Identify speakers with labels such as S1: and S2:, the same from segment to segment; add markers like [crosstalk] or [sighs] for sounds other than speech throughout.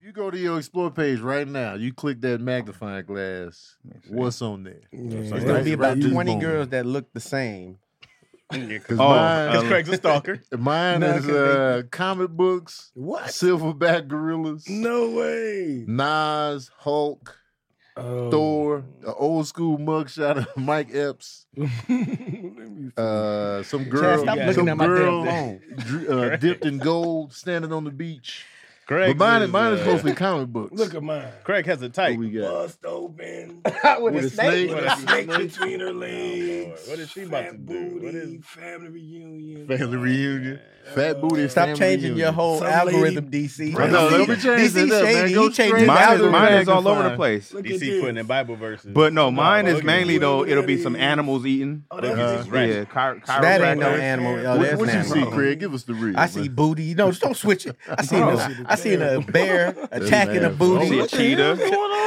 S1: You go to your explore page right now. You click that magnifying glass. What's on there? Right,
S2: It's
S3: There's gonna be
S1: right,
S3: about
S1: you
S3: twenty
S1: boom.
S3: girls that look the same.
S1: Cause
S4: Oh,
S1: mine,
S4: because Craig's
S5: [laughs]
S4: a stalker.
S1: mine
S3: No,
S1: is
S3: 'cause they-
S1: uh, comic books,
S3: What?
S1: silverback gorillas,
S3: No way.
S1: Nas, Hulk,
S3: Oh.
S1: Thor, an old school mugshot of [laughs] Mike Epps,
S3: [laughs] Let me see.
S1: uh, some
S3: Chad,
S1: girl,
S3: stop
S4: yeah.
S3: looking
S1: some
S3: at my
S1: girl [laughs]
S3: damn phone.
S1: dr- uh,
S4: Right.
S1: dipped in gold, standing on the beach.
S4: Craig,
S1: But mine, mine is
S4: uh,
S1: mostly comic books.
S3: Look at mine.
S4: Craig has a
S1: what
S4: type.
S1: we got.
S5: [laughs]
S3: Bust open.
S1: With a snake.
S3: With a snake between
S5: Oh,
S3: her legs.
S4: What is she about
S3: fat
S4: to do? What
S3: booty,
S4: is-
S3: family reunion.
S1: Family reunion. Fat booty.
S3: Stop
S1: family
S3: changing your
S1: reunion.
S3: whole Some lady-
S2: algorithm,
S3: algorithm,
S2: DC.
S1: I know, don't be changing
S3: DC
S1: it up, man.
S3: shady,
S1: Go
S3: he changed
S1: straight
S3: his
S1: to
S2: Mine, is,
S1: the
S2: mine is all
S1: magnifying.
S2: over the place.
S3: Look at
S4: DC
S3: this.
S4: putting in Bible verses.
S2: But no, mine
S4: look
S2: is
S4: at
S2: mainly
S3: this.
S2: though.
S3: Look
S2: It'll
S3: at
S2: be some
S3: this.
S2: animals eating.
S3: Oh, that's
S5: Uh-huh.
S3: just
S4: right.
S2: Yeah, chi-
S3: That ain't no
S2: chiropractor.
S3: animal.
S2: Oh,
S3: Yo,
S1: What,
S3: that's
S1: what
S3: an
S1: you see,
S3: animal.
S1: Craig? Give us the real.
S3: I see
S1: man.
S3: booty. No, just don't switch it. I seen
S2: Oh.
S3: a, I seen a bear attacking a
S1: nasty.
S2: I see
S3: booty.
S2: a cheetah.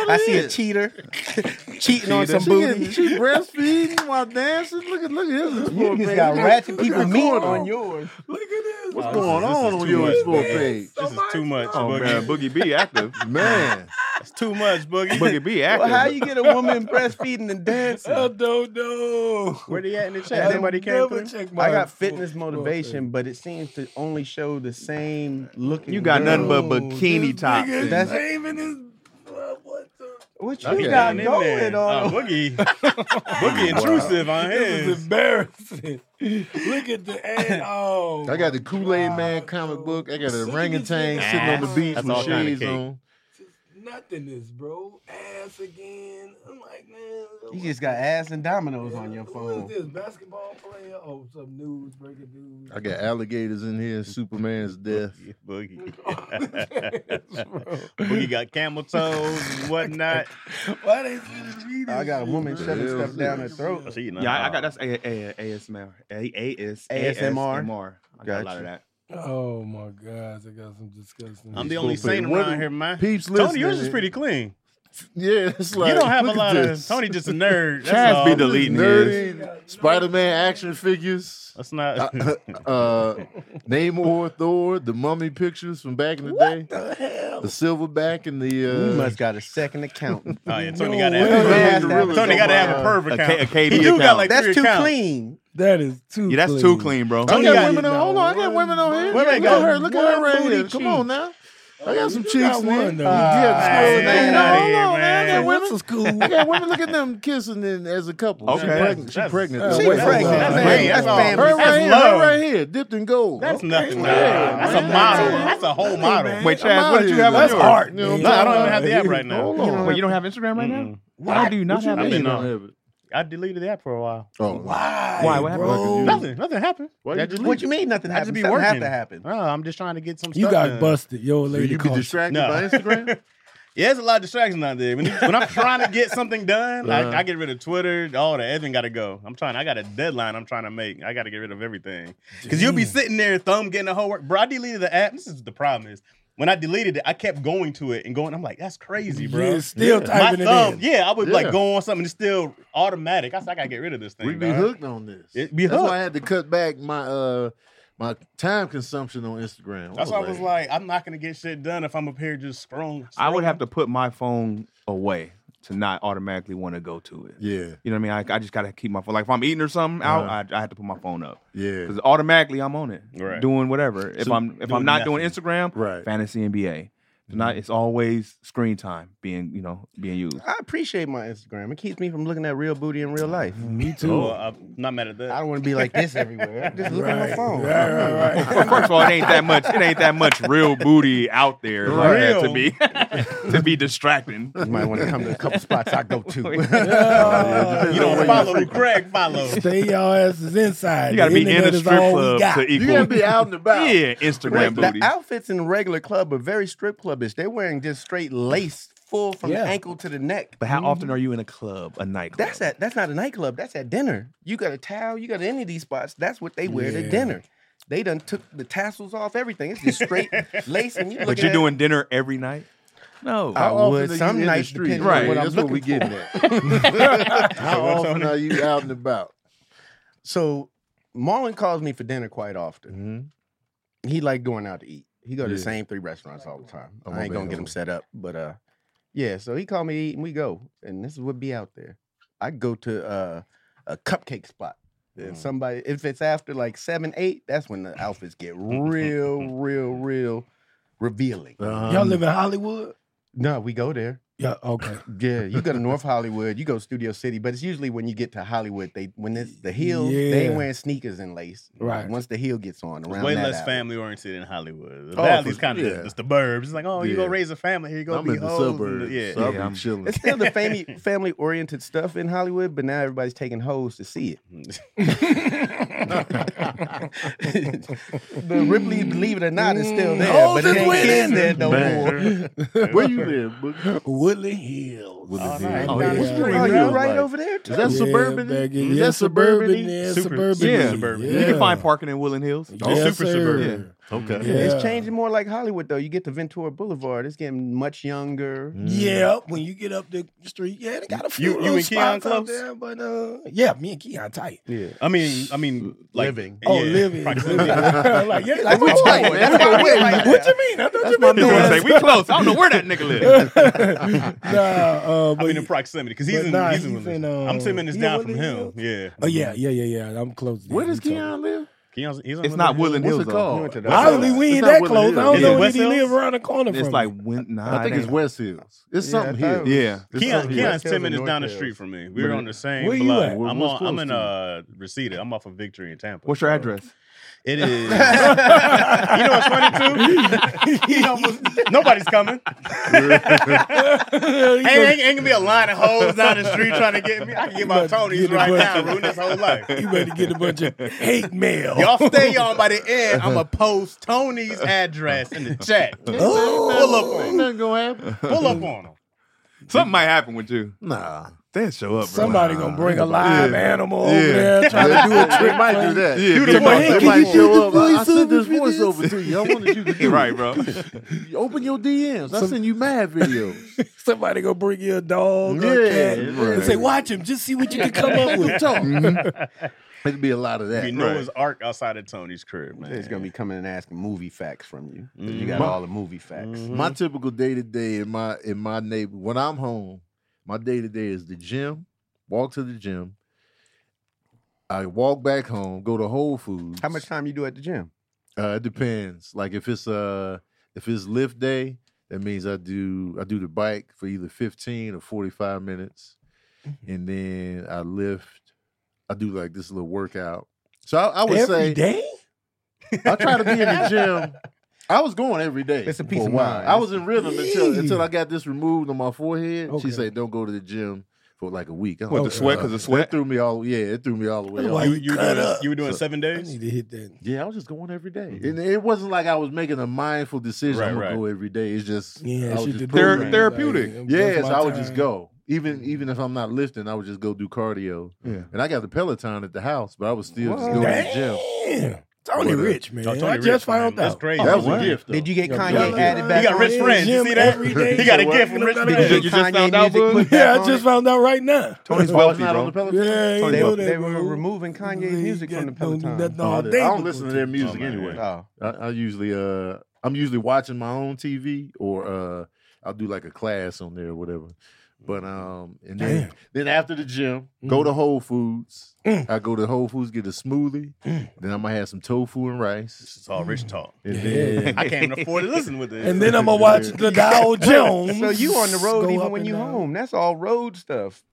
S3: I see a cheater [laughs] cheating on
S2: Cheetah.
S3: some
S1: She, getting-
S3: booty.
S1: she breastfeeding while dancing. Look at look at his explore
S3: [laughs] You just
S1: page.
S3: got
S1: Look at-
S3: ratchet
S1: look at
S3: people
S1: that
S3: meat
S1: corner.
S3: on yours.
S1: Look at this. What's
S4: Oh, this
S1: going
S4: is- this
S1: on
S4: is
S1: on
S4: too
S1: your
S4: much,
S1: explore
S4: man.
S1: page?
S4: This is too much,
S2: Oh man,
S4: Boogie.
S2: Boogie B active.
S1: Man,
S4: It's too much, Boogie.
S2: Boogie B
S3: Well,
S2: active.
S3: how you get a woman breastfeeding and dancing?
S4: I
S3: don't know.
S4: [laughs] Where they at in the
S3: I
S4: chat? Anybody came
S3: never
S4: through?
S3: check my- I got fitness motivation, but it seems to only show the same looking.
S2: You got nothing but
S3: girls.
S2: bikini top.
S3: That's-
S4: saving his. What
S3: What you
S1: Okay.
S3: got going
S4: Oh,
S3: on?
S4: Boogie. Boogie intrusive on
S5: [laughs]
S4: his.
S3: embarrassing. Look at the
S1: [laughs]
S3: ad. Oh,
S1: I got the Kool Aid Man comic book. I got an orangutan sitting on the beach
S4: That's
S1: with
S4: all kinda
S1: shades
S4: cake.
S1: on.
S3: nothingness, bro. Ass again. I'm like, man. You just got ass and dominoes on your phone.
S5: this basketball player? Oh, some news breaking news.
S1: I got alligators in here. Superman's death.
S4: Boogie.
S5: [laughs] Oh,
S4: Boogie got camel toes and whatnot.
S3: Why they sitting reading? I got a woman
S1: shit,
S3: shoving
S1: bro?
S3: stuff down Oh, her throat.
S4: She eating a-
S2: Yeah, I, I got that's a, a, a, ASMR. A, AS,
S3: ASMR.
S2: ASMR. I got a lot
S3: Gotcha.
S2: of that.
S5: Oh my gosh, I got some disgusting.
S4: I'm the only
S1: Stupid.
S4: saint
S1: What-
S4: around here, man.
S1: Peeps, listen.
S4: Tony, yours is pretty clean.
S1: Yeah, it's like
S4: you don't have a
S1: look at
S4: lot of.
S1: this.
S4: Tony just a nerd. That's
S2: Chaz be
S4: all.
S2: deleted. deleting
S1: nerdy Spider Man action figures.
S4: That's not.
S1: uh, uh, Namor, Thor, the mummy pictures from back in the day,
S3: What the hell?
S1: the silverback and the uh,
S3: You must got a second account.
S4: [laughs] Oh yeah,
S5: No
S4: Tony got to [laughs]
S5: way.
S1: Really,
S4: have.
S3: Really,
S1: really
S4: Tony got to have a
S1: somebody-
S4: perv
S2: A
S4: account.
S2: K- a KD
S4: he do got
S2: account.
S4: like
S3: That's
S4: three
S3: too
S4: accounts.
S3: clean.
S5: That is too.
S2: Yeah, that's too clean, bro.
S1: I
S4: Tony
S1: got
S4: got-
S1: women on. Hold on, I got women on here.
S4: Women
S1: look at
S4: got
S1: her. Look at her right
S4: one
S1: here.
S4: booty
S1: Come
S4: cheek.
S1: on now. I got some chicks
S5: got
S1: in
S5: one,
S1: here.
S5: though.
S1: yeah,
S4: Hey,
S1: scroll down.
S4: man.
S1: Hold on, man. I
S4: Hey,
S1: got women. I got women. Look at them kissing in, as a couple. She
S2: Okay.
S1: pregnant. She
S4: That's- uh,
S1: pregnant.
S5: that's-
S1: though.
S3: She
S1: Wait,
S3: pregnant.
S1: hold on.
S3: That's-
S1: Wait,
S3: hey, that's
S1: hold on.
S3: family.
S1: Her
S4: That's
S1: right here. Her
S4: love.
S1: right here. Dipped in gold.
S4: That's nothing.
S1: Yeah,
S4: man. That's a
S1: man.
S4: model. That's a whole model.
S2: Wait,
S1: I'm
S2: Chaz,
S1: out
S2: what did you
S1: here.
S2: have on
S1: That's
S2: yours?
S1: art.
S2: You
S4: No, I don't even have the app right now.
S1: Hold on.
S2: Wait, you don't have Instagram right now?
S4: Mm-mm.
S2: Why do you not have
S4: mean?
S2: Instagram?
S4: don't
S1: have it?
S4: I deleted the app for a while.
S1: Oh,
S3: Why?
S2: Why? What happened?
S3: bro?
S4: Nothing. Nothing happened.
S1: Why
S4: That
S1: you
S4: just-
S1: delete
S3: What you mean nothing
S4: I just
S3: happened?
S4: be
S3: Something have
S4: working.
S3: to happen.
S4: No, I'm just trying to get some.
S5: You
S4: stuff
S5: got
S4: done.
S5: busted, yo
S1: So
S5: lady.
S1: you be
S5: caught
S1: distracted
S4: No.
S1: by Instagram?
S4: Yeah, there's a lot of distractions out there. When, you- when I'm trying to get something done,
S1: Uh-huh.
S4: I, I get rid of Twitter. All the everything got to go. I'm trying. I got a deadline. I'm trying to make. I got to get rid of everything. Because you'll be sitting there, thumb getting the whole work. Bro, I deleted the app. This is the problem is when I deleted it, I kept going to it and going. I'm like, that's crazy,
S5: you.
S4: bro.
S5: Yeah, still
S4: My
S5: typing it
S4: thumb,
S5: in.
S4: yeah, I would like
S1: Yeah.
S4: go on something. It's still automatic. I said, I gotta get rid of this thing.
S1: we be
S4: dog.
S1: hooked on this.
S4: It be
S1: That's
S4: hooked.
S1: why I had to cut back my uh my time consumption on Instagram.
S4: That's why I was like, I'm not gonna get shit done if I'm up here just scrolling.
S2: I would have to put my phone away to not automatically want to go to it.
S1: yeah,
S2: You know what I mean? I, I just gotta keep my phone. Like if I'm eating or something
S1: Uh-huh.
S2: out, I, I have to put my phone up
S1: yeah.
S2: because automatically I'm on it,
S4: Right.
S2: doing whatever. If
S4: So,
S2: I'm if
S4: doing
S2: I'm not doing
S4: nothing.
S2: Instagram,
S1: Right.
S2: fantasy NBA. If Not it's always screen time being you know being used.
S3: I appreciate my Instagram. It keeps me from looking at real booty in real life.
S5: Me too.
S4: Oh, I'm not mad at that.
S3: I don't want to be like this everywhere. Just look at my
S5: Right,
S3: phone.
S5: right, right,
S2: [laughs]
S5: right.
S2: First of all, it ain't that much. It ain't that much real booty out there like that to be [laughs] to be distracting.
S3: You might want to come to a couple spots I go to.
S5: Yeah.
S4: you
S5: [laughs]
S4: don't
S1: Where you
S4: follow who Craig follows.
S5: Stay y'all asses inside.
S2: You gotta
S5: The
S2: be in
S5: internet
S2: a
S5: is
S2: strip
S5: all we
S2: club
S5: got.
S2: to
S1: You
S2: equal.
S1: gotta be out and about.
S2: [laughs] yeah, Instagram
S3: the
S2: booty.
S3: outfits in the regular club are very strip clubbish. They're wearing just straight lace, full from
S5: Yeah.
S3: the ankle to the neck.
S2: But how often are you in a club, a nightclub?
S3: That's at that's not a nightclub. That's at dinner. You got a towel. You got any of these spots. That's what they wear
S5: Yeah.
S3: to dinner. They done took the tassels off everything. It's just
S2: [laughs]
S3: straight lace. And you
S2: But
S3: looking
S2: you're
S3: at-
S2: doing dinner every night? Oh, No.
S3: I
S1: How
S3: would
S1: often are
S3: some
S1: you in the
S3: nights,
S1: street?
S3: depending on
S2: Right,
S3: what I'm
S1: that's what
S3: looking
S1: we getting at. How
S4: what's
S1: often
S4: on
S1: are you out and about?
S3: So Marlon calls me for dinner quite often. He like going out to eat. He go to the
S1: Mm-hmm. Yeah.
S3: same three restaurants all the time.
S1: Oh,
S3: I
S1: my
S3: ain't
S1: bad,
S3: gonna get him
S1: homie.
S3: set up, but uh, yeah. So he called me to eat, and we go, and this is what be out there. I go to uh, a cupcake spot. And
S4: Mm.
S3: somebody, if it's after like seven, eight, that's when the outfits get real, real, real revealing.
S1: Um,
S5: Y'all live in Hollywood?
S3: No, we go there.
S5: Yeah, okay.
S3: Yeah, you go
S1: [laughs]
S3: to North Hollywood, you go to Studio City, but it's usually when you get to Hollywood, they when it's the heel, they ain't
S5: Yeah.
S3: wearing sneakers and lace.
S5: Right.
S3: Once the heel gets on, around
S4: Way
S3: that
S4: less
S3: hour.
S4: family oriented in Hollywood. The
S1: Oh,
S4: valley's
S1: for-
S4: kind of
S1: yeah.
S4: just, just the burbs. It's like, oh, you
S1: Yeah.
S4: gonna raise a family here, you gonna
S1: I'm
S4: be
S1: in the
S4: hoes and the-
S1: suburbs.
S4: Yeah,
S1: so I'll
S2: Yeah, I'm-
S1: be
S3: [laughs]
S1: chilling. [laughs]
S3: It's still the family family oriented stuff in Hollywood, but now everybody's taking hoes to see it. [laughs] the Ripley, believe it or not, is still there,
S5: Hoes
S3: but it
S5: is
S3: ain't kids
S5: winning.
S3: there no
S4: [laughs]
S3: more.
S1: Man. Where you live? Boogie?
S5: Woodland Hills.
S1: Woodland
S4: Oh,
S1: Hills.
S4: nice.
S1: Oh,
S4: Down
S1: yeah.
S4: the
S1: What's
S5: street,
S1: your
S3: Oh,
S5: Yeah.
S3: you
S1: neighborhood
S3: right
S1: like?
S3: over there?
S1: Is that
S5: Yeah,
S1: suburban?
S5: back in-
S1: Is
S5: yeah,
S1: that
S5: suburban?
S1: suburban?
S5: Yeah,
S4: Super-
S5: suburban.
S2: yeah.
S4: Suburban.
S2: You can find
S5: parking.
S2: parking in Woodland Hills.
S4: Oh,
S5: yes,
S4: super
S5: sir.
S4: suburban.
S1: [laughs] Okay.
S5: Yeah.
S3: It's changing more like Hollywood, though. You get to Ventura Boulevard, it's getting much younger.
S5: Yeah, when you get up the street, yeah, they got a few
S4: You- you
S5: little
S4: and Keon
S5: spots out
S4: close?
S5: there, but uh, yeah, me and Keon tight.
S3: Yeah.
S4: I mean, I mean, like,
S3: Living.
S5: Oh,
S4: yeah,
S5: living,
S4: [laughs] proximity.
S5: living. like, yeah, like,
S3: my
S5: what,
S3: boy,
S5: you mean?
S3: that's my boy right
S5: what you mean? I thought you meant
S2: He's gonna say
S5: [laughs] that.
S2: we close. I don't know where that nigga [laughs] lives.
S5: nah, uh,
S4: I
S5: but
S4: mean, in proximity because he's
S5: but
S4: in.
S5: nah,
S4: he's in,
S5: he's in,
S4: Woodlands. I'm ten
S5: uh,
S4: minutes
S5: you know
S4: down from him.
S5: Woodlands
S4: Yeah.
S5: oh yeah, yeah, yeah, yeah. I'm close. to
S1: Where
S5: that.
S1: does
S5: You
S1: Keon
S5: talking-
S1: live?
S4: Keon's- he's on
S2: It's not
S4: Woodlands.
S2: Woodland Hills.
S1: What's it
S2: though.
S1: called?
S5: Honestly, we
S1: It's
S5: ain't
S1: not
S5: that
S1: Woodland
S5: close. I
S1: Hills.
S5: don't
S4: Is it
S5: know if
S4: West
S5: he live
S4: Hills?
S5: around the corner from.
S2: It's
S5: me.
S2: like
S5: [laughs]
S2: win- nah,
S1: I think
S2: it
S1: it's
S2: ain't.
S1: West Hills. It's
S3: Yeah,
S1: something
S3: I
S1: here.
S3: thought it was-
S2: Yeah.
S1: It's
S4: Keon,
S1: something here.
S3: Hills
S4: Keon's ten
S3: and
S4: minutes
S3: North
S4: down the
S3: Hills.
S4: street from me. We were on the same
S5: Where you
S4: block.
S5: at?
S1: Where-
S4: I'm
S1: what's
S4: on. I'm
S1: close
S4: in
S1: to you?
S4: uh, Reseda. I'm off of Victory in Tampa.
S2: What's your
S4: so-
S2: address?
S1: [laughs]
S4: It is. you know what's funny too?
S5: [laughs]
S4: [laughs] He almost- nobody's coming. ain't, ain't, ain't gonna be a line of hoes down the street trying to get me. I can get my Tonys
S5: Get the
S4: right now.
S5: question.
S4: Ruin this whole life.
S5: you better get a bunch of hate mail.
S4: Y'all stay on by the end.
S5: [laughs]
S4: I'm gonna post Tony's address in the chat. Pull up
S1: Oh, Ain't
S4: on him.
S1: nothing gonna happen.
S4: Pull up on him.
S2: Something might happen with you.
S1: Nah.
S2: They'll show up. bro.
S5: Somebody gonna bring a live
S2: Yeah.
S5: animal over
S2: Yeah.
S5: there trying to do
S1: [laughs]
S5: a
S1: They
S5: trick.
S1: might do that.
S2: Yeah,
S1: They
S2: big
S1: might-
S5: boy.
S1: they might show up.
S5: Hey,
S1: I I
S5: can you
S1: sent
S5: do
S1: this
S5: the voiceover
S1: voiceover to you. I wanted
S2: [laughs]
S1: you to do
S2: right, bro.
S1: it. Open your DMs. I send you mad videos.
S5: Somebody gonna bring you a dog or a
S1: Yeah,
S5: cat
S1: right.
S5: and say, "Watch him, just see what you can come
S1: [laughs]
S5: up with."
S4: [laughs]
S1: It'd be a lot of
S4: Be
S1: that.
S4: Noah's Ark outside of Tony's crib, man. Mm-hmm.
S3: It's gonna be coming and asking movie facts from you. 'cause You got
S1: Mhm.
S3: all the movie facts.
S1: My typical day to day in my in my neighbor when I'm home, my day to day is the gym, walk to the gym. I walk back home, go to Whole Foods.
S3: How much time you do at the gym?
S1: Uh, it depends. Like if it's uh if it's lift day, that means I do I do the bike for either fifteen or forty five minutes,
S5: Mm-hmm.
S1: and then I lift. I do like this little workout. So I, I would
S5: Every
S1: say
S5: day,
S1: I try to be in the gym.
S5: [laughs]
S1: I was going every day.
S3: It's a
S1: for
S3: peace of
S1: while.
S3: mind.
S1: I was in rhythm until
S5: Yeah.
S1: until I got this removed on my forehead.
S5: Okay.
S1: She said, "Don't go to the gym for like a week." I
S2: What the
S1: was like,
S2: sweat?
S1: "Uh,
S2: Cause the
S1: That
S2: sweat.
S1: threw me all. Yeah, it threw me all the way.
S5: That's
S1: off.
S5: why
S4: You, you, were
S5: Cut
S4: doing,
S5: up.
S4: you were doing seven
S5: I
S4: days?
S5: need to hit that.
S1: Yeah, I was just going every day. and it wasn't like I was making a mindful decision.
S4: Right,
S1: I'm gonna
S4: right.
S1: go every day. It's just I
S5: Yeah,
S1: was
S5: she
S1: just
S5: did
S2: Thera-
S5: that.
S2: therapeutic.
S5: Like,
S1: yes,
S5: that's my
S1: I would just
S5: time. Mm-hmm.
S1: go. Even even if I'm not lifting, I would just go do cardio.
S2: Yeah.
S1: And I got the Peloton at the house, but I was still just going to the gym.
S5: Damn. Tony
S1: What a-
S5: Rich, man.
S4: Oh, Tony
S5: I
S4: Rich,
S5: just found
S4: man. That's
S5: out.
S4: crazy.
S1: That was
S2: what?
S1: a gift. Though.
S3: Did you get
S1: Yeah,
S3: Kanye
S1: yeah, yeah.
S3: added back?
S4: He got
S3: on?
S4: rich friends. You see that?
S5: Every day.
S4: He got a gift from Rich
S3: Did
S4: friends.
S3: you [laughs]
S2: You just
S3: Kanye
S2: found out,
S3: music
S2: bud?
S3: put
S5: [laughs]
S3: back
S5: Yeah,
S3: on
S5: I just
S3: it?
S5: found out right now.
S2: Tony's
S1: Oh, it's
S2: wealthy,
S1: not on
S2: bro.
S1: the Peloton.
S5: Yeah,
S2: Tony
S5: you
S3: They,
S5: know
S3: were,
S2: Bell.
S5: that,
S3: they were
S5: bro.
S3: removing Kanye's
S5: They
S3: music
S5: got
S3: from the
S5: no-
S3: Peloton.
S5: that-
S1: Oh,
S5: no,
S1: they-
S5: they
S1: I
S5: look
S1: don't listen to their music
S4: Oh, man.
S1: anyway.
S3: Oh,
S1: I, I usually uh I'm usually watching my own TV or uh I'll do like a class on there or whatever. But um and then
S5: Damn.
S1: then after the gym, go to Whole Foods.
S5: Mm.
S1: I go to Whole Foods, get a smoothie, then I might have some tofu and rice.
S4: This is all rich
S5: [laughs]
S4: talk.
S1: And
S5: Yeah.
S1: then
S4: I can't afford to listen with this.
S5: And then I'm
S4: [laughs]
S5: gonna watch the Dow Jones.
S3: So you on the road
S5: go
S3: even
S5: up
S3: when
S5: and
S3: you
S5: down. [laughs]
S3: home? That's all road stuff.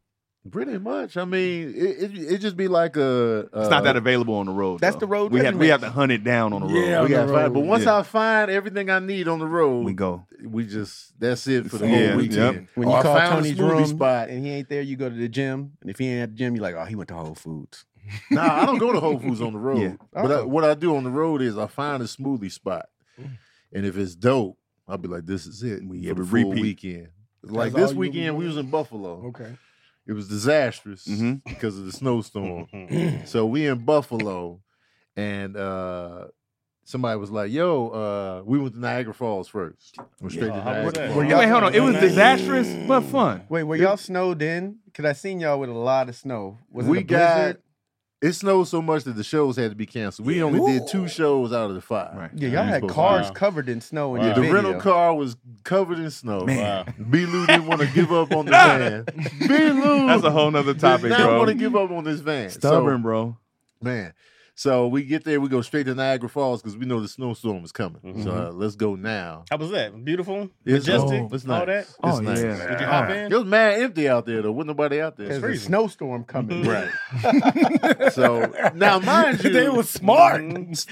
S1: [laughs] pretty much. I mean, it it, it just be like a, uh,
S2: It's not that available on the road.
S3: That's
S2: though.
S3: the road
S2: We have we
S3: readiness.
S2: have to hunt it down on the road.
S5: Yeah.
S1: we
S5: on the
S1: gotta find,
S5: road,
S1: but once
S2: yeah.
S1: I find everything I need on the road,
S2: We
S1: we,
S2: go.
S1: just that's it for the
S2: Yeah,
S1: whole
S2: yep.
S1: weekend.
S3: When
S1: Or
S3: you
S1: Oh, I
S3: call
S1: found a
S3: Tony's
S1: smoothie
S3: room
S1: spot,
S3: and he ain't there, you go to the gym. And if he ain't at the gym, you're like, oh, he went to Whole Foods.
S1: nah, I don't go to Whole Foods on the road.
S2: Yeah.
S1: But I,
S3: Oh.
S1: what I do on the road is I find a smoothie spot, and if it's dope, I'll be like, "This is it."
S2: We
S1: for
S2: have
S1: the
S2: a
S1: full
S2: repeat.
S1: weekend. Like
S5: That's all
S1: this
S5: you
S1: weekend, we
S5: do?
S1: was in Buffalo.
S3: Oh.
S5: Okay.
S1: It was disastrous
S2: Mhm.
S1: because of the
S4: [laughs]
S1: snowstorm.
S5: Oh,
S4: Mhm.
S1: so we in Buffalo, and uh, somebody was like, "Yo, uh, we went to Niagara Falls first. Went straight to
S4: Yeah, how was
S1: Niagara
S4: that?
S1: Falls.
S3: Were y'all-
S2: Wait, hold on. It was
S4: Mm.
S2: disastrous but fun.
S3: Wait, were y'all snowed in? Because I seen y'all with a lot of snow. Was
S1: we
S3: it a
S1: got
S3: blizzard?
S1: It snowed so much that the shows had to be canceled. We only did two shows out of the five.
S2: Right.
S3: Yeah,
S1: Wow.
S3: y'all had
S1: Wow.
S3: cars covered in snow in
S1: Yeah,
S3: your
S1: the
S3: video.
S1: rental car was covered in snow.
S4: Wow.
S1: B. Lou didn't
S2: [laughs]
S1: want to give up on the van. B. Lou
S2: That's a whole nother topic,
S1: did not
S2: bro.
S1: want to give up on this van. So,
S2: Stubborn, bro.
S1: man. So we get there, we go straight to Niagara Falls because we know the snowstorm is coming.
S2: Mm-hmm.
S1: So uh, let's go now.
S4: How was that? Beautiful,
S1: It's-
S4: majestic,
S1: oh, it's
S4: all
S1: nice.
S4: that.
S1: It's
S2: Oh,
S1: nice.
S2: yeah.
S4: Did you hop
S1: It
S4: in?
S1: was mad empty out there though. Wasn't nobody out there.
S3: There's a
S4: freezing.
S3: snowstorm
S4: [laughs] Mm-hmm.
S3: coming.
S1: Right. [laughs] so now,
S2: [laughs]
S1: mind you,
S5: they were smart.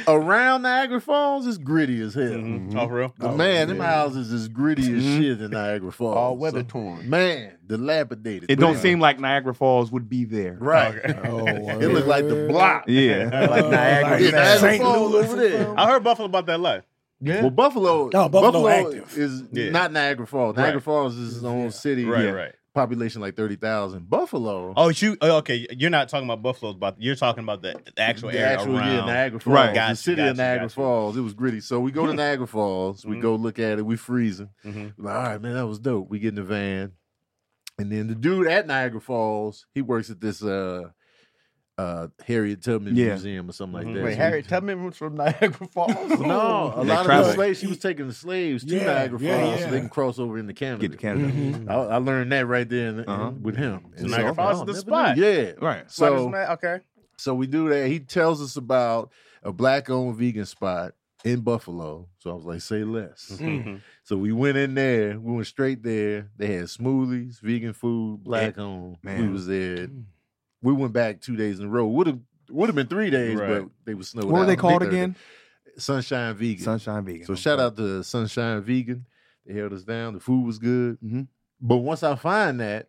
S1: around Niagara Falls is gritty as hell.
S2: Mm-hmm.
S4: Mhm. Oh, for real?
S1: But man, them houses is gritty as shit in Niagara Falls.
S3: All weather
S1: So,
S3: torn.
S1: man, dilapidated.
S2: It
S1: But
S2: don't
S1: it's-
S2: seem like Niagara Falls would be there.
S1: [laughs] right.
S5: Oh,
S1: It looked like the block.
S2: [laughs] Yeah.
S3: Like Niagara
S1: Yeah,
S3: Falls.
S1: Niagara
S5: St.
S1: Falls
S5: Louis
S1: over
S5: or
S1: there.
S5: something.
S4: I heard Buffalo about that life.
S3: Yeah.
S1: Well, Buffalo,
S5: No, Buffalo active.
S1: is
S4: Yeah.
S1: not Niagara Falls.
S4: Right.
S1: Niagara Falls is its own city,
S4: Right,
S1: yeah,
S4: right.
S1: population like thirty thousand. Buffalo,
S4: Oh, you oh, okay? You're not talking about Buffalo's, about you're talking about the, the actual
S1: the
S4: area
S1: actual
S4: around.
S1: yeah, Niagara Falls,
S2: Right.
S1: the
S4: Gotcha,
S1: city of
S4: gotcha,
S1: Niagara
S4: gotcha. Hmm.
S1: Falls. It was gritty, so we go to Niagara Falls. We
S4: Mhm.
S1: go look at it. We freezing.
S4: Mhm.
S1: Like, All right, man, that was dope. We get in the van, and then the dude at Niagara Falls, he works at this uh uh Harriet Tubman
S2: Yeah.
S1: Museum or something like
S4: Mhm.
S1: that.
S3: Mm-hmm. Wait,
S1: So
S3: Harriet Tubman was from Niagara [laughs] Falls.
S1: we- No, a
S2: They
S1: lot of the
S2: traveled.
S1: slaves. She was taking the slaves to
S5: Yeah,
S1: Niagara Falls
S5: yeah,
S1: so
S5: yeah.
S1: they can cross over into Canada.
S2: Get to Canada.
S5: Mm-hmm.
S1: I, I learned that right there in- in-
S2: Uh-huh.
S1: with him. And
S4: Niagara
S1: I'm
S4: Falls
S1: like,
S4: is the
S1: "Oh, I
S4: spot."
S1: never knew." Yeah.
S2: Right.
S1: So
S4: okay.
S1: so we do that. He tells us about a black owned vegan spot in Buffalo. So I was like, say less.
S4: Mm-hmm.
S1: So we went in there. We went straight there. They had smoothies, vegan food, black owned. We
S2: man.
S1: was there. We went back two days in a row. Would have would have been three days,
S4: Right.
S1: but they were snowed
S2: What were
S1: out.
S2: they called
S1: Big third
S2: again?
S1: day. Sunshine Vegan.
S2: Sunshine Vegan.
S1: So shout out to Sunshine Vegan. They held us down. The food was good.
S2: Mhm.
S1: But once I find that,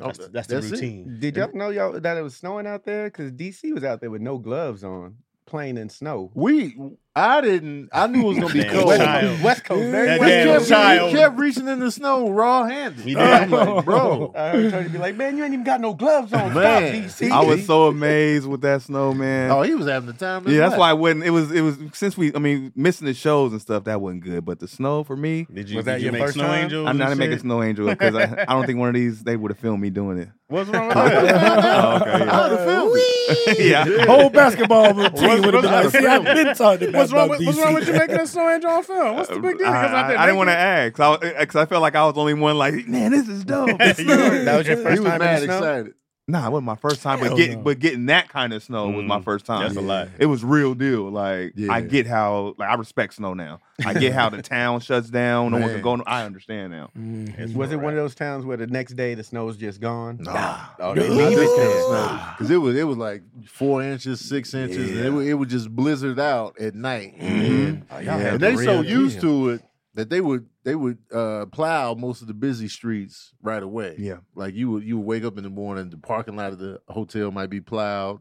S1: oh,
S4: That's, that's the
S1: it.
S4: routine.
S3: Did y'all know y'all that it was snowing out there? Because DC was out there with no gloves on, playing in snow.
S1: We, I didn't. I knew it was gonna be
S4: Damn
S1: cold.
S3: West
S4: child.
S3: Coast, West Coast.
S5: That
S1: We
S3: very
S4: damn
S1: kept,
S3: West
S1: [laughs]
S3: Coast.
S4: child.
S1: we kept reaching in the snow raw handed.
S4: We
S1: I'm
S4: did.
S1: [laughs] like, bro,
S2: [laughs]
S3: I heard Tony be like, "Man, you ain't even got no gloves on,
S1: Man.
S3: Stop, DC."
S2: I was [laughs] so amazed with that snow, man.
S1: oh, he was having the time. of his
S2: yeah, that's
S1: life.
S2: why when it was it was since we I mean missing the shows and stuff that wasn't good, but the snow for me,
S4: Did you,
S3: Was
S4: did
S3: that
S4: you
S3: your
S4: make
S3: first
S4: snow
S3: time?
S4: angels?
S2: I'm not
S4: and
S2: gonna make a
S4: shit?
S2: snow angel because I, I don't think one of these they would have filmed me doing it.
S4: What's wrong with that?
S2: Oh, okay,
S1: I would have filmed it.
S2: yeah. yeah.
S5: Whole basketball team would have been like,
S1: what's-
S5: see, I've been talking about
S4: What's wrong, with,
S5: DC.
S4: what's wrong with you making a snow angel on film? What's the big deal?
S2: I,
S4: Because
S2: I- I didn't want to ask because I, felt like I was the only one like, man, this is dope. It's dope."
S3: that was your
S1: He
S3: first
S1: was
S3: time in
S1: mad
S3: the snow.
S1: excited.
S2: nah, it wasn't my first time, but
S5: Hell
S2: getting
S5: no.
S2: but getting that kind of snow was my
S4: Mm,
S2: first time.
S4: That's a lot.
S2: It was real deal. Like
S1: Yeah.
S2: I get how like I respect snow now. I get how the town shuts down. No one
S1: Man.
S2: can go. no- I understand now.
S5: Mm-hmm.
S3: Was it one of those towns where the next day the snow's just gone?
S1: Nah.
S3: Oh, they
S5: Really?
S3: leave it there.
S1: Because it was it was like four inches, six inches. and it, would, it would just blizzard out at night. And,
S3: Oh, y'all
S1: and
S3: had
S1: they
S3: the
S1: so
S3: real deal.
S1: used to it that they would they would uh, plow most of the busy streets right away.
S2: Yeah.
S1: Like you would you would wake up in the morning, the parking lot of the hotel might be plowed,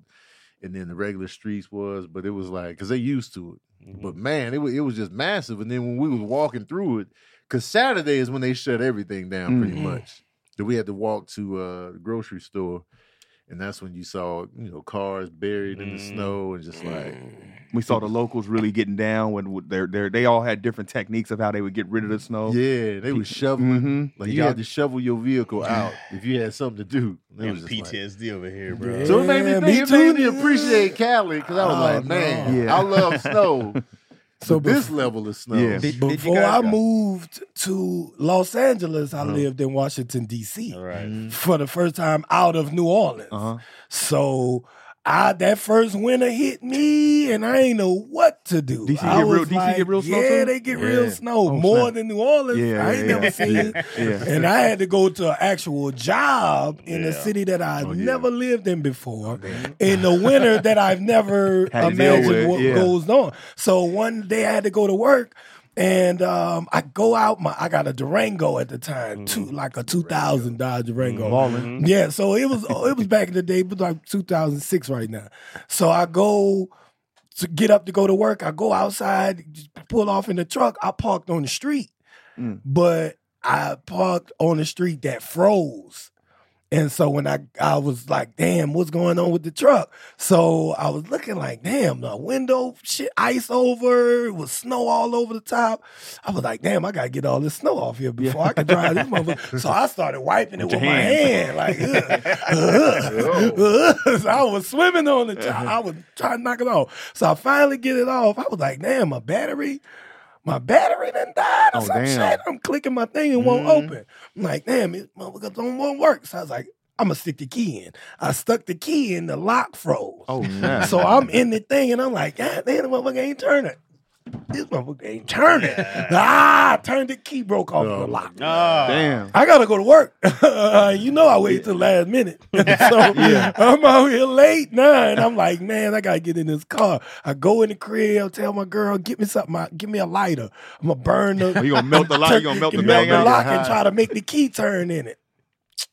S1: and then the regular streets was, but it was like because they used to it. But man, it was it was just massive. And then when we was walking through it, because Saturday is when they shut everything down pretty
S5: Mm-hmm.
S2: Mhm.
S1: much. Then we had to walk to uh, the grocery store, and that's when you saw you know cars buried in the
S5: Mm-hmm.
S4: Mm.
S1: snow and just like
S2: We saw the locals really getting down when with their their they all had different techniques of how they would get rid of the
S5: Oh.
S2: snow.
S1: Mm-hmm. yeah, they was shoveling.
S2: Mhm.
S5: Mm-hmm.
S1: Like
S3: You
S1: you had
S3: had-
S1: to shovel your vehicle out if you had something to do. It
S4: And
S1: was just like-
S4: PTSD over here, bro.
S5: Yeah.
S1: So it made me
S5: Yeah,
S1: think.
S5: me
S1: it made me
S5: too.
S1: appreciate Cali because I was
S5: Oh,
S1: like,
S5: no.
S1: man,
S2: Yeah.
S1: I love
S5: [laughs]
S1: snow.
S5: So
S1: so this
S5: bef-
S1: level of snow.
S2: Yeah.
S3: Did- did you
S5: Before I
S3: guys-
S5: moved to Los Angeles,
S2: Uh-huh.
S5: I lived in Washington, D.C.
S4: All
S1: Mm-hmm.
S4: right.
S5: for the first time out of New Orleans.
S2: Uh-huh.
S5: So I that first winter hit me, and I ain't know what to do.
S2: DC
S5: I
S2: get real-
S5: was
S2: DC get real snow
S5: Yeah,
S2: too?
S5: they get real
S1: Yeah.
S5: snow
S2: Oh,
S5: more
S2: snap.
S5: than New Orleans.
S2: Yeah,
S5: I
S2: yeah,
S5: ain't
S2: yeah.
S5: never seen it. [laughs]
S2: Yeah.
S5: And I had to go to an actual job in a
S4: Yeah.
S5: city that I've
S1: Oh, yeah.
S5: never lived in before in the winter that I've never
S2: [laughs] Had to deal
S5: imagined
S2: with,
S5: what
S2: yeah.
S5: goes on. So one day I had to go to work and um, I go out my I got a Durango at the
S2: Mm.
S5: time, two like a two thousand Dodge Durango. Yeah, so it was it was back in the day, it was like two thousand six right now. So I go to get up to go to work. I go outside, just pull off in the truck. I parked on the street,
S2: Mm.
S5: but I parked on the street that froze. And so when I I was like, damn, what's going on with the truck? So I was looking like, damn, the window shit ice over, it was snow all over the top. I was like, damn, I gotta get all this snow off here before I can drive this motherfucker. So I started wiping it
S2: With
S5: with,
S2: your
S5: my hand,
S2: hands. [laughs]
S5: like, uh, ugh, ugh, ugh. uh, So I was swimming on the
S2: [laughs]
S5: top. I was trying to knock it off. So I finally get it off. I was like, damn, my battery. My battery done died or
S1: Oh,
S5: some
S1: damn. Mm-hmm.
S5: shit. I'm clicking my thing and won't open. I'm like, damn, it motherfucker don't won't work. So I was like, I'm gonna stick the key in. I stuck the key in, the lock froze.
S1: [laughs]
S2: [laughs] Oh, no.
S5: So I'm in the thing and I'm like, God damn, the motherfucker ain't turning. This motherfucker ain't turning. Ah, I turned the key, broke off
S1: Oh,
S5: the
S4: Mm-hmm. [laughs]
S5: lock.
S4: Ah.
S2: damn.
S5: I gotta go to work. [laughs] Uh, you know I waited till the last minute. [laughs] so
S2: [laughs]
S5: I'm out here late nine. I'm like, man, I gotta get in this car. I go in the crib, tell my girl, get me something, I- give me a lighter. I'm gonna burn
S2: [laughs]
S5: the
S2: You gonna melt
S5: [laughs]
S2: the lock? You gonna melt the
S5: Melt
S2: bang out?
S5: lock and try to make the key turn in it.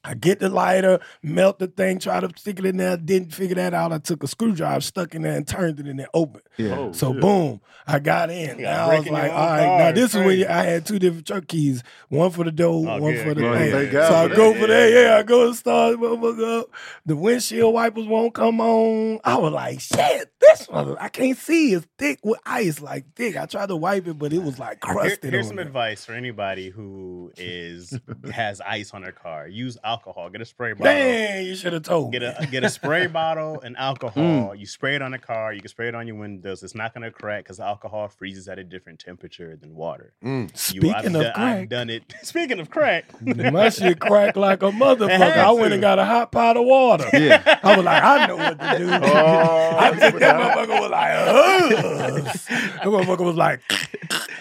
S5: I get the lighter, melt the thing, try to stick it in there. Didn't figure that out. I took a screwdriver, stuck in there, and turned it in there open.
S1: Yeah. [laughs]
S2: Oh,
S5: So
S2: shit.
S5: boom, I got in.
S4: You got
S5: Now I was
S4: breaking
S5: like,
S4: your
S5: all
S4: own
S5: right,
S4: car,
S5: now this is when
S4: crazy.
S5: I had two different truck keys, one for the door,
S4: Oh,
S5: one
S4: good,
S5: for the
S4: good.
S5: thing.
S1: Thank God
S5: so I
S1: for
S5: go
S4: that.
S5: for that. Yeah, I go and start this motherfucker up. The windshield wipers won't come on. I was like, shit, this mother, I can't see. It's thick with ice, like thick. I tried to wipe it, but it was like
S4: Here-
S5: crusted.
S4: here's
S5: on
S4: some
S5: it.
S4: advice for anybody who is has ice on their car. Use alcohol. Get a spray bottle.
S5: Man, you should have told.
S4: Get
S5: me.
S4: a get
S5: [laughs]
S4: a spray bottle and
S5: Hmm.
S4: alcohol. You spray it on the car. You can spray it on your windows. It's not gonna crack because alcohol freezes at a different temperature than water. You- I've
S5: Speaking
S4: done-
S5: of
S4: I've
S5: crack,
S4: done it. [laughs] Speaking
S5: [laughs]
S4: of crack, uh,
S5: my shit cracked like a motherfucker.
S4: [laughs] had
S5: I went
S4: to.
S5: and got a hot pot of water.
S2: Yeah.
S5: [laughs] I was like, I know what to
S4: [laughs]
S5: do.
S4: Oh,
S5: [laughs] I think that motherfucker was like, Ugh. that motherfucker was like,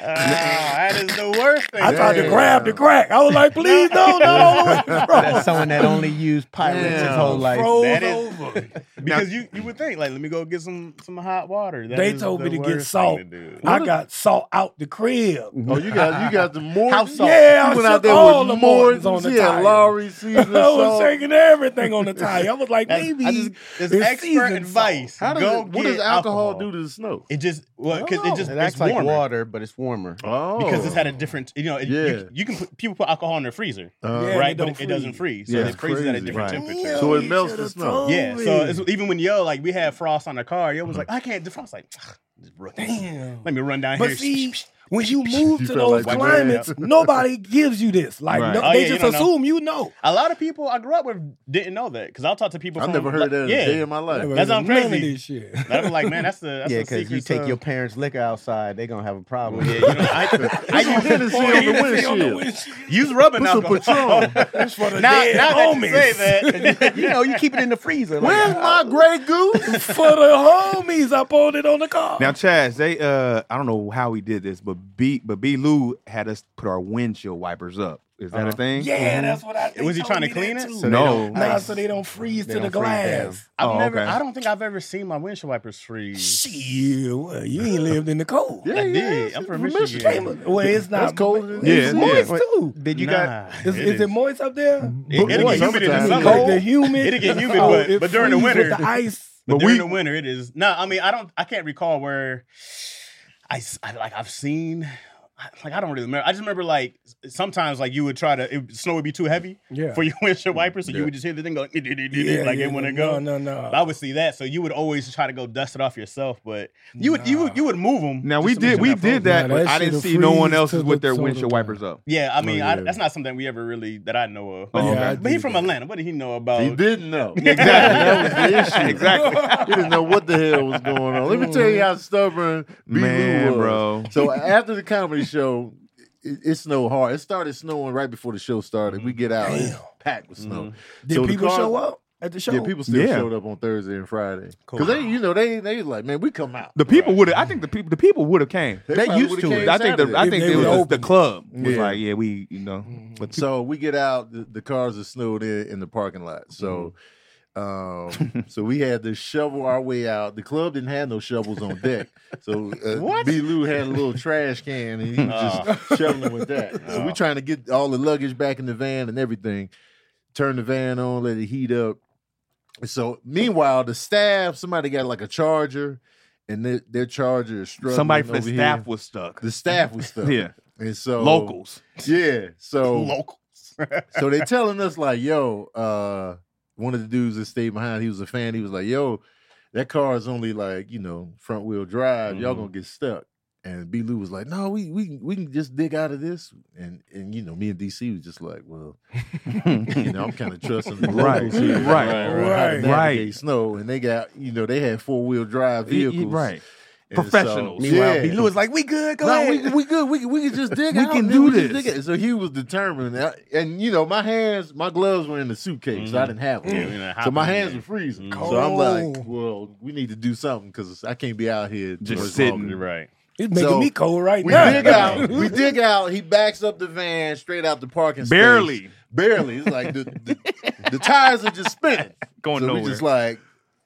S4: Ah, that is the worst thing.
S5: I tried to
S1: Damn.
S5: grab the crack. I was like, please no, not all the way
S3: That's
S5: across.
S3: someone that only used pirates his
S1: Damn.
S3: whole life.
S5: Froze
S4: that is-
S5: over.
S4: because you, you would think like let me go get some some hot water. That
S5: They
S4: is
S5: told me
S4: the
S5: to get
S4: worst thing
S5: salt.
S4: do.
S5: I got salt out the crib.
S1: Oh, you got you got the Mortons.
S3: House salt.
S5: Yeah, I
S1: you went
S5: shook
S1: out there
S5: all the
S1: with
S5: Mortons
S1: Mortons.
S5: on the
S1: he had
S5: tire.
S1: Lowry
S5: I
S1: season
S5: [laughs] was
S1: salt.
S5: shaking everything on the tire. I was like,
S4: That's- I
S5: maybe
S4: just- It's
S5: it's
S4: expert
S5: seasoned
S4: advice.
S1: How does
S4: go
S1: it- what
S4: get
S1: does alcohol, do to the snow?
S4: It just well, because
S3: Oh,
S4: it just
S3: it
S4: it's
S3: acts like
S4: warmer.
S3: water, but it's warmer.
S1: Oh,
S4: Because it's had a different, you know, it, you-
S1: Yeah.
S4: you, can put, people put alcohol in their freezer,
S1: Uh,
S5: Yeah,
S4: right?
S5: it
S4: But
S5: don't
S4: it, it doesn't freeze, so
S1: Yeah,
S4: it freezes at a
S1: crazy.
S4: different
S1: Right.
S4: temperature.
S1: So it melts the snow.
S4: yeah,
S5: Oh,
S4: so it's, even when yo like we had frost on the car, yo was like, I can't defrost. Like, "Ugh, this rookie.
S5: damn.
S4: [laughs] let me run down
S5: But
S4: here.
S5: see, when you move
S1: You
S5: to
S1: felt
S5: those
S1: like
S4: wiping it
S1: [laughs]
S5: climates, nobody gives you this. Like
S2: Right.
S5: no-
S4: Oh,
S5: they
S4: yeah, you
S5: just
S4: don't know.
S5: assume you know.
S4: [laughs] a lot of people I grew up with didn't know that because I'll talk to people.
S1: I
S4: from,
S1: never
S4: like,
S1: heard that in
S4: yeah,
S1: a
S4: [laughs]
S1: day in my life.
S4: That's not
S5: None of
S4: crazy.
S5: this shit.
S4: I'm like, man, that's the that's
S3: yeah,
S4: the
S3: because
S4: secret.
S3: you take
S4: uh,
S3: your parents' liquor outside, they're gonna have a problem.
S4: yeah, [laughs] you know,
S1: [laughs]
S4: I, I
S1: Put some
S4: use,
S1: Hennessy
S5: [laughs]
S1: on the windshield.
S4: use rubbing
S1: Put some
S4: alcohol. [laughs]
S1: Patron.
S4: now, now that you say
S3: [laughs]
S4: that,
S3: you know, you keep it in the freezer. like,
S1: Where's my gray goose?
S5: [laughs] For the homies, I pulled it on the car.
S2: [laughs] Now, Chaz, they uh, I don't know how he did this, but B, but B. Lou had us put our windshield wipers up. Is that a
S4: Uh-huh.
S2: thing?
S1: mm-hmm.
S2: Mm-hmm.
S5: yeah, that's what I. they
S4: Was he
S5: told
S4: trying to
S5: me that
S4: clean it? Mm-hmm.
S5: too.
S3: So they
S2: No.
S3: don't
S5: Nah,
S3: ice.
S5: so they don't freeze
S3: They
S5: to the
S3: don't freeze down.
S5: glass.
S4: I've
S2: Oh,
S4: never.
S2: okay.
S4: I don't think I've ever seen my windshield wipers freeze.
S5: Shit, well, you
S4: [laughs]
S5: ain't lived in the cold.
S1: Yeah,
S4: I
S1: yeah,
S4: did.
S1: it's
S4: I'm from
S1: Michigan.
S4: Michigan.
S5: Well, it's not
S1: That's cold.
S5: It's
S2: Yeah, yeah.
S5: moist too.
S3: Did you
S4: nah,
S3: got?
S5: Is, is it moist up there?
S4: It, will
S1: Boy,
S4: get humid in the
S1: sometimes.
S4: summer.
S5: Like the humid.
S4: It'll get humid,
S5: Oh,
S4: but-
S5: it
S4: but during the
S5: freeze with
S4: winter-
S5: the ice.
S4: But
S2: But
S4: during
S2: we-
S4: the winter, it is. No, I mean, I don't. I can't recall where. I, s- I- like I've seen. I- Like I don't really remember. I just remember like sometimes like you would try to it, snow would be too heavy
S5: Yeah.
S4: for your windshield wiper, so
S1: Yeah.
S4: you [laughs] would just hear the thing go like
S5: Yeah, yeah,
S4: it wouldn't
S5: no,
S4: go.
S5: No, no,
S4: I would see that, so you would always try to go dust it off yourself, but you would you would you would move them.
S2: Now we did we did that,
S5: Nah,
S2: but
S5: that
S2: I
S5: shit'll
S2: didn't see no one
S5: freeze
S2: else
S5: to
S2: with
S5: the
S2: their
S5: soda
S2: windshield
S5: can.
S2: wipers up.
S4: Yeah, I mean,
S1: Oh,
S4: I,
S1: yeah.
S4: that's not something we ever really that I know of. But,
S2: Oh,
S5: Yeah,
S2: okay.
S5: I
S4: but he's
S5: did
S4: from
S5: that.
S4: Atlanta. What did he know about?
S1: He didn't know.
S2: Exactly.
S1: That was the issue.
S2: [laughs]
S5: [laughs]
S2: exactly.
S1: He didn't know what the hell was going on. Let me tell you how stubborn B.
S2: Man,
S1: Lou was.
S2: bro.
S1: So after the comedy show, it, it snowed hard. It started snowing right before the show started. We get out, it's
S5: Damn.
S1: packed with snow.
S5: Did
S1: So the
S5: people
S1: car-
S5: show up at the show?
S1: Yeah, people still
S2: Yeah.
S1: showed up on Thursday and Friday because they, you know, they they like, man, we come out.
S2: The people would I think the people the people would have came.
S1: They
S2: They
S1: probably
S2: used
S1: would've
S2: to it.
S1: came
S2: I think the
S1: Saturday.
S2: I
S5: If
S2: think
S5: they
S2: it was
S5: would've
S2: just the
S5: opened.
S2: club was
S1: Yeah.
S2: like yeah we you know but
S1: So we get out, the, the cars are snowed in in the parking lot. So,
S2: Mm-hmm. [laughs]
S1: um, so we had to shovel our way out. The club didn't have no shovels on deck, so uh, B. Lou had a little trash can
S4: Oh.
S1: and he was
S4: uh,
S1: just shoveling with
S2: [laughs]
S1: that. So
S2: Oh.
S1: we trying to get all the luggage back in the van and everything. Turn the van on, let it heat up. So meanwhile, the staff somebody got like a charger, and their, their charger is struggling.
S2: somebody from the
S1: over
S2: staff
S1: here.
S2: [laughs]
S1: Oh,
S2: was stuck.
S1: the staff was stuck.
S2: Yeah,
S1: and so
S2: locals.
S1: Yeah, so
S4: Local.
S1: so they telling us like, yo, uh, one of the dudes that stayed behind, he was a fan. He was like, yo, that car is only like you know front wheel drive. Y'all
S4: Mhm.
S1: gonna get stuck. And B. Lou was like, no, we we can- we can just dig out of this. And and you know, me and DC was just like, well, [laughs] you know, I'm kind of trusting the
S2: Right,
S1: locals here,
S2: right,
S1: on how to
S5: right.
S1: navigate Snow, and they got you know they had four wheel drive vehicles,
S2: right.
S1: And so-
S2: Professionals.
S3: Meanwhile,
S1: yeah.
S3: B. Lou is like, "We good? Go
S1: No,
S3: ahead."
S1: we, we good. We, can- we can just dig
S2: We
S1: out,
S2: can
S1: man.
S2: do
S1: just
S2: this.
S1: dig it. So he was determined. And, I- and, you know, my hands, my gloves were in the suitcase. So I didn't have them.
S4: Yeah, we done
S1: so my
S4: hopped in
S1: hands
S4: there.
S1: were freezing.
S4: Mhm.
S1: So I'm like,
S3: Oh.
S5: Cold.
S1: well, we need to do something because I can't be out here
S2: Just
S1: much
S2: sitting.
S1: longer.
S4: You're right.
S5: It's making
S1: So,
S5: me cold right
S1: We
S5: now. [laughs]
S1: dig out. We dig out. He backs up the van straight out the parking space.
S2: Barely
S1: Barely. It's like the, the, the tires are just spinning.
S2: [laughs] going
S1: so
S2: nowhere.
S1: we just like,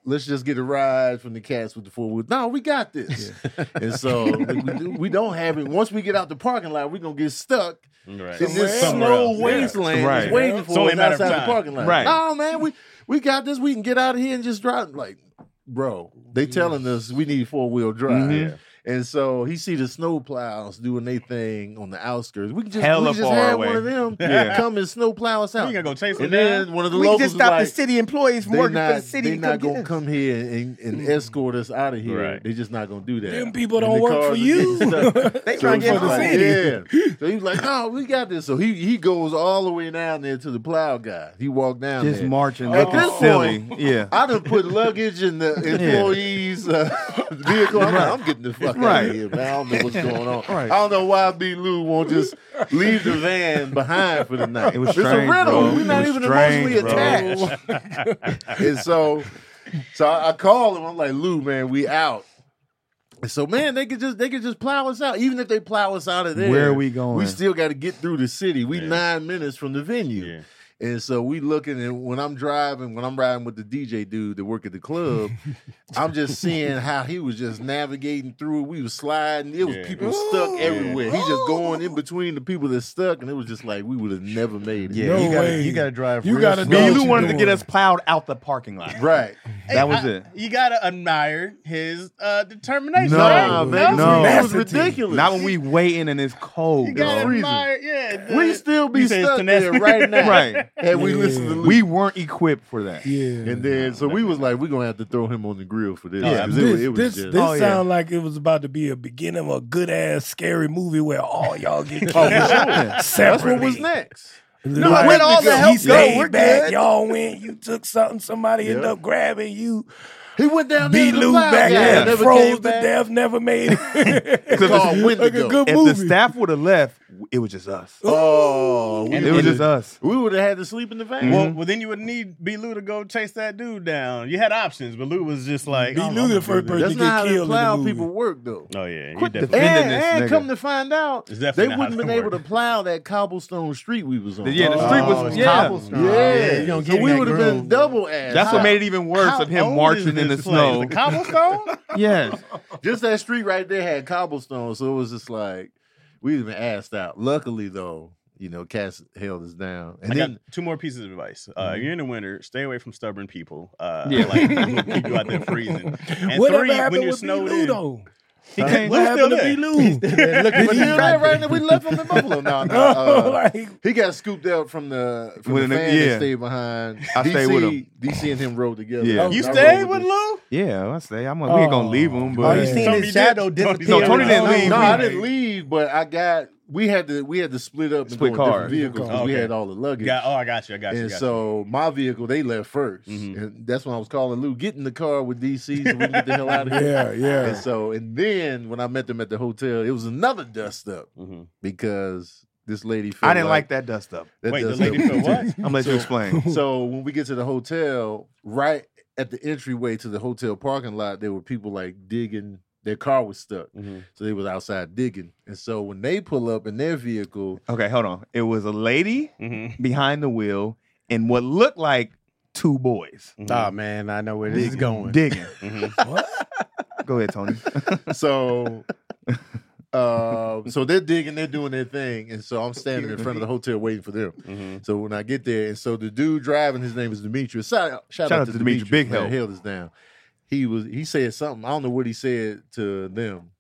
S1: let's just get a ride from the cats with the four wheel. No, we got this. And so we, do, we don't have it. Once we get out the parking lot, we're gonna get stuck
S4: You're right.
S1: in this
S4: Somewhere
S1: snow
S4: else, yeah.
S1: wasteland that's
S2: Right.
S1: waiting
S4: It's
S1: for
S4: only a
S1: us
S4: matter of
S1: outside the
S4: time.
S1: parking lot.
S2: Right.
S1: No, man, we we got this. We can get out of here and just drive. Like, bro, they telling us we need four wheel drive.
S2: Mhm.
S1: And so he see the snow plows doing their thing on the outskirts. We can just,
S2: Hella
S1: we can just
S2: far
S1: have
S2: away.
S1: one of them
S2: Yeah.
S1: come and snow plow us
S4: You
S1: out.
S4: ain't gonna go chase it
S1: And
S4: down.
S1: then one of the
S3: We can
S1: locals
S3: just
S1: was
S3: stop
S1: like,
S3: the city employees from
S1: they're
S3: working
S1: not,
S3: for the city.
S1: they
S3: to
S1: not
S3: come
S1: gonna
S3: get us.
S1: come here and, and escort us out of here.
S4: Right.
S1: They're just not gonna do that.
S5: Them people
S1: And
S5: don't
S1: the
S5: work for
S1: cars are getting
S5: you. [laughs]
S1: stuck.
S3: They
S1: So
S3: trying to
S1: he
S3: get
S1: was
S3: the
S1: like,
S3: city.
S1: Yeah. [laughs] So he was like, no, we got this. So he he goes all the way down there to the plow guy. He walked down
S2: just
S1: there.
S2: marching.
S1: At
S2: looking
S1: this
S2: silly. yeah.
S1: I done put luggage in
S2: [laughs]
S1: the employees' uh, [laughs] vehicle. I'm, like, I'm getting the fuck out
S2: Right.
S1: of here, man. I don't know what's going on.
S2: Right.
S1: I don't know why B. Lou won't just leave the van behind for the night.
S2: It was
S1: it's
S2: strange,
S1: a rental.
S2: bro.
S1: We're
S2: It
S1: not
S2: was
S1: even
S2: strange,
S1: emotionally
S2: bro.
S1: attached. [laughs] and so, so I, I call him. I'm like, Lou, man, we out. And so, man, they could just they could just plow us out. Even if they plow us out of there,
S2: Where are we going?
S1: We still got to get through the city. We
S4: Yeah.
S1: nine minutes from the venue.
S4: Yeah.
S1: And so we looking, and when I'm driving, when I'm riding with the DJ dude that work at the club, I'm just seeing how he was just navigating through it. We was sliding. It was
S4: Yeah.
S1: people stuck everywhere. He just going in between the people that stuck, and it was just like we would have never made it.
S3: Yeah,
S5: No
S3: you gotta,
S5: way.
S3: you gotta drive.
S5: You
S3: real
S5: gotta
S3: slow.
S2: B.
S5: know
S2: Lou
S5: what
S2: wanted
S5: you
S2: to get
S5: doing.
S2: us plowed out the parking lot.
S1: Right.
S2: That was
S4: I-
S2: it.
S4: You gotta admire his uh, determination.
S2: No,
S4: right?
S1: man,
S2: No.
S1: it was
S5: Tenacity.
S1: ridiculous.
S2: Not when we waiting and it's cold.
S4: You gotta
S2: dog.
S4: admire. Yeah, the-
S1: we still be
S4: You say it's
S1: stuck there
S4: tenacity.
S1: right now.
S2: Right.
S1: Had we
S5: Yeah.
S1: listened to Lou.
S2: We weren't equipped for that.
S5: Yeah.
S1: and then so we was like, we're gonna have to throw him on the grill for this.
S4: Yeah.
S1: 'cause it,
S5: This,
S1: was- it was
S5: this,
S1: just
S5: this
S2: Oh, yeah.
S5: sound like it was about to be a beginning of a good ass scary movie where all y'all get
S1: [laughs]
S5: killed.
S1: Oh,
S5: [laughs]
S1: for sure. That's
S5: separately.
S1: what was next.
S5: No,
S1: I let all the help
S5: he
S1: go.
S5: stayed
S1: We're
S5: back.
S1: good.
S5: Y'all went. You took something. Somebody ended
S1: Yeah.
S5: up grabbing you.
S1: He went down there.
S5: B.
S1: to the
S5: Lou
S1: plow
S5: back
S1: guy,
S5: there,
S1: never
S5: froze
S1: came
S5: to
S1: back.
S5: death. Never made it.
S1: [laughs] It's
S5: [laughs]
S1: called Wendigo.
S5: a good
S2: If the
S5: movie.
S2: staff would have left, it was just us.
S1: Oh, we
S2: It was just us.
S1: We would have had to sleep in the
S2: Mm-hmm.
S1: van.
S4: Well, well, then you would need B. Lou to go chase that dude down. You had options, but Lou was just like,
S5: B.
S4: "Oh,
S5: Lou
S4: I'm
S5: the
S4: gonna
S5: first
S4: do
S5: person
S1: that's
S5: to
S1: not how
S5: get
S1: the
S5: killed. in the
S1: plow
S5: movie.
S1: people work, though.
S4: this." Oh yeah,
S2: Quit
S4: you
S2: the-
S4: definitely-
S1: And,
S2: Defending this
S1: and
S2: nigga.
S1: come to find out,
S4: It's
S1: they
S4: definitely not
S1: wouldn't have
S4: how
S1: been
S4: it
S1: able to
S4: works.
S1: plow that cobblestone street we was on.
S2: Yeah, the street
S3: Oh,
S2: was
S3: it's
S2: yeah.
S3: cobblestone.
S1: yeah.
S3: You don't
S1: so
S3: get in
S1: we
S3: that
S1: would have been
S3: groove.
S1: double ass.
S2: That's what made it even worse
S4: How
S2: of him
S4: old
S2: marching
S4: is
S2: in the
S4: this place?
S2: snow.
S4: The
S2: [laughs]
S4: cobblestone?
S2: yes.
S1: Just that street right there had cobblestone, so it was just like we even asked out. Luckily, though, you know, Cass held us down, and
S4: I
S1: then
S4: got two more pieces of advice. Uh, You're in the winter. Stay away from stubborn people. Uh,
S2: Mm-hmm. Yeah.
S4: like who keep you out there
S5: [laughs]
S4: freezing. And
S5: Whatever
S4: three,
S5: happened
S4: when you're
S5: with B.
S4: snowed
S5: Lou
S4: in,
S5: though?
S4: he can't.
S5: What
S4: Lou's still
S5: happened to B.
S4: there.
S5: Lou?
S1: but then right, right there, we left him in Buffalo. No,
S2: [laughs]
S1: no, uh,
S5: like,
S1: He got scooped up from the from
S2: Oh, With
S1: the
S2: an-
S1: fan that
S2: yeah.
S1: stayed behind.
S2: I stayed with him.
S1: DC and him rode together.
S2: Yeah.
S1: I was-
S4: You
S1: I rode
S4: stayed with
S1: him.
S4: Lou?
S2: Yeah, I say I'm. A, we ain't gonna leave
S1: Oh,
S2: him,
S3: All
S2: but
S3: you
S5: Yeah.
S3: seen
S4: Somebody
S3: is shadow
S4: did- Tony-
S3: disappear.
S2: No, Tony didn't
S5: Oh,
S2: leave.
S1: No,
S2: We-
S1: I didn't leave, but I got we had to we had to split up and
S2: Split
S1: go in different
S2: cars.
S1: vehicles 'cause we
S4: Okay.
S1: had all the luggage.
S4: Got, oh, I got you. I got you. I
S1: and
S4: got
S1: so my vehicle they left 1st
S4: Mhm.
S2: Mm-hmm.
S1: and that's when I was calling Lou, get in the car with DC so we can get the hell out
S2: [laughs]
S1: of here.
S5: yeah,
S1: And
S5: yeah.
S1: so and then when I met them at the hotel, it was another dust up
S4: you. Mhm.
S1: because this lady. Felt
S2: I didn't like that dust up.
S1: that
S4: Wait, the
S1: dust
S4: lady
S1: up-
S2: [laughs]
S4: for what?
S2: I'm gonna let you explain.
S1: So when we get to the hotel, right at the entryway to the hotel parking lot, there were people like digging. Their car was stuck,
S4: Mhm.
S1: so they was outside digging. And so when they pull up in their vehicle,
S2: Okay, hold on. It was a lady
S4: Mhm.
S2: behind the wheel and what looked like two boys
S1: Mm-hmm.
S3: Oh man, I know where this is going.
S2: digging.
S4: Mhm.
S2: Go
S1: [laughs]
S2: ahead, Tony. [laughs]
S1: so uh, so they're digging, they're doing their thing, and so I'm standing in
S2: [laughs]
S1: front of the hotel waiting for them.
S4: Mhm.
S1: So when I get there, and so the dude driving, his name is Demetrius. Shout out, shout out to, Demetrius,
S2: big
S1: man,
S2: help.
S1: held us down. He was he said something. I don't know what he said to them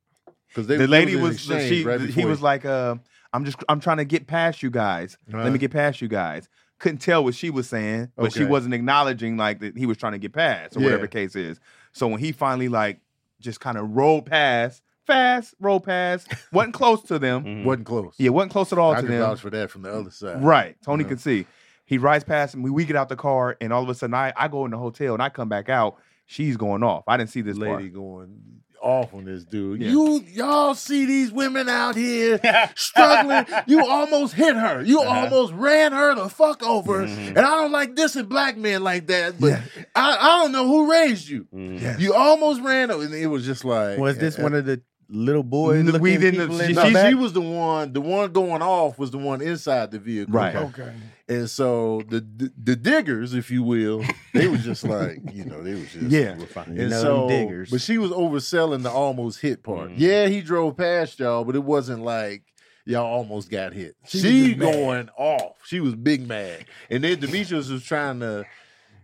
S1: because
S2: the lady was she. he was like, uh, I'm just I'm trying to get past you guys. Let me
S1: Right.
S2: get past you guys. Couldn't tell what she was saying, but she
S1: Uh-huh. Okay.
S2: wasn't acknowledging like that he was trying to get past or whatever
S1: Yeah.
S2: the case is. So when he finally like just kind of rolled past, fast, rolled past, wasn't close to them.
S4: Mhm. [laughs]
S1: Wasn't close.
S2: Hmm. Yeah, wasn't close at all
S1: I
S2: to
S1: can
S2: them.
S1: vouch for that from the other side.
S2: Right. Tony
S1: Yeah.
S2: could see. He rides past and we, we get out the car, and all of a sudden I, I go in the hotel and I come back out. She's going off. I didn't see this
S1: This
S2: lady.
S1: lady going off on this dude.
S2: Yeah.
S1: You y'all see these women out here
S2: [laughs]
S1: struggling. you almost hit her. You
S4: Uh-huh.
S1: almost ran her the fuck over.
S4: Mhm.
S1: And I don't like dissing black men like that, but
S2: Mm-hmm. Yeah.
S1: I, I don't know who raised you.
S4: Mhm.
S2: Yeah.
S1: You almost ran over. And it was just like
S3: Was this
S1: and-
S3: one of the little boys?
S2: No, we
S3: looking
S2: didn't-
S3: people
S2: she-
S3: in
S1: No,
S3: the
S1: she,
S3: back?
S1: was the one. The one going off was the one inside the vehicle.
S2: Right.
S5: Okay.
S1: And so the, the the diggers, if you will, they was just like you know they was just
S2: [laughs] Yeah.
S1: And
S3: None
S1: so,
S3: diggers. Mm-hmm.
S1: but she was overselling the almost hit part.
S4: Mhm.
S1: Yeah, he drove past y'all, but it wasn't like y'all almost got hit. She,
S5: She was just mad.
S1: going off. She was big mad. And then Demetrius was trying to.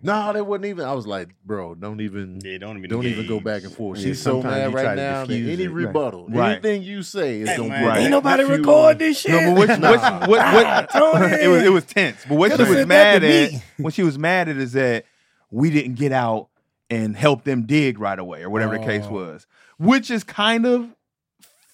S1: No, that wasn't even. I was like, bro, don't even.
S4: Yeah, don't even
S1: Don't even go
S4: engage.
S1: back and forth.
S3: Yeah,
S1: She's so
S3: sometimes
S1: mad
S3: you try
S1: right
S3: to
S1: now. That
S3: diffuse
S1: any
S3: it. Right.
S1: rebuttal,
S2: Right.
S1: anything you say is
S4: Hey,
S1: gonna
S4: man.
S1: be
S4: Right.
S5: Ain't nobody
S1: If you,
S5: record this shit.
S2: No, but
S5: [laughs]
S2: what,
S1: Nah.
S2: what, what, [laughs] what,
S5: Tony.
S2: it, was, it was tense. But what
S5: Coulda
S2: she was
S5: said that
S2: mad
S5: to
S2: at,
S5: me.
S2: what she was mad at is that we didn't get out and help them dig right away or whatever the case
S5: Oh.
S2: was, which is kind of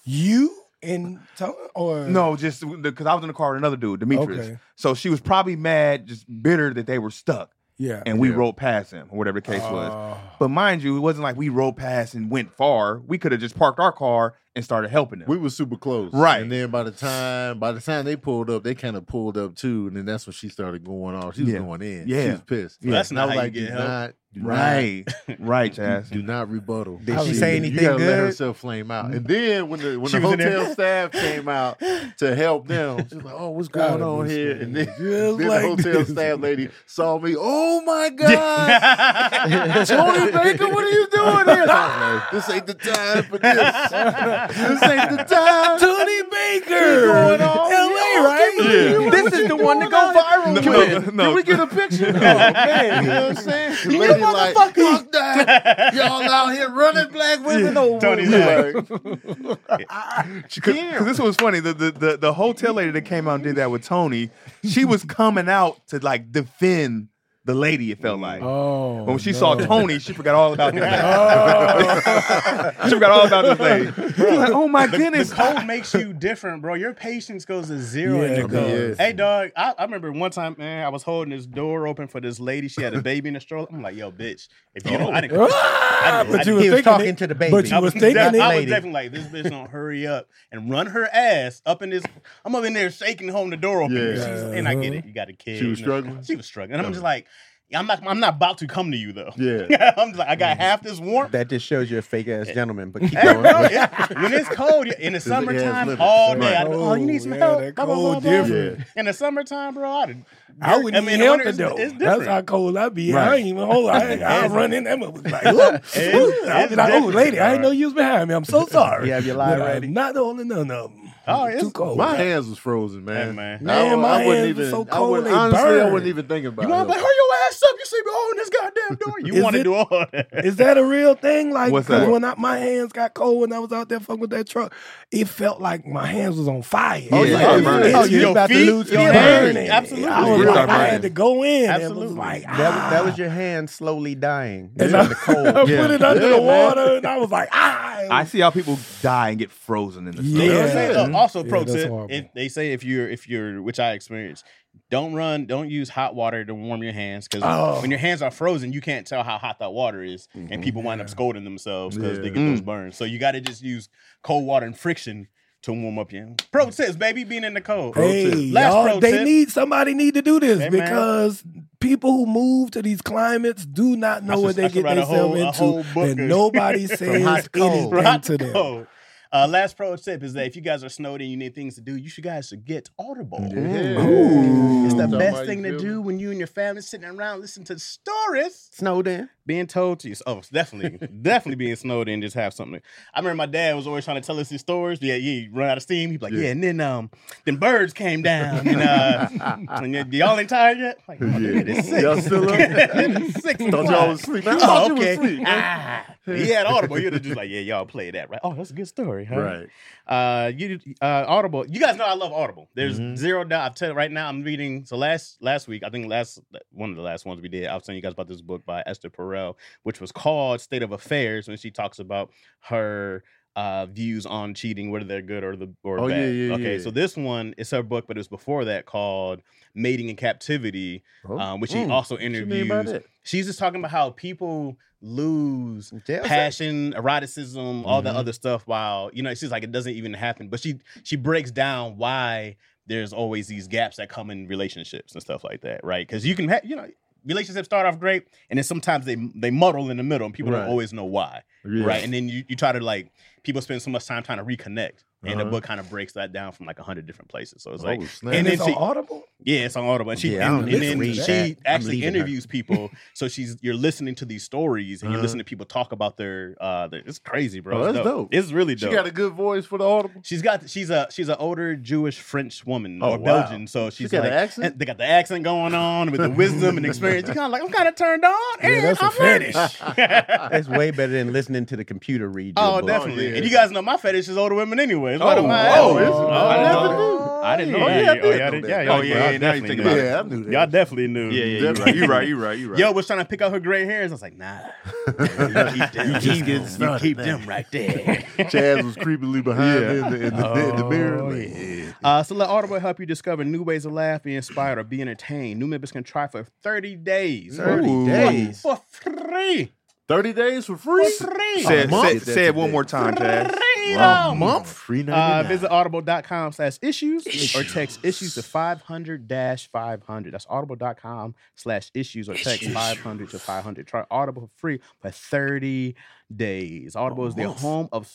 S5: You and Tony or
S2: no, just because I was in the car with another dude, Demetrius.
S5: Okay.
S2: So she was probably mad, just bitter that they were stuck
S5: Yeah.
S2: and we
S1: Yeah.
S2: rode past him or whatever the case was.
S5: Oh.
S2: But mind you, it wasn't like we rode past and went far. We could have just parked our car and started helping them.
S1: We were super close,
S2: Right.
S1: And then by the time by the time they pulled up, they kind of pulled up too, and then that's when she started going off. She was
S2: Yeah.
S1: going in. she
S2: Yeah.
S1: was pissed.
S4: Well, that's
S1: And I
S4: not
S1: was
S4: how
S1: like,
S4: you
S1: do
S4: get help.
S1: not, do not-
S2: right, [laughs] right, Chaz.
S1: do not rebuttal.
S3: Did
S1: I
S3: she
S1: was-
S3: say
S1: You
S3: anything
S1: gotta let
S3: good?
S1: herself flame out. And then when the when
S4: She
S1: the
S4: was in there.
S1: hotel staff came out to help them, she's like, "Oh, what's
S5: God,
S1: going on
S5: this
S1: here?"
S5: man.
S1: And then,
S5: Just
S1: then
S5: like
S1: the hotel
S5: this.
S1: staff lady saw me. Oh my god.
S4: [laughs]
S1: Tony Baker, what are you doing here? I was like, this ain't the time for this. this ain't the time.
S5: Tony Baker.
S1: going on?
S5: LA, right?
S1: Yeah.
S2: This is the one to go viral.
S1: Can, we, can we get a picture? Oh, man. [laughs] You know what I'm saying? The lady like, fuck that. Y'all out here running black women over.
S4: Tony's
S1: Yeah.
S2: [laughs] Because this was funny. The, the the the hotel lady that came out and did that with Tony, she was coming out to like defend the lady. It felt like.
S5: Oh.
S2: But when she
S5: [laughs]
S2: saw
S5: no. Ah,
S2: Tony, she forgot all about this.
S5: Oh.
S2: lady. [laughs] she forgot all about this lady. She was like, oh my
S4: the
S2: goodness.
S4: cold makes you different, bro. Your patience goes to zero
S5: Yeah,
S4: in the
S5: it
S4: cold.
S1: does.
S4: Hey, dog, I, I remember one time, man, I was holding this door open for this lady. She had a baby in a stroller. I'm like, yo, bitch, if you don't, I didn't.
S5: Ah,
S4: I- I-
S5: but you was
S3: He
S4: he
S5: thinking
S3: was talking
S5: it.
S3: to the baby.
S5: but you
S4: I
S5: was
S4: was,
S5: thinking
S4: def-
S5: it.
S4: I was
S3: Lady.
S4: definitely like, this bitch gonna hurry up and run her ass up in this. I'm up in there shaking, holding the door open.
S1: Yeah.
S4: She's- and I get it. You got a kid.
S1: She was
S4: you know.
S1: struggling?
S4: She was struggling. And I'm just like, I'm not. I'm not about to come to you though.
S1: Yeah.
S4: [laughs] I'm just like, I got half this warmth.
S3: That just shows you're a fake ass gentleman. But keep
S4: Hey,
S3: going.
S4: bro, it- when it's cold in the
S1: an ass
S4: summertime,
S1: living.
S4: all
S1: Right.
S4: day. I'd- oh, you need some help. Blah, blah, blah, blah.
S1: different.
S4: In the summertime, bro, I'd,
S5: I wouldn't even
S4: mean, in the
S5: help
S4: winter,
S5: it though.
S4: It's, it's different.
S5: That's how cold I be. I ain't even hold. I, I run in that motherfucker like,
S4: It's-
S5: ooh, ooh. I
S4: it's
S5: be like, oh,
S4: different,
S5: lady, I didn't
S4: bro.
S5: know you was behind me. I'm so sorry.
S3: You have your lie
S5: But I'm
S3: ready?
S5: Not holding none of them.
S4: Oh,
S5: too
S4: it's-
S5: cold.
S1: My [laughs] hands was frozen, man.
S4: Hey, man.
S5: Man,
S1: I,
S5: my
S1: I wouldn't
S5: hands
S1: even.
S5: was so
S1: I would,
S5: cold, they
S1: honestly, I
S5: burned.
S1: wouldn't even think about
S4: You want
S1: it.
S4: to like, hurry your ass up? You sleeping all in this goddamn door. You
S5: Is
S4: want to
S5: it-
S4: do all that?
S5: Is that a real thing? Like,
S2: What's
S5: 'cause
S2: that?
S5: when I, my hands got cold when I was out there fucking with that truck, it felt like my hands was on fire.
S2: Oh,
S5: It was
S2: yeah,
S5: like,
S2: it's burning.
S5: it's
S2: Oh,
S5: just
S2: your
S5: about
S4: feet,
S5: to lose
S4: your
S5: it's
S4: hands,
S5: burning.
S4: absolutely.
S5: I
S2: It's
S5: was
S2: really
S5: like, I
S2: burning.
S5: had to go in. Absolutely.
S4: Absolutely.
S5: like,
S3: That was, that was
S5: ah.
S3: your hand slowly dying.
S5: And
S3: from
S5: I-
S3: the cold.
S5: I [laughs]
S2: Yeah.
S5: put it under
S1: Yeah,
S5: the
S1: man.
S5: water, and I was like, ah. It
S2: I
S5: was-
S2: see how people die and get frozen in the snow.
S4: You know what
S5: Yeah.
S4: I'm saying? Uh,
S5: Mhm.
S4: Also,
S5: Yeah,
S4: pro
S5: that's
S4: tip:
S5: horrible.
S4: if they say if you're if you're which I experienced, don't run, don't use hot water to warm your hands because
S5: Oh.
S4: when your hands are frozen, you can't tell how hot that water is, and people wind up scolding themselves because they
S1: Yeah.
S4: get those burns. So you got to just use cold water and friction to warm up your pro tips, baby. Being in the cold, [laughs]
S5: Hey,
S4: Last
S5: y'all,
S4: pro
S5: they
S4: tip.
S5: need somebody need to do this
S4: Hey, man.
S5: because people who move to these climates do not know
S4: I
S5: what
S4: should-
S5: they
S4: I should
S5: get
S4: write a whole-
S5: theyself
S4: a whole
S5: into,
S4: book
S5: and
S4: of- [laughs]
S5: nobody
S3: hot
S5: says
S3: to cold.
S5: anything
S3: From
S4: Hot
S5: to
S4: to
S5: them.
S4: cold. Uh, last pro tip is that if you guys are snowed and you need things to do, you should guys should get Audible.
S1: Ooh.
S4: It's the best thing to do when you and your family sitting around listening to stories.
S3: Snowden.
S4: being told to you. Oh, it's definitely, definitely being snowed in, just have something. I remember my dad was always trying to tell us his stories. Yeah, yeah, you run out of steam. He'd be like, yeah,
S1: Yeah.
S4: and then um, then birds came down,
S1: [laughs]
S4: and uh, and y- y'all ain't tired yet? Like, oh,
S1: Yeah.
S4: dude, it's 6
S1: [laughs]
S4: [laughs]
S1: Y'all still up?
S4: It's six
S1: Thought y'all was asleep. I
S4: Oh,
S1: thought you was
S4: okay.
S1: asleep.
S4: Ah, he had Audible. You'd have just like, yeah, y'all play that, right? Oh, that's a good story, huh?
S1: Right.
S4: Uh, you uh, Audible. You guys know I love Audible. There's
S1: Mhm.
S4: zero doubt. I've tell right now. I'm reading. So last last week, I think last one of the last ones we did, I was telling you guys about this book by Esther Perel, which was called State of Affairs, when she talks about her uh views on cheating, whether they're good or the or
S1: Oh, yeah,
S4: bad.
S1: yeah,
S4: okay,
S1: yeah.
S4: so this one is her book, but it was before that called Mating in Captivity,
S1: Oh,
S4: um, which she
S3: mm.
S4: also
S1: what you mean by
S4: interviews.
S1: that?
S4: She's just talking about how people lose
S3: Jail cell.
S4: passion, eroticism, all that
S1: Mhm.
S4: other stuff. While you know, it seems like it doesn't even happen. But she she breaks down why there's always these gaps that come in relationships and stuff like that, right? Because you can have you know relationships start off great, and then sometimes they they muddle in the middle, and people
S1: Right.
S4: don't always know why,
S1: Yeah.
S4: right? And then you you try to like people spend so much time trying to reconnect, and the
S1: Uh-huh.
S4: book kind of breaks that down from like a hundred different places. So it's
S1: Oh,
S4: like
S1: snap.
S4: and
S5: And
S4: then
S5: it's
S4: she-
S5: on Audible.
S4: yeah, it's on Audible. And she
S3: Yeah, I
S4: and,
S3: don't
S4: and
S3: need to
S4: then
S3: read
S4: she
S3: that. I'm
S4: actually
S3: leaving her.
S4: interviews people. So she's you're listening to these stories and you
S1: Uh-huh.
S4: listen to people talk about their uh their, it's crazy, bro.
S1: Oh,
S4: It's
S1: that's dope.
S4: It's really
S1: she
S4: dope.
S1: got a good voice for the [laughs] audible.
S4: she's got she's a she's an older Jewish French woman
S1: Oh,
S4: or
S1: wow.
S4: Belgian. So she's
S1: she got
S4: like
S1: an accent.
S4: and they got the accent going on with the wisdom and experience. You're kind of like, I'm kind of turned on
S5: Yeah,
S4: and
S5: that's a
S4: I'm Oh,
S5: fetish.
S4: [laughs] ready.
S3: That's way better than listening to the computer read. your
S4: Oh,
S3: book.
S4: definitely.
S1: yeah.
S4: And you guys know my fetish is older women anyway. It's one of
S1: Oh,
S4: my-
S1: whoa,
S4: it's-
S1: it's-
S4: I never
S1: oh,
S4: knew. I didn't know.
S1: yeah, I
S4: that.
S1: did
S4: y'all
S1: know
S4: did-
S1: that.
S4: Yeah,
S1: Oh,
S4: y'all- y'all
S2: yeah, yeah, now you
S4: definitely
S2: think
S4: knew.
S2: about it.
S1: Yeah, I knew that.
S4: Y'all definitely knew.
S2: yeah, you're right, you're right, you're right, you're right.
S4: Yo was trying to pick out her gray hairs. I was like, nah.
S1: [laughs]
S4: keep them.
S1: You just getting started
S4: keep
S1: now.
S4: them right
S1: [laughs]
S4: there. Oh,
S1: Chaz was creepily behind
S2: Yeah.
S1: her in the, in the, in the mirror. like, yeah.
S4: Uh, so let Audible help you discover new ways to laugh, be inspired, or be entertained. New members can try for 30 days.
S2: Ooh.
S1: days.
S4: For free.
S1: 30 days for free?
S4: For free.
S2: Say,
S1: A
S2: it-
S1: month?
S2: say, it- say it one more time, Chaz.
S1: Wow.
S4: Freedom.
S1: month? Free
S4: Uh,
S1: 99.
S4: visit audible.com slash issues or text issues to 500 500. That's audible.com slash issues or text 500 to 500. Try Audible for free for 30 days. Audible is the home of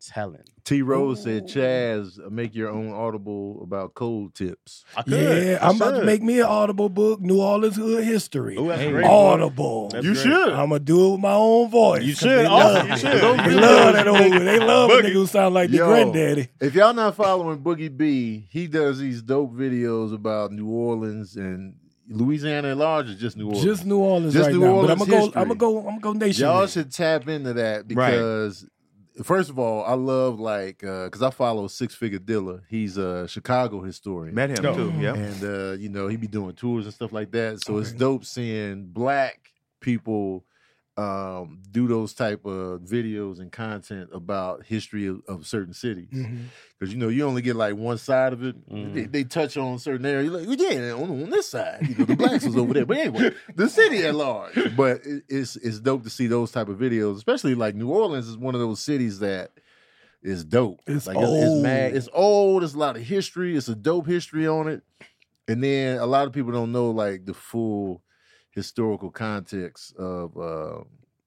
S4: storytelling.
S1: T Rose said, Chaz, make your own audible about cold tips.
S4: I
S5: Yeah, I'm about to make me an Audible book, New Orleans hood history.
S4: Ooh, that's great,
S5: Audible.
S4: That's
S1: You
S4: great.
S1: should.
S5: I'm gonna do it with my own voice.
S4: You
S5: 'cause
S4: should.
S5: They
S4: Also,
S5: love,
S4: you
S5: it.
S4: should.
S5: They love that old. They love a nigga who sound like the
S1: Yo.
S5: granddaddy.
S1: If y'all not following Boogie B, he does these dope videos about New Orleans and Louisiana at large is just New Orleans.
S5: Just New Orleans
S1: Just
S5: right
S1: New
S5: now.
S1: Orleans
S5: but I'm gonna go.
S1: history.
S5: I'm gonna go. I'm gonna go nation.
S1: y'all should tap into that because first of all, I love like because I follow Six Figure Dilla. He's a Chicago historian.
S2: Met him too. Yeah.
S1: and uh, you know he be doing tours and stuff like that. So it's dope seeing black people um, do those type of videos and content about history of, of certain cities
S5: Mm-hmm.
S1: because you know you only get like one side of it.
S4: Mm-hmm.
S1: They, they touch on certain areas. You're like, yeah, on, on this side, you know, the blacks was over there, but anyway, the city at large. But it, it's it's dope to see those type of videos, especially like New Orleans is one of those cities that is dope.
S5: It's
S1: like It's, it's, mad.
S5: old.
S1: it's old. It's a lot of history. It's a dope history on it. And then a lot of people don't know like the full historical context of uh,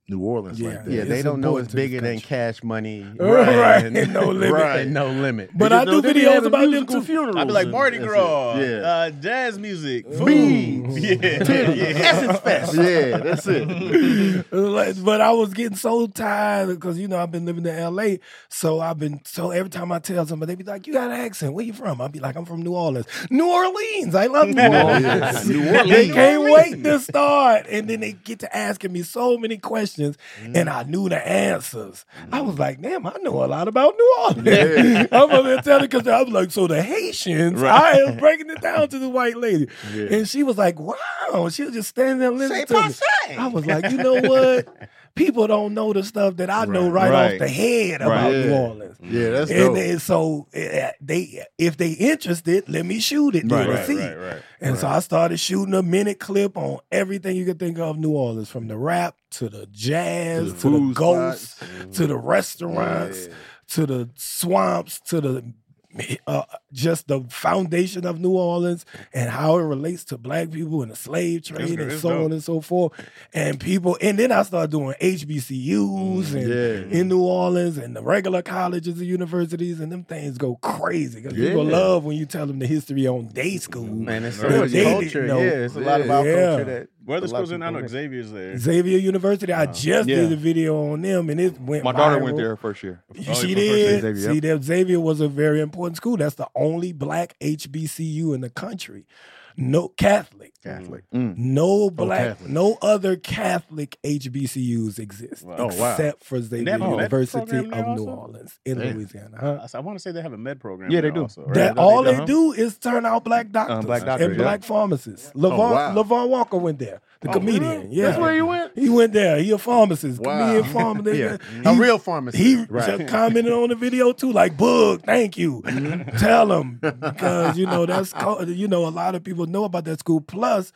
S1: New Orleans like that.
S5: Yeah,
S3: Yeah, they
S5: it's
S3: don't know
S5: important
S3: it's
S5: to this
S3: bigger than
S5: country. [laughs]
S3: Cash Money.
S5: Right,
S3: [laughs] and-
S5: and no limit.
S1: Right.
S3: and no limit.
S1: They
S5: But
S1: just
S5: I
S1: know
S5: do
S1: they be
S5: videos
S1: having
S5: about them
S1: musical
S5: too.
S1: funerals.
S4: I'd be like
S1: and
S4: Mardi
S1: that's it.
S4: Gras,
S1: Yeah.
S4: uh, jazz music,
S1: Beads.
S4: food. [laughs] yeah,
S1: [laughs] Titties.
S4: yeah.
S1: Essence fest. Yeah, that's
S5: [laughs]
S1: it.
S5: Like, but I was getting so tired because you know I've been living in L.A. So I've been so every time I tell somebody, they be like, "You got an accent? Where you from?" I'll be like, "I'm from New Orleans, New Orleans. I love New [laughs] Orleans.
S1: New
S5: They
S1: Orleans.
S5: can't wait to start, and then they get to asking me so many questions, and I knew the answers. I was like, "Damn, I know a lot about New Orleans."
S1: Yeah.
S5: [laughs] I'm over there telling because I was like, "So the Haitians?" I am breaking it down to the white lady,
S1: Yeah.
S5: and she was like, "Wow!" She was just standing there listening to me. I was like, you know what? People don't know the stuff that I know right,
S2: Right.
S5: off the head about
S1: Right.
S5: New Orleans.
S1: Yeah, that's
S5: And
S1: dope.
S5: then, so eh, they, if they interested, let me shoot it. Right,
S4: Right,
S5: see.
S4: right, right.
S5: And so I started shooting a minute clip on everything you could think of New Orleans, from the rap to the jazz to the,
S1: food
S5: ghosts
S1: spots.
S5: to the restaurants
S1: Yeah.
S5: to the swamps to the uh, just the foundation of New Orleans and how it relates to black people and the slave trade and so on and so forth. And people, and then I started doing HBCUs and
S1: Mm, yeah.
S5: in New Orleans and the regular colleges and universities, and them things go crazy because people
S1: Yeah.
S5: love when you tell them the history on day school.
S3: Man, it's so
S5: Right.
S3: much
S5: They didn't
S3: culture.
S5: know.
S3: Yeah, it's a lot
S1: Yeah.
S3: about
S5: Yeah.
S3: culture that
S4: Weatherspoon's in. I know
S3: Weatherspoon's
S4: Xavier's there. Mm.
S5: Xavier University. I
S4: Wow.
S5: just
S2: Yeah.
S5: did a video on them, and it went.
S2: My daughter
S5: viral.
S2: went there her first year.
S4: Oh,
S5: she
S4: you went first
S5: did.
S2: to Xavier,
S5: See,
S2: yep.
S5: that Xavier was a very important school. That's the only black HBCU in the country. No Catholic.
S3: Catholic.
S5: No black.
S1: Catholic.
S5: no other Catholic HBCUs exist
S4: Wow.
S1: Oh, wow.
S5: except for Xavier
S4: have a med
S5: University
S4: program
S5: of
S4: there
S5: New
S4: also?
S5: Orleans in
S1: Damn.
S5: Louisiana. huh?
S4: I, want to say they have a med program.
S2: Yeah,
S4: there
S2: they do.
S4: Also, right?
S5: That
S2: they
S5: all
S2: do,
S5: they
S2: huh?
S5: do is turn out black doctors,
S2: black doctors,
S5: and
S2: yeah.
S5: black pharmacists. LeVar,
S1: wow.
S5: LeVar Walker went there, the comedian. Yeah,
S1: That's where you went.
S5: he went there. He a pharmacist,
S1: Wow.
S5: comedian, pharmacist.
S1: Yeah.
S3: A
S5: He-
S3: real pharmacist.
S5: He
S1: Right.
S5: just commented on the video too, like "Bug, thank you." Tell him because you know that's co- you know a lot of people know about that school. Plus,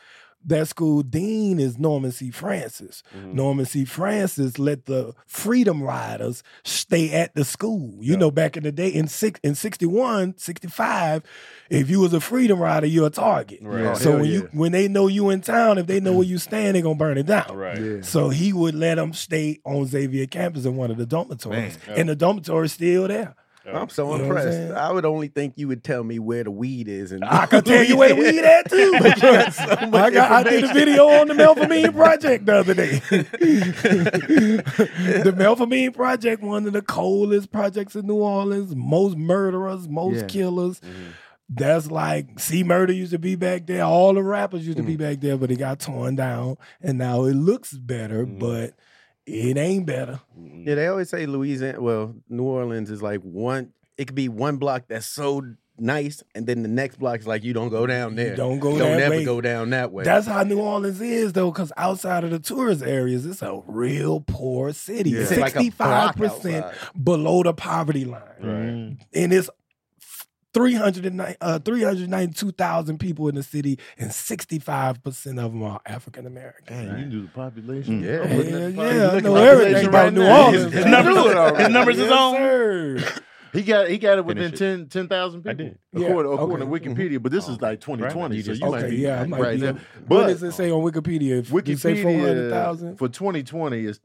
S5: that school dean is Norman C. Francis. Norman C. Francis let the Freedom Riders stay at the school. You know, back in the day in six in 61, 65, if you was a Freedom Rider, you're a target.
S4: Right.
S5: So
S1: Hell
S5: when you when they know you in town, if they know where you stand, they gonna burn it down.
S4: Right.
S5: So he would let them stay on Xavier campus in one of the dormitories,
S4: Man.
S5: and the dormitory's still
S3: [laughs]
S5: there.
S3: I'm so
S5: You know what I'm
S3: impressed.
S5: saying?
S3: I would only think you would tell me where the weed is, and [laughs]
S5: I could tell you where the weed at too.
S3: But [laughs] you got so much
S5: I, got, I did a
S3: information.
S5: video on the Melphamine Project the other
S3: [laughs]
S5: day. the Melphamine Project, one of the coldest projects in New Orleans, most murderers, most
S3: Yeah. Mm-hmm.
S5: killers. That's like C Murder used to be back there. All the rappers used to
S3: Mm.
S5: be back there, but it got torn down, and now it looks better,
S3: Mm.
S5: but it ain't better.
S3: Yeah, they always say Louisiana. Well, New Orleans is like one. It could be one block that's so nice, and then the next block is like you don't go down there.
S5: don't go
S3: You
S5: that
S3: never
S5: way.
S3: go down that way.
S5: That's how New Orleans is, though, because outside of the tourist areas, it's a real poor city.
S3: It's like a block
S5: Sixty-five percent
S3: outside.
S5: below the poverty line, Mm.
S4: Right.
S5: and it's 309 uh, 392,000 people in the city, and sixty-five percent of them are African American.
S1: Dang, you knew the population.
S3: Yeah.
S5: Yeah,
S3: I'm looking at the
S5: Mm. yeah, I
S3: population
S5: know
S3: right
S5: everything
S3: now.
S5: about New
S3: His-
S5: Orleans.
S3: his
S5: man.
S4: numbers-
S5: I do it already.
S4: his numbers is
S5: Yes,
S4: on?
S5: sir.
S1: He got he got it within
S4: Finish
S1: 10 10,000 people.
S4: I did. Oh,
S5: Yeah,
S1: According, according
S5: okay.
S1: to
S5: Mm-hmm.
S1: Wikipedia, but this is like 2020,
S4: You
S1: so
S4: just-
S1: you might
S5: Okay,
S1: be
S5: yeah, I might
S1: right
S5: be-
S1: there.
S5: what
S1: But
S5: does it say on Wikipedia? If you say four hundred
S1: Wikipedia
S5: thousand,
S1: for 2020 is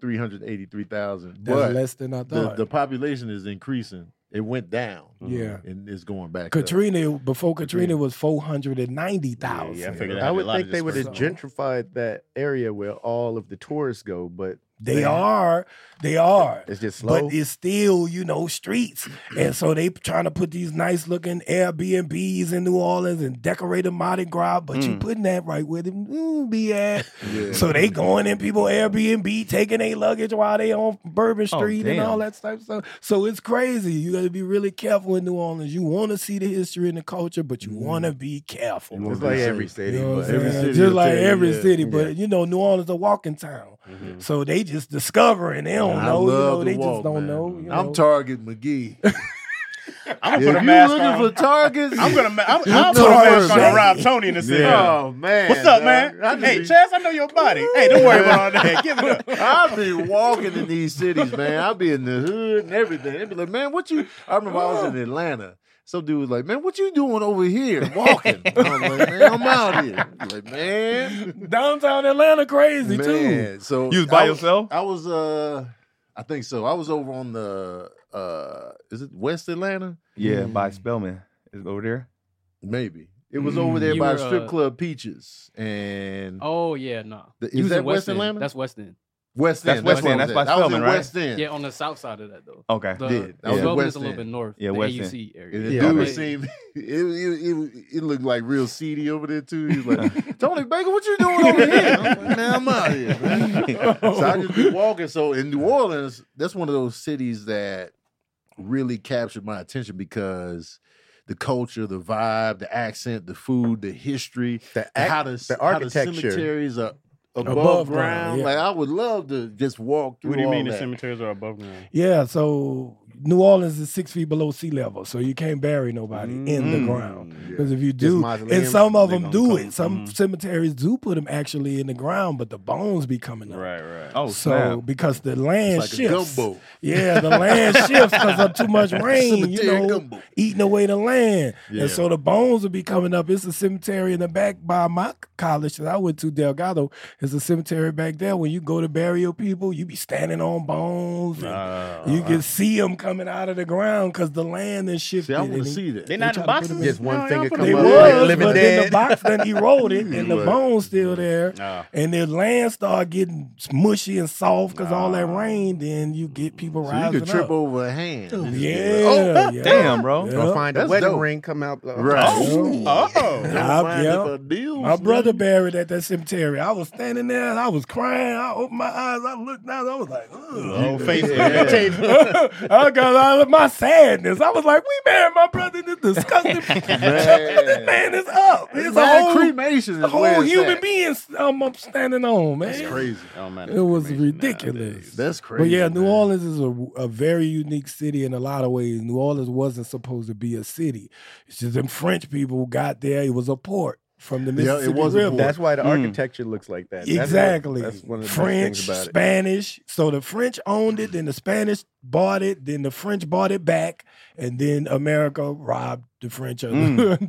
S1: 383,000.
S5: that's
S1: But
S5: less than I
S1: the,
S5: thought.
S1: the population is increasing. It went down.
S5: yeah.
S1: And it's going back. up.
S5: Katrina before Katrina was four hundred and ninety thousand.
S4: Yeah, yeah, I figured
S3: I would
S4: Lot of
S3: think they would have
S5: dispersal.
S3: gentrified that area where all of the tourists go, but
S5: They are, they are,
S3: it's just slow.
S5: but it's still you know streets, and so they trying to put these nice looking Airbnbs in New Orleans and decorate a Mardi Gras, but you putting that right where them mm, be at. So they going in people Airbnb taking their luggage while they on Bourbon Street and all that type of stuff. So it's crazy. You got to be really careful in New Orleans. You want to see the history and the culture, but you want to be careful.
S1: You wanna
S3: it's
S1: be
S3: like
S1: safe.
S3: every city.
S5: You know what
S3: but
S5: I'm
S1: every
S5: saying?
S1: city
S5: just
S1: will
S5: like
S1: tell you,
S5: every
S1: yeah. Mm-hmm.
S5: city, but you know, New Orleans a walking town, so they just discovering. They don't
S1: I
S5: know,
S1: love
S5: you know,
S1: the
S5: they just
S1: walk,
S5: don't
S1: man.
S5: know. you
S1: I'm
S5: know.
S1: Target McGee.
S4: [laughs] I'm
S1: if
S4: gonna put a
S1: you
S4: mask
S1: looking
S4: on.
S1: for targets,
S4: I'm [laughs]
S1: [laughs]
S4: gonna. ma- I'm,
S1: No
S4: I'm put a mask on
S1: worries,
S4: and rob
S5: man.
S4: Tony in the city.
S1: Oh man,
S4: What's up,
S1: dog. uh, I
S4: man?
S1: just [laughs]
S4: Hey,
S1: be-
S4: Chaz, I know your body. Hey, don't worry about all that. Give it up.
S3: [laughs]
S1: I'll be walking in these cities, man. I'll be in the hood and everything. They'd be like, man, what you? I remember I
S4: [laughs]
S1: was in Atlanta. Some dude was like, man, what you doing over here
S4: [laughs]
S1: walking? I was like, man, I'm out here. Like, man,
S5: [laughs] Downtown Atlanta, crazy too.
S1: man. So
S2: You was by
S1: I
S2: yourself?
S1: I was, uh, I think so. I was over on the, uh, is it West Atlanta?
S2: Yeah, by Spellman. Is it over there?
S1: Maybe it was over there
S6: You
S1: by
S6: were,
S1: strip
S6: uh,
S1: club Peaches and.
S6: Oh yeah, no.
S1: The- is
S6: You was in
S1: that West
S6: End.
S1: Atlanta?
S6: That's West End.
S1: West
S2: That's
S1: End.
S2: West
S1: where
S2: End.
S1: I was
S2: That's
S1: at.
S2: by
S1: I was in
S2: Spelman, right?
S1: West End.
S6: Yeah, on the south side of that though.
S2: Okay.
S6: The,
S1: did. That
S6: the
S1: was
S6: Gulf
S1: West
S6: is a little
S1: End.
S6: bit north.
S2: Yeah,
S6: the
S2: West End.
S6: AUC area.
S1: And the
S3: Yeah.
S1: dude
S3: Right.
S1: seemed [laughs] it, it, it, it looked like real seedy over there too. He was
S2: [laughs]
S1: like, Tony Baker, what you doing over here? I'm like, man, I'm out here,
S2: [laughs]
S1: man. so I just be walking. So in New Orleans, that's one of those cities that really captured my attention because the culture, the vibe, the accent, the food, the history,
S3: the,
S1: how
S3: act-
S1: the,
S3: the
S1: how the
S3: architecture.
S1: cemeteries are above,
S5: Above ground,
S1: ground.
S5: yeah.
S1: Like I would love to just walk through
S4: What do you
S1: all
S4: mean the
S1: that.
S4: cemeteries are above ground?
S5: Yeah, so New Orleans is six feet below sea level, so you can't bury nobody in
S1: Mm-hmm.
S5: the ground. Because if you do, and
S3: mausoleum,
S5: some of
S3: they
S5: them
S3: gonna
S5: do
S3: come.
S5: it. Some
S1: Mm-hmm.
S5: cemeteries do put them actually in the ground, but the bones be coming up.
S4: Right, right.
S2: Oh,
S5: So
S2: so
S5: because the land
S1: Like a
S5: shifts,
S1: gumbo.
S5: yeah, the
S1: [laughs]
S5: land shifts because of too much rain, you
S1: Cemetery
S5: know,
S1: gumbo.
S5: eating away the land,
S1: Yeah.
S5: and so the bones will be coming up. It's a cemetery in the back by my c- college that I went to, Delgado. It's a cemetery back there. When you go to bury your people, you be standing on bones. and you can see them coming out of the ground because the land and shit.
S1: See, I want to see that.
S4: They not in
S5: try to put
S4: boxes.
S5: them in-
S3: Just one
S4: No,
S3: finger
S4: y'all put
S3: come
S5: They
S4: them
S3: up,
S4: in-
S3: like
S5: was,
S3: living
S5: but then
S3: dead.
S5: the box then eroded and the
S1: Right.
S5: bones still there.
S4: Nah.
S5: And the land started getting mushy and soft because all that rain, then you get people
S1: So you
S5: rising
S1: could trip
S5: up. Oh,
S1: over a hand.
S5: Yeah,
S1: It's just
S5: yeah.
S2: Damn, bro.
S5: Yeah.
S3: Gonna find a
S1: That's
S3: wedding
S1: dope.
S3: ring, come out. uh, like,
S1: Right.
S5: Oh.
S4: Oh.
S1: Like,
S5: I-
S1: don't mind
S5: yeah.
S1: if I deal,
S5: My
S1: son.
S5: brother buried at that cemetery. I was standing there and I was crying. I opened my eyes. I looked down. I was like,
S4: Oh,
S5: Ugh.
S4: face.
S1: Yeah.
S5: [laughs] I got out of my sadness. I was like, we buried my brother in this
S1: [laughs]
S5: disgusting. that man is up. It's a
S1: Man,
S5: whole,
S1: cremation is
S5: a
S1: where
S5: whole
S1: it's
S5: human
S1: at.
S5: being um, I'm standing on, man.
S1: That's crazy.
S5: It was ridiculous.
S1: That's crazy.
S5: But yeah, New
S1: man.
S5: Orleans is a, a very unique city in a lot of ways. New Orleans wasn't supposed to be a city. It's just them French people got there. It was a port from the
S1: Yeah, it
S5: Mississippi
S1: was a
S5: River.
S1: port.
S3: That's why the
S4: Mm.
S3: architecture looks like that. That's what-
S5: Exactly.
S3: That's one of the best
S5: French,
S3: things about it.
S5: Spanish. So the French owned it, then the Spanish bought it, then the French bought it back, and then America robbed the French of
S2: Mm.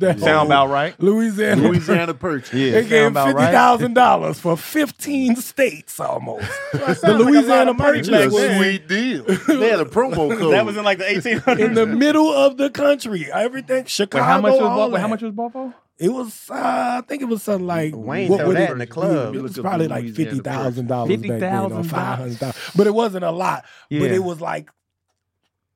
S5: [laughs] that whole
S2: Sound about right.
S5: [laughs] Louisiana.
S1: Louisiana purchase.
S2: Yeah.
S5: They gave
S2: Sound about
S5: fifty
S2: right.
S5: thousand dollars for fifteen states almost. the
S4: like a lot
S5: Louisiana
S4: of money
S5: purchase
S4: back
S1: That's
S5: was
S1: a sweet deal.
S5: [laughs]
S1: They had a promo code.
S4: That was in like the 1800s.
S5: in the middle of the country. Everything Chicago.
S2: Wait, how much was
S5: all
S2: bought? Wait, how
S5: that.
S2: much was bought for?
S5: It was. Uh, I think it was something like
S3: Wayne
S5: what
S3: throw
S5: would
S3: that
S5: it-
S3: in the club.
S5: It was
S1: Look up
S5: probably
S1: the
S5: like
S1: Louisiana
S5: fifty thousand dollars back then, or
S2: $50,000.
S5: five hundred thousand. But it wasn't a lot. But
S2: Yeah.
S5: it was like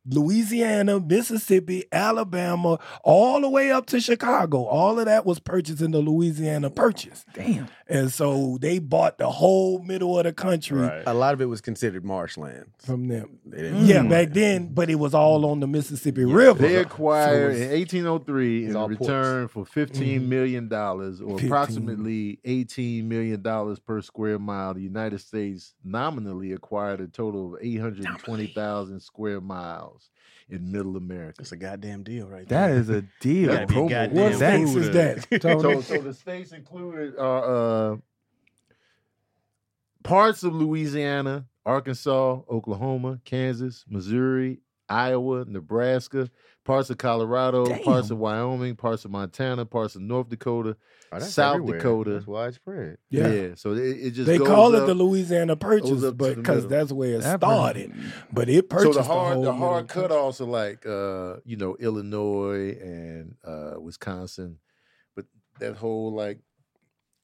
S5: Louisiana, Mississippi, Alabama, all the way up to Chicago. All of that was purchased in the Louisiana Purchase,
S2: Damn.
S5: and so they bought the whole middle of the country
S3: A lot of it was considered marshland.
S5: from them.
S3: They didn't-
S5: Oh.
S2: Mm.
S5: Yeah, back then, but it was all on the Mississippi River.
S1: They acquired
S5: So
S1: in
S5: it's-
S1: 1803
S3: it's
S1: in
S3: all ports. Mm-hmm.
S1: return for 15 million dollars, or
S5: 15.
S1: approximately 18 million dollars per square mile. The United States nominally acquired a total of 820,000 square miles in Middle America.
S4: That's a goddamn deal right
S2: That
S4: there.
S2: is a deal.
S4: Gotta be
S2: bro.
S4: goddamn
S5: What
S4: Damn,
S2: That-
S5: states is [laughs]
S4: [laughs]
S5: that?
S1: So,
S5: Tony?
S1: so the states included are uh, parts of Louisiana, Arkansas, Oklahoma, Kansas, Missouri, Iowa, Nebraska, parts of Colorado, parts of Wyoming, parts of Montana, parts of North Dakota.
S3: Oh, that's
S1: South
S3: everywhere.
S1: Dakota.
S3: That's widespread.
S1: Yeah.
S5: Yeah.
S1: so it, it just
S5: They
S1: goes
S5: call
S1: up.
S5: it the Louisiana Purchase,
S1: up to
S5: but
S1: the
S5: because
S1: middle.
S5: that's where it
S2: That
S5: started. But it
S1: so
S5: purchased
S1: the hard
S5: whole
S1: the hard
S5: middle country.
S1: cutoffs are like uh, you know Illinois and uh, Wisconsin, but that whole like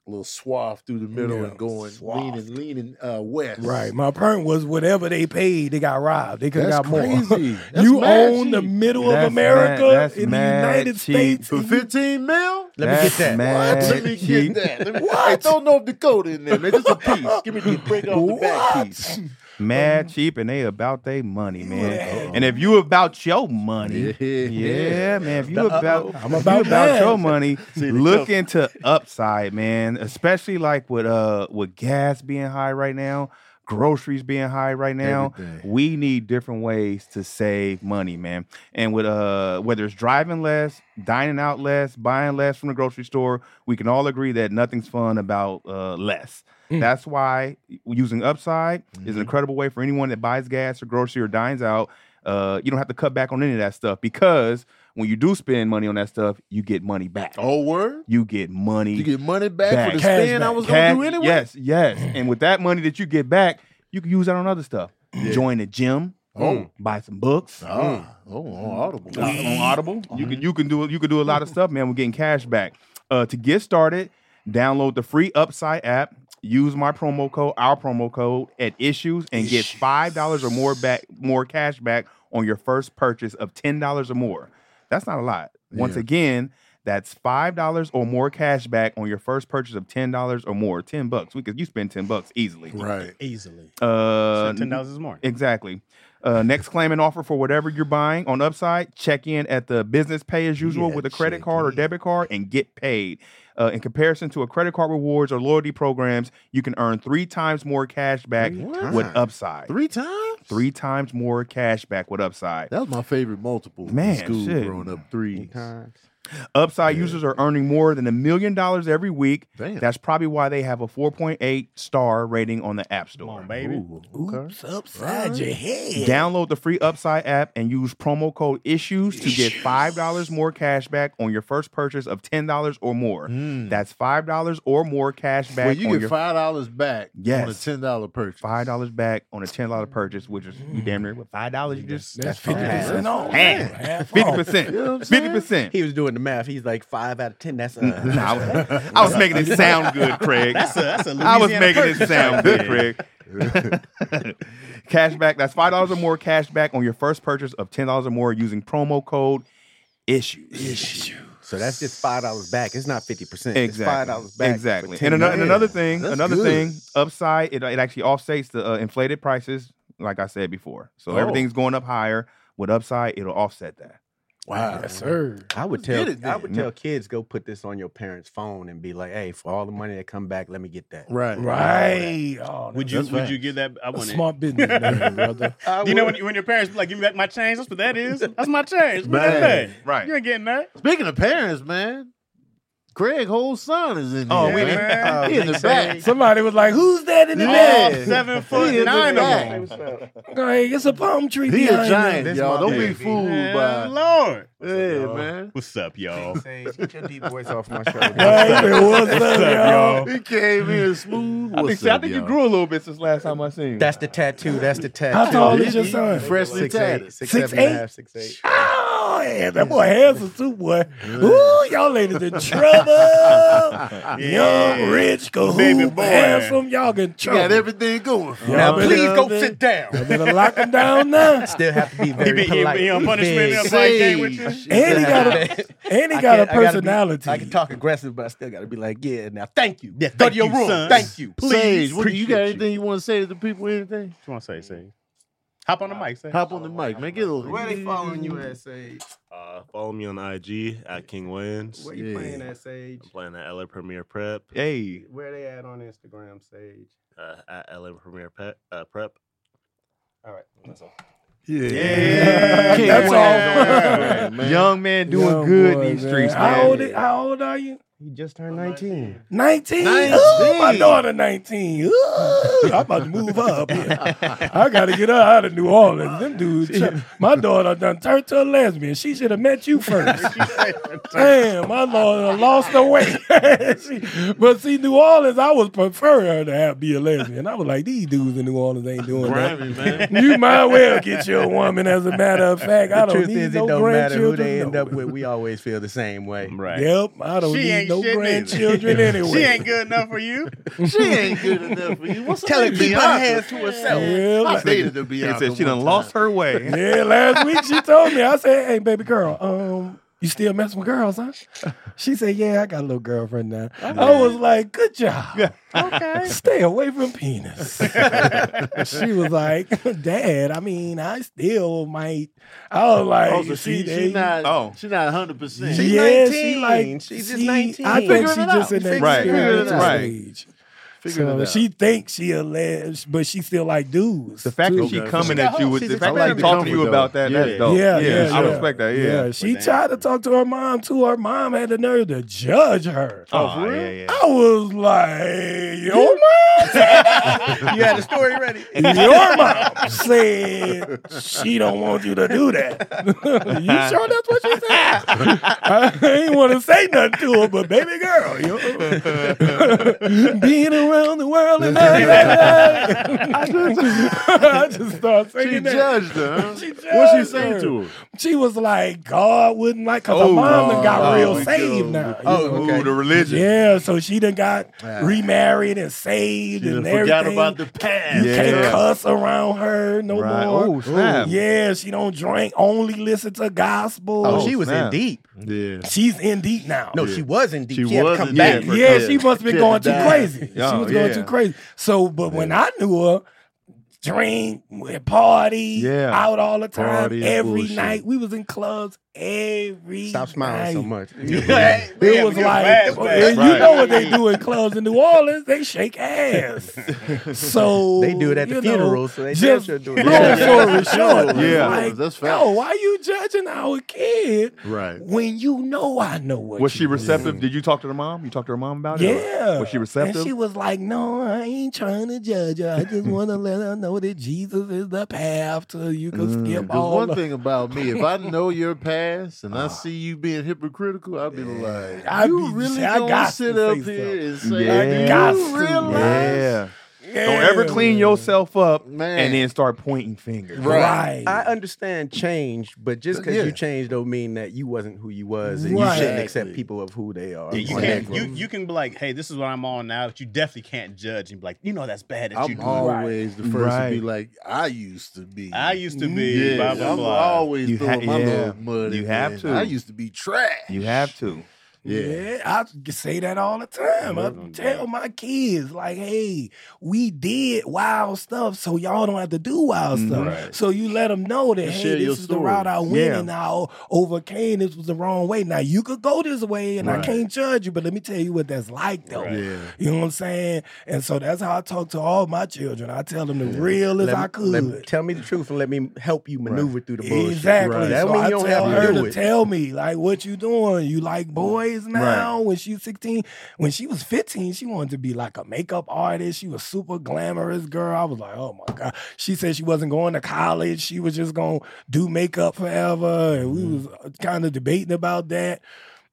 S1: little swath through the middle
S5: Yeah,
S1: and going leaning leaning uh, west.
S5: Right. My point was whatever they paid, they got robbed. They could
S1: That's
S5: have got more. [laughs]
S1: crazy. That's
S5: you
S1: mad
S5: own the
S1: cheap.
S5: middle
S2: That's
S5: of America
S2: mad- that's
S5: in the
S2: mad
S5: United
S2: cheap.
S5: States.
S1: for
S5: [laughs] and you-
S1: fifteen mil.
S3: Let me
S2: That's
S3: get that.
S2: mad
S1: Let me get
S2: cheap.
S1: that. Let me, hey, throw North Dakota in there, man. Just a piece. Give me the break off the back
S5: What?
S1: piece.
S2: Mad cheap, and they about their money,
S5: would've
S2: man.
S5: had-
S2: And if you about your money,
S1: Yeah.
S2: yeah, man. If you about,
S5: I'm
S2: if
S5: about
S2: you about
S5: mine.
S2: your money,
S1: [laughs] See, the
S2: look
S1: cuff-
S2: into upside, man. Especially like with uh with gas being high right now, groceries being high right now.
S1: Everything.
S2: We need different ways to save money, man. And with uh whether it's driving less, dining out less, buying less from the grocery store, we can all agree that nothing's fun about uh less.
S1: Mm.
S2: That's why using Upside
S1: Mm-hmm.
S2: is an incredible way for anyone that buys gas or grocery or dines out. Uh, you don't have to cut back on any of that stuff because when you do spend money on that stuff, you get money back.
S1: Oh, word.
S2: You get money
S1: You get money back,
S2: Back.
S1: for the
S5: Cash
S1: stand I
S5: back.
S1: was
S2: Cash-
S1: gonna do anyway. Mm.
S2: Yes, yes. and with that money that you get back, you can use that on other stuff. Join a gym.
S1: Oh.
S2: buy some books.
S1: Ah, oh, on Audible.
S2: Uh, on Audible. You can you can do you can do a lot of stuff, man. We're getting cash back. Uh, to get started, download the free Upside app. Use my promo code, our promo code at issues, and get five dollars or more back, more cash back on your first purchase of ten dollars or more. That's not a lot. Once
S1: Yeah.
S2: again, that's five dollars or more cash back on your first purchase of ten dollars or more. Ten bucks. We could you spend ten bucks easily.
S1: Right.
S4: Easily.
S2: Uh,
S4: Ten dollars is more.
S2: Exactly. Uh, next claim and offer for whatever you're buying on Upside. Check in at the business pay as usual
S1: Yeah,
S2: with a credit
S1: check
S2: card or
S1: in.
S2: debit card and get paid. Uh, in comparison to a credit card rewards or loyalty programs, you can earn three times more cash back
S1: What?
S2: with
S3: times?
S2: Upside.
S1: Three times?
S2: Three times more cash back with Upside.
S1: That was my favorite multiple. in
S2: Man,
S1: school
S2: shit.
S1: growing up. Three.
S3: Times.
S2: Upside
S1: Yeah.
S2: users are earning more than a million dollars every week.
S1: Damn.
S2: That's probably why they have a 4.8 star rating on the App
S4: Come
S2: Store.
S4: on, baby.
S1: Ooh, okay.
S5: Oops, upside your head.
S2: Download the free Upside app and use promo code ISSUES to get $5 more cash back on your first purchase of $10 or more.
S1: Mm.
S2: That's $5 or more cash back
S1: Well, you
S2: on
S1: get
S2: your
S1: five dollars back on a
S2: Yes.
S1: ten dollar purchase.
S2: five dollars back on a ten dollar purchase, which is you damn
S1: Hmm.
S2: near what five dollars you just
S5: That's fifty percent off.
S2: Man. fifty
S1: You know what I'm
S2: percent, fifty
S1: saying?
S2: percent.
S3: He was doing the math. He's like five out of ten. [laughs] That's uh,
S2: I was, I was making it sound
S1: [laughs]
S2: good, Craig.
S4: That's a that's a
S2: I was
S4: Louisiana
S2: making it
S4: purchase
S2: sound
S4: right
S2: good,
S4: there.
S2: Craig.
S1: [laughs]
S2: cash back. That's five dollars or more cash back on your first purchase of ten dollars or more using promo code issues.
S3: so that's just five dollars back. It's not fifty
S2: [laughs]
S3: percent.
S2: Exactly.
S3: It's five dollars back. for
S2: Exactly.
S3: $10.
S2: And, ano- and
S1: Yeah,
S2: another thing,
S1: that's
S2: another
S1: good.
S2: thing, upside it, it actually offsets the uh, inflated prices, like I said before. So
S1: Oh.
S2: everything's going up higher. With upside, it'll offset that.
S5: Wow, yes, sir.
S3: I would
S1: Let's
S3: tell
S1: get it
S3: I
S1: then.
S3: would tell kids go put this on your parents' phone and be like, hey, for all the money that come back, let me get that.
S1: Right.
S5: Right. Oh,
S4: Would
S5: that's
S4: you
S1: That's
S4: would
S1: facts.
S4: you give that? I
S5: a
S4: want it.
S1: [laughs]
S5: smart business man, brother.
S4: Do you know when, when your parents be like, "Give me back my change." That's what that is. That's my change. What
S1: Man.
S4: that thing?
S1: [laughs]
S2: Right.
S4: You ain't getting that.
S1: Speaking of parents, man, Craig whole son is in
S2: Oh,
S1: here.
S2: we
S1: man.
S2: didn't-
S4: oh,
S1: he in the
S4: Nick
S1: back.
S5: Somebody was like, "Who's that in the
S1: Yeah.
S5: back?"
S4: All seven
S1: He
S4: foot
S1: is
S4: nine of
S1: back.
S4: them.
S5: Hey, it's a palm tree.
S1: He a
S5: behind
S1: giant,
S5: them.
S1: y'all. Don't be
S2: baby.
S1: fooled
S4: Man,
S1: by.
S4: Lord.
S1: Yeah, man.
S4: What's up,
S2: [laughs]
S4: y'all?
S3: Sage, get your deep voice off my shoulder.
S5: Right, man, what's up, y'all?
S1: He came in smooth.
S2: I think,
S1: What's
S2: see, I
S1: up,
S2: think you
S1: y'all?
S2: grew a little bit since last time I seen you.
S3: That's the tattoo. That's the tattoo.
S5: How tall
S1: He-
S5: is your
S1: he
S5: son?
S1: Freshly
S3: Six
S1: tatted.
S3: eight, six
S5: Six
S3: seven and a
S5: eight?
S3: half, six eight.
S5: Oh, yeah, that boy handsome too, boy. Ooh, y'all ladies in trouble. Young, rich,
S4: Baby
S5: cahoot,
S4: boy.
S5: handsome, y'all in trouble.
S1: Got everything going. for him.
S5: Y'all better-
S3: please go sit
S5: Y'all better lock him down now.
S3: Still have to be
S4: He
S3: very
S4: be, he
S3: polite.
S4: be on punishment.
S3: Big.
S4: He'll play a game with you.
S5: And he got a, and he
S3: I
S5: got a
S3: can't- I gotta be-
S5: personality.
S3: I can talk aggressive, but I still got to be like, yeah. Now, thank you. Yeah, go
S4: thank
S3: to your
S4: you,
S3: room.
S4: son.
S3: Thank you.
S1: Sage,
S3: Please.
S1: what, do you got
S3: Appreciate
S1: anything you want to say to the people? Anything?
S4: What you want to say, Sage? Hop on the mic, Sage.
S1: Hop on the mic, man. Get a little.
S7: Where they following you at, Sage?
S8: Uh, follow me on IG at King Wayans.
S7: Where you
S1: Yeah.
S7: playing at, Sage?
S8: I'm playing at LA Premier Prep.
S2: hey.
S7: Where they at on Instagram, Sage?
S8: Uh, at LA Premier Pe- uh, Prep.
S7: All right, that's all.
S1: Yeah,
S2: Yeah.
S1: King [laughs]
S5: That's
S1: Wayne,
S5: all.
S1: man.
S2: Young man doing
S5: Young
S2: good
S5: boy,
S2: in these
S5: man.
S2: streets, man.
S5: How old, how old are you?
S3: You. He just turned 19.
S5: 19.
S1: Nineteen.
S5: Ooh, my daughter 19. Ooh, I'm about to move her up here. I got to get her out of New Orleans. Them dudes, my daughter done turned to a lesbian. She should have met you
S4: [laughs]
S5: first. Damn, my daughter lost her way. [laughs] She- but see, New Orleans, I was prefer her to have, be a lesbian. I was like, these dudes in New Orleans ain't doing that.
S8: Grimy, man.
S5: You might well get your woman, as a matter of fact. I
S3: The
S5: don't
S3: truth
S5: need
S3: is,
S5: no
S3: it don't matter who they
S5: grandchildren,
S3: end
S5: no.
S3: up with. We always feel the same way.
S4: Right.
S5: Yep, I don't
S4: She
S5: need
S4: ain't
S5: no
S4: shit neither.
S5: grandchildren anyway.
S4: She ain't good enough for you.
S1: She ain't good enough for you. What's
S3: Tell her
S1: up,
S3: keep her
S1: Bianca?
S3: hands to herself.
S5: Yeah,
S1: I
S5: like-
S1: dated the
S2: He
S1: Bianca.
S2: said she done
S1: one
S2: lost
S1: time.
S2: her way.
S5: yeah, last week she told me. I said, "Hey, baby girl, um, you still messing with girls, huh?" She said, "Yeah, I got a little girlfriend now." I was like, "Good job. okay, stay away
S1: [laughs]
S5: from penis." she was like, "Dad, I mean, I still might." I was like,
S1: Oh, so she,
S5: "See,
S1: she
S5: they-
S1: not.
S2: Oh.
S1: she not hundred percent.
S3: She's
S5: yeah, she
S3: 19.
S5: like
S3: She's just
S5: she-
S3: 19.
S5: I think
S1: Figuring
S5: she
S1: it out.
S5: just in that
S2: Right.
S5: experimental
S2: Right.
S5: stage.
S1: Figuring
S5: So
S1: it out.
S5: she thinks she a les, but she still like dudes.
S2: The fact
S5: too.
S2: that she
S1: Okay.
S2: coming
S4: She's
S2: at you,
S4: got hope.
S2: with the
S4: She's
S2: fact that she
S1: experimenting.
S2: talking to you
S1: Though.
S2: about that,
S1: Yeah.
S2: that's dope.
S5: Yeah, yeah,
S2: Oh, I
S5: yeah.
S2: respect that. Yeah.
S5: she
S4: But
S5: tried to talk to her mom too. Her mom had the nerve to judge her.
S2: Oh, yeah, yeah.
S5: I was like, your
S2: [laughs]
S5: mom,
S3: [laughs] You had a story ready.
S5: your mom said she don't want you to do that. you sure that's what she said? I ain't want to say nothing to her, but baby girl, you [laughs] being around the world
S2: [laughs]
S5: and everything. I just, I just started
S1: She
S5: saying that.
S1: judged her. huh?
S5: She
S1: What she
S5: judged
S1: saying
S5: her.
S1: to her?
S5: She was like, God wouldn't like, cause her
S2: Oh,
S5: mom done got
S2: oh,
S5: real
S1: we
S5: saved
S1: go.
S5: now. you
S3: Oh,
S5: know?
S3: okay.
S2: Ooh, the religion.
S5: yeah. So she done got remarried and saved
S1: She done
S5: and
S1: forgot
S5: everything.
S1: about the past.
S5: you can't
S2: Yeah.
S5: cuss around her no
S2: Right.
S5: more.
S2: [laughs] Oh, snap.
S5: Yeah, she don't drink. Only listen to gospel.
S3: Oh,
S2: Oh,
S3: she was
S2: snap. Oh,
S3: in deep.
S1: Yeah.
S5: She's in deep now.
S3: No,
S1: Yeah.
S3: she was in deep.
S1: She
S3: She, had to
S1: was
S3: come
S1: in
S3: back.
S1: deep.
S5: yeah, she must have
S1: Yeah,
S5: been going too
S1: die.
S5: crazy. she
S2: Oh,
S5: was going
S2: yeah.
S5: too crazy. So, but when I knew her, drink, we'd party,
S2: Yeah.
S5: out all the time,
S1: Party is
S5: every
S1: bullshit.
S5: night. We was in clubs every
S3: Stop smiling so
S5: night.
S3: much.
S4: Hey, man,
S5: It was
S4: we
S5: like,
S4: got flashbacks.
S5: and you know what they do in clubs in New Orleans? They shake
S2: [laughs]
S5: ass. So
S3: They do it at the
S5: you know,
S3: funeral, so they
S5: just
S3: should do
S5: Long
S3: it.
S5: story short,
S2: [laughs] Yeah.
S5: yeah, like,
S1: That's facts.
S5: yo, why you judging our kid
S1: Right.
S5: when you know I know what?
S2: Was
S5: you
S2: she
S5: do?
S2: receptive? Did you talk to her mom? You talked to her mom about it? or-
S5: Yeah.
S2: Was she
S5: And
S2: receptive?
S5: she was like, "No, I ain't trying to judge her. I just want to [laughs] let her know that Jesus is the path to you can
S2: Mm,
S5: skip
S1: Because
S5: all."
S1: one
S5: of-
S1: thing about me, if I know your past and I see you being hypocritical, I'll be like,
S5: I
S1: you
S5: be-
S1: really
S5: see, I
S1: gonna
S5: got to
S1: sit
S5: say
S1: up
S5: something.
S1: here and
S2: Yeah.
S1: say,
S5: got
S1: you
S5: to,
S1: realize?
S2: yeah. Don't
S5: Yeah.
S2: ever clean yourself up
S1: Man.
S2: and then start pointing fingers.
S5: Right.
S3: I understand change, but just because
S1: Yeah.
S3: you change don't mean that you wasn't who you was, and
S5: Right.
S3: you shouldn't accept people of who they are.
S4: [laughs] You
S3: Like,
S4: can't. You, you can be like, hey, this is what I'm on now, but you definitely can't judge and be like, you know, that's bad that you
S1: I'm
S4: do.
S1: always the first to be
S2: Right.
S1: like, I used to be.
S4: I used to be.
S1: yeah,
S4: blah, blah,
S1: I'm
S4: blah.
S1: always
S2: You
S1: throwing
S2: ha-
S1: my
S2: yeah.
S1: little mud.
S2: You
S1: in
S2: have
S1: there.
S2: to.
S1: I used to be trash.
S2: You have to.
S1: Yeah.
S5: Yeah, I say that all the time. I tell my kids, like, hey, we did wild stuff, so y'all don't have to do wild stuff.
S2: Right.
S5: So you let them know that,
S1: And
S5: hey,
S1: Mm-hmm. share
S5: this
S1: your
S5: is the
S1: story.
S5: route I went
S2: Yeah.
S5: and I o- overcame. This was the wrong way. Now, you could go this way and I
S1: Right.
S5: can't judge you, but let me tell you what that's like, though.
S1: Yeah.
S5: You know what I'm saying? And so that's how I talk to all my children. I tell them the real as
S3: let
S5: I
S3: me-
S5: could.
S3: let me- tell me the truth and let me help you maneuver through the bullshit.
S5: Exactly.
S1: Right.
S3: That
S5: So
S3: mean
S5: I
S3: you don't
S5: tell
S3: have to
S5: her
S3: do
S5: to
S3: it.
S5: tell me like what you doing. You like boys now? When she was 16, when she was 15, she wanted to be like a makeup artist. She was super glamorous girl. I was like, oh my god. She said she wasn't going to college. She was just gonna do makeup forever. And
S3: Mm-hmm.
S5: we was kind of debating about that.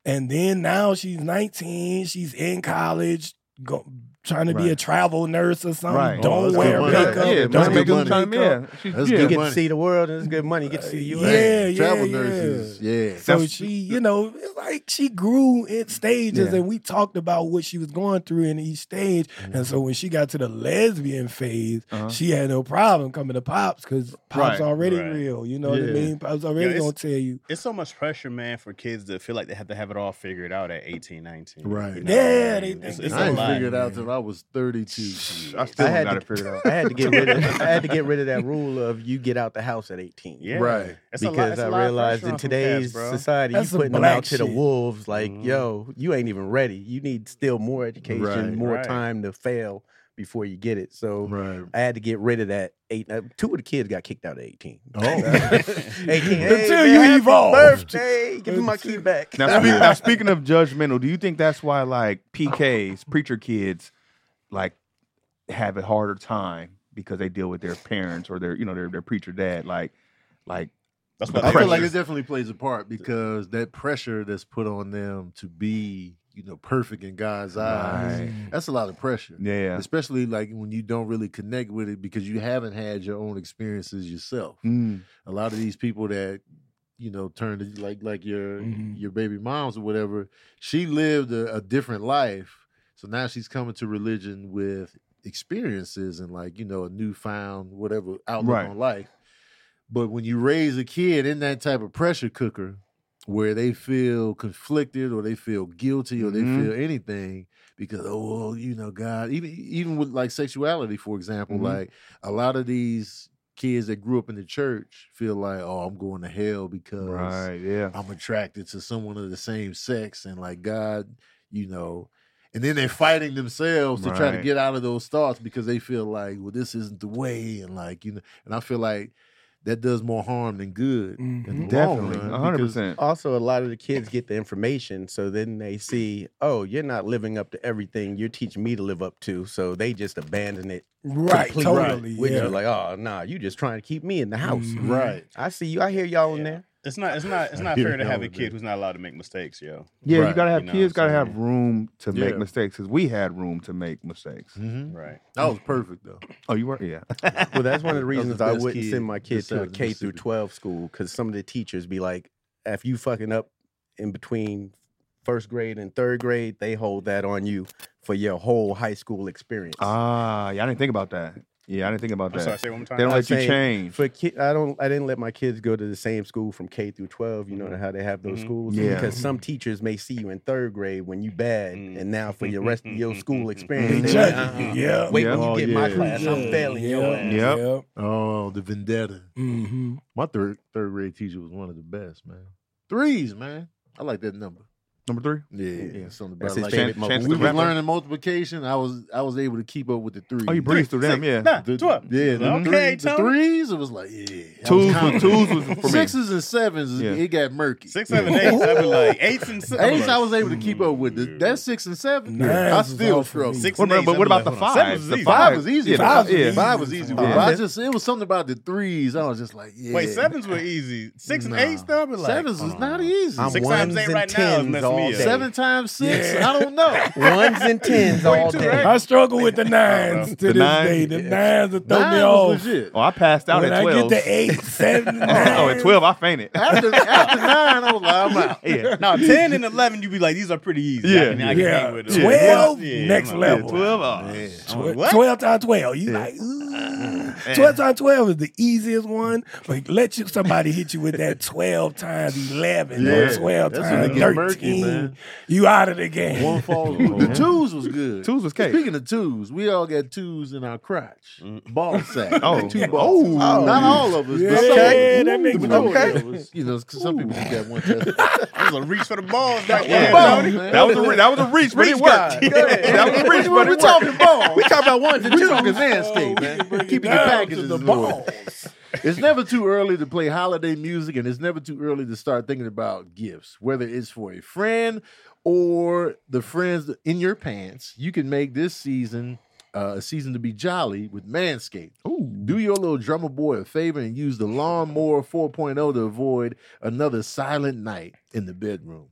S5: And then now she's 19. She's in college. Go, trying to be a travel nurse or something.
S2: Right.
S1: Oh,
S5: Don't
S1: that's
S5: wear
S1: good money.
S5: makeup.
S2: Yeah,
S1: that's
S5: don't
S1: good
S5: do
S1: money.
S2: time,
S5: makeup.
S2: yeah. She's,
S1: That's
S2: yeah.
S3: You
S1: good
S3: get
S1: money.
S3: to see the world, and it's good money. You get to see you.
S5: Yeah, yeah,
S1: Travel
S5: yeah.
S1: nurses. Yeah.
S5: So
S2: That's-
S5: she, you know, it's like she grew in stages,
S2: Yeah.
S5: and we talked about what she was going through in each stage. And so when she got to the lesbian phase,
S2: Uh-huh.
S5: she had no problem coming to pops because pops
S2: Right,
S5: already
S4: right.
S5: real. You know what
S1: Yeah.
S5: I mean? Pops already
S4: it's-
S5: gonna tell you.
S4: It's so much pressure, man, for kids to feel like they have to have it all figured out at 18, 19.
S1: Right.
S5: Yeah,
S4: what I mean?
S5: they
S4: it's,
S5: think
S4: it's
S5: they
S1: I
S4: a
S1: ain't
S4: lot.
S1: figured out till I was 32.
S2: I still
S3: I
S2: don't
S3: had
S2: got
S3: to-
S2: it figured [laughs] out.
S3: I had to get rid of. I had to get rid of that rule of you get out the house at eighteen.
S4: Yeah.
S1: Right.
S4: It's a lot,
S3: because
S4: it's a
S3: I
S4: lot of
S3: realized
S4: pressure
S3: in
S4: on some
S3: today's
S4: cats, bro.
S3: society,
S5: That's
S3: you
S5: some
S3: putting them
S5: black
S3: out to the
S5: shit.
S3: wolves. Like,
S4: Mhm.
S3: yo, you ain't even ready. You need still more education,
S1: Right,
S3: more
S4: right.
S3: time to fail before you get it. So
S1: [laughs] Right.
S3: I had to get rid of that. Eight, uh, two of the kids got kicked out at eighteen.
S1: Oh. [laughs]
S3: [laughs] 18
S5: Until you
S3: happy
S5: evolve.
S3: Birthday, give me my key back.
S2: Now, speak, now, speaking of judgmental, do you think that's why like PKs, preacher kids, like have a harder time because they deal with their parents or their, you know, their their preacher dad, like, like
S4: That's
S2: The
S4: what
S1: I feel like
S2: pressure.
S1: it definitely plays a part because that pressure that's put on them to be, you know, perfect in God's eyes,
S2: Right.
S1: that's a lot of pressure.
S2: yeah,
S1: Especially like when you don't really connect with it because you haven't had your own experiences yourself.
S2: Mm,
S1: A lot of these people that, you know, turn to like like your
S5: Mhm.
S1: your baby moms or whatever, she lived a, a different life. So now she's coming to religion with experiences and like, you know, a newfound whatever outlook
S2: Right.
S1: on life. But when you raise a kid in that type of pressure cooker where they feel conflicted or they feel guilty or
S2: Mhm.
S1: they feel anything because oh well, you know God even even with like sexuality for example
S2: Mhm.
S1: like a lot of these kids that grew up in the church feel like oh I'm going to hell because
S2: right, yeah,
S1: I'm attracted to someone of the same sex and like God, you know, and then they're fighting themselves to try to
S2: Right.
S1: get out of those thoughts because they feel like, well, this isn't the way, and like you know, and I feel like that does more harm than good. in
S2: Mm-hmm.
S1: the long
S2: definitely,
S1: run
S2: a hundred
S1: because-
S2: percent.
S3: [laughs] also a lot of the kids get the information so then they see oh you're not living up to everything you're teaching me to live up to so they just abandon it
S5: Right,
S3: completely.
S5: totally.
S3: Which
S5: yeah.
S3: is like oh nah you just trying to keep me in the house
S5: Mhm.
S1: Right.
S3: i see you i hear y'all in
S4: Mm-hmm. Yeah.
S3: there
S4: It's not. It's not. It's
S1: I
S4: not
S1: hear
S4: fair to
S1: y'all
S4: have a
S1: with
S4: kid
S1: that.
S4: who's not allowed to make mistakes, yo.
S2: Yeah, you
S1: Right,
S2: gotta
S4: you
S2: have
S4: know
S2: kids.
S4: what I'm
S2: Gotta have
S4: saying?
S2: room to make
S1: Yeah.
S2: mistakes because we had room to make mistakes.
S1: Mhm.
S4: Right.
S1: That was perfect though.
S2: Mm-hmm. Oh, you were, yeah. [laughs]
S3: well that's one of the
S1: That was
S3: reasons
S1: the
S3: i
S1: best
S3: wouldn't
S1: kid
S3: send my kid
S1: this
S3: to
S1: side
S3: a
S1: of the
S3: k through
S1: Mississippi.
S3: 12 school because some of the teachers be like if you fucking up in between first grade and third grade they hold that on you for your whole high school experience
S2: Ah, yeah, I didn't think about that. Yeah, I didn't think about
S4: I'm sorry.
S2: that.
S4: Say it one more time.
S2: They don't
S3: I'm
S2: let you
S3: saying-
S2: change.
S3: for kid, I don't I didn't let my kids go to the same school from K through 12. You know how they have those
S4: Mhm.
S3: schools
S2: Yeah.
S3: because some teachers may see you in third grade when you bad,
S4: Mm.
S3: and now for your rest of your school
S5: They
S3: experience, they
S5: judge
S3: like,
S5: you.
S3: uh-uh.
S5: Yeah.
S3: wait when
S1: Yeah.
S3: you
S1: Oh,
S3: get my
S1: yeah.
S3: class, I'm failing your ass.
S2: Yep.
S1: Oh, the vendetta.
S5: Mm-hmm.
S1: My third third grade teacher was one of the best, man. Threes, man. I like that number.
S2: Number three.
S1: Yeah, yeah, something about
S3: That's
S1: it
S3: his
S1: like
S3: favorite
S1: that.
S3: multiple-
S1: When
S2: Chance
S1: we
S2: the
S1: were
S2: Rapper.
S1: learning multiplication. I was I was able to keep up with the threes.
S2: Oh, you breezed through them, yeah.
S4: Nah,
S1: The,
S4: twelve.
S1: yeah, the, three-
S4: Okay,
S1: the
S4: Tony.
S1: threes. It was like yeah, I was
S2: Twos,
S1: counting.
S2: twos was for me.
S1: sixes and sevens.
S2: Yeah.
S1: It got murky.
S4: Six, seven, eight. I'd be like eights and seven.
S1: Eights, I was able to keep up with. The, that six and seven, I
S5: Nines was
S1: still
S5: off for
S1: struggled.
S5: me.
S4: Six and
S2: What about-
S4: eights,
S2: but
S4: I'd
S2: what
S4: be like,
S2: about the
S4: hold on.
S2: fives?
S4: Sevens
S2: The
S4: is easy.
S1: Five was easy.
S2: Yeah,
S1: Five,
S5: five was
S1: yeah,
S5: easy.
S1: five was easy.
S2: Yeah.
S1: But I just it was something about the threes. I was just like, yeah.
S4: Wait, sevens were easy. Six
S1: Nah.
S4: and eights, though, I'd be like,
S1: sevens was
S4: uh,
S1: not easy.
S3: I'm
S4: Six
S3: ones
S4: times eight
S3: and
S4: right now is
S3: tens
S4: messing
S3: all
S4: me up.
S3: day.
S1: Seven [laughs] times six. I don't know.
S3: Ones and tens all day.
S4: right?
S5: I struggle with the nines to
S2: The
S5: this
S2: nines?
S5: day. The nines that [laughs] throw me
S1: Nine
S5: off.
S1: was legit.
S2: Oh, I passed out
S5: When
S2: at
S5: I get
S2: twelve.
S5: to eight, seven, nine,
S2: [laughs] oh, at twelve I fainted.
S1: After, after nine, I was like, I'm out.
S2: yeah.
S1: [laughs]
S4: No, ten and eleven, you'd be like, these are pretty easy. I
S2: Yeah.
S4: can, I can
S5: Yeah.
S4: hang with them.
S5: 12,
S4: Yeah,
S5: next
S4: I'm like,
S5: level.
S4: yeah,
S2: [laughs] Twelve. Oh,
S5: Tw-
S4: What?
S5: 12 times 12. You like, ooh.
S1: Uh,
S5: 12 times 12 is the easiest one, but let you somebody hit you with
S1: [laughs]
S5: that 12 times 11
S1: Yeah.
S5: or 12
S1: That's when it
S5: times
S1: get
S5: 13.
S1: murky, man.
S5: you out of the
S1: [laughs]
S5: game.
S1: One falls. the twos was good.
S2: Twos was cake.
S1: Speaking of twos, we all got twos in our crotch, ball sack.
S2: Oh.
S1: two balls.
S2: Oh.
S1: not all of us. But
S5: Okay,
S1: some,
S5: that makes
S1: the majority
S5: sense.
S1: of us. You know, 'cause some people just got one test.
S4: That was a reach for the balls right
S2: Yeah.
S4: there.
S1: Ball,
S4: Tony.
S1: man.
S2: That was a re- that was a reach, but it worked. [laughs] that was a reach, but
S1: we're
S2: it worked.
S1: talking ball.
S3: We talking about ones and
S1: We're
S3: twos.
S1: talking landscape, man. Keeping your
S5: Down to
S1: packages
S5: the
S1: in order.
S5: balls.
S1: It's never too early to play holiday music, and it's never too early to start thinking about gifts, whether it's for a friend or the friends in your pants. You can make this season uh, a season to be jolly with Manscaped. Do your little drummer boy a favor and use the Lawnmower 4.0 to avoid another silent night in the bedroom.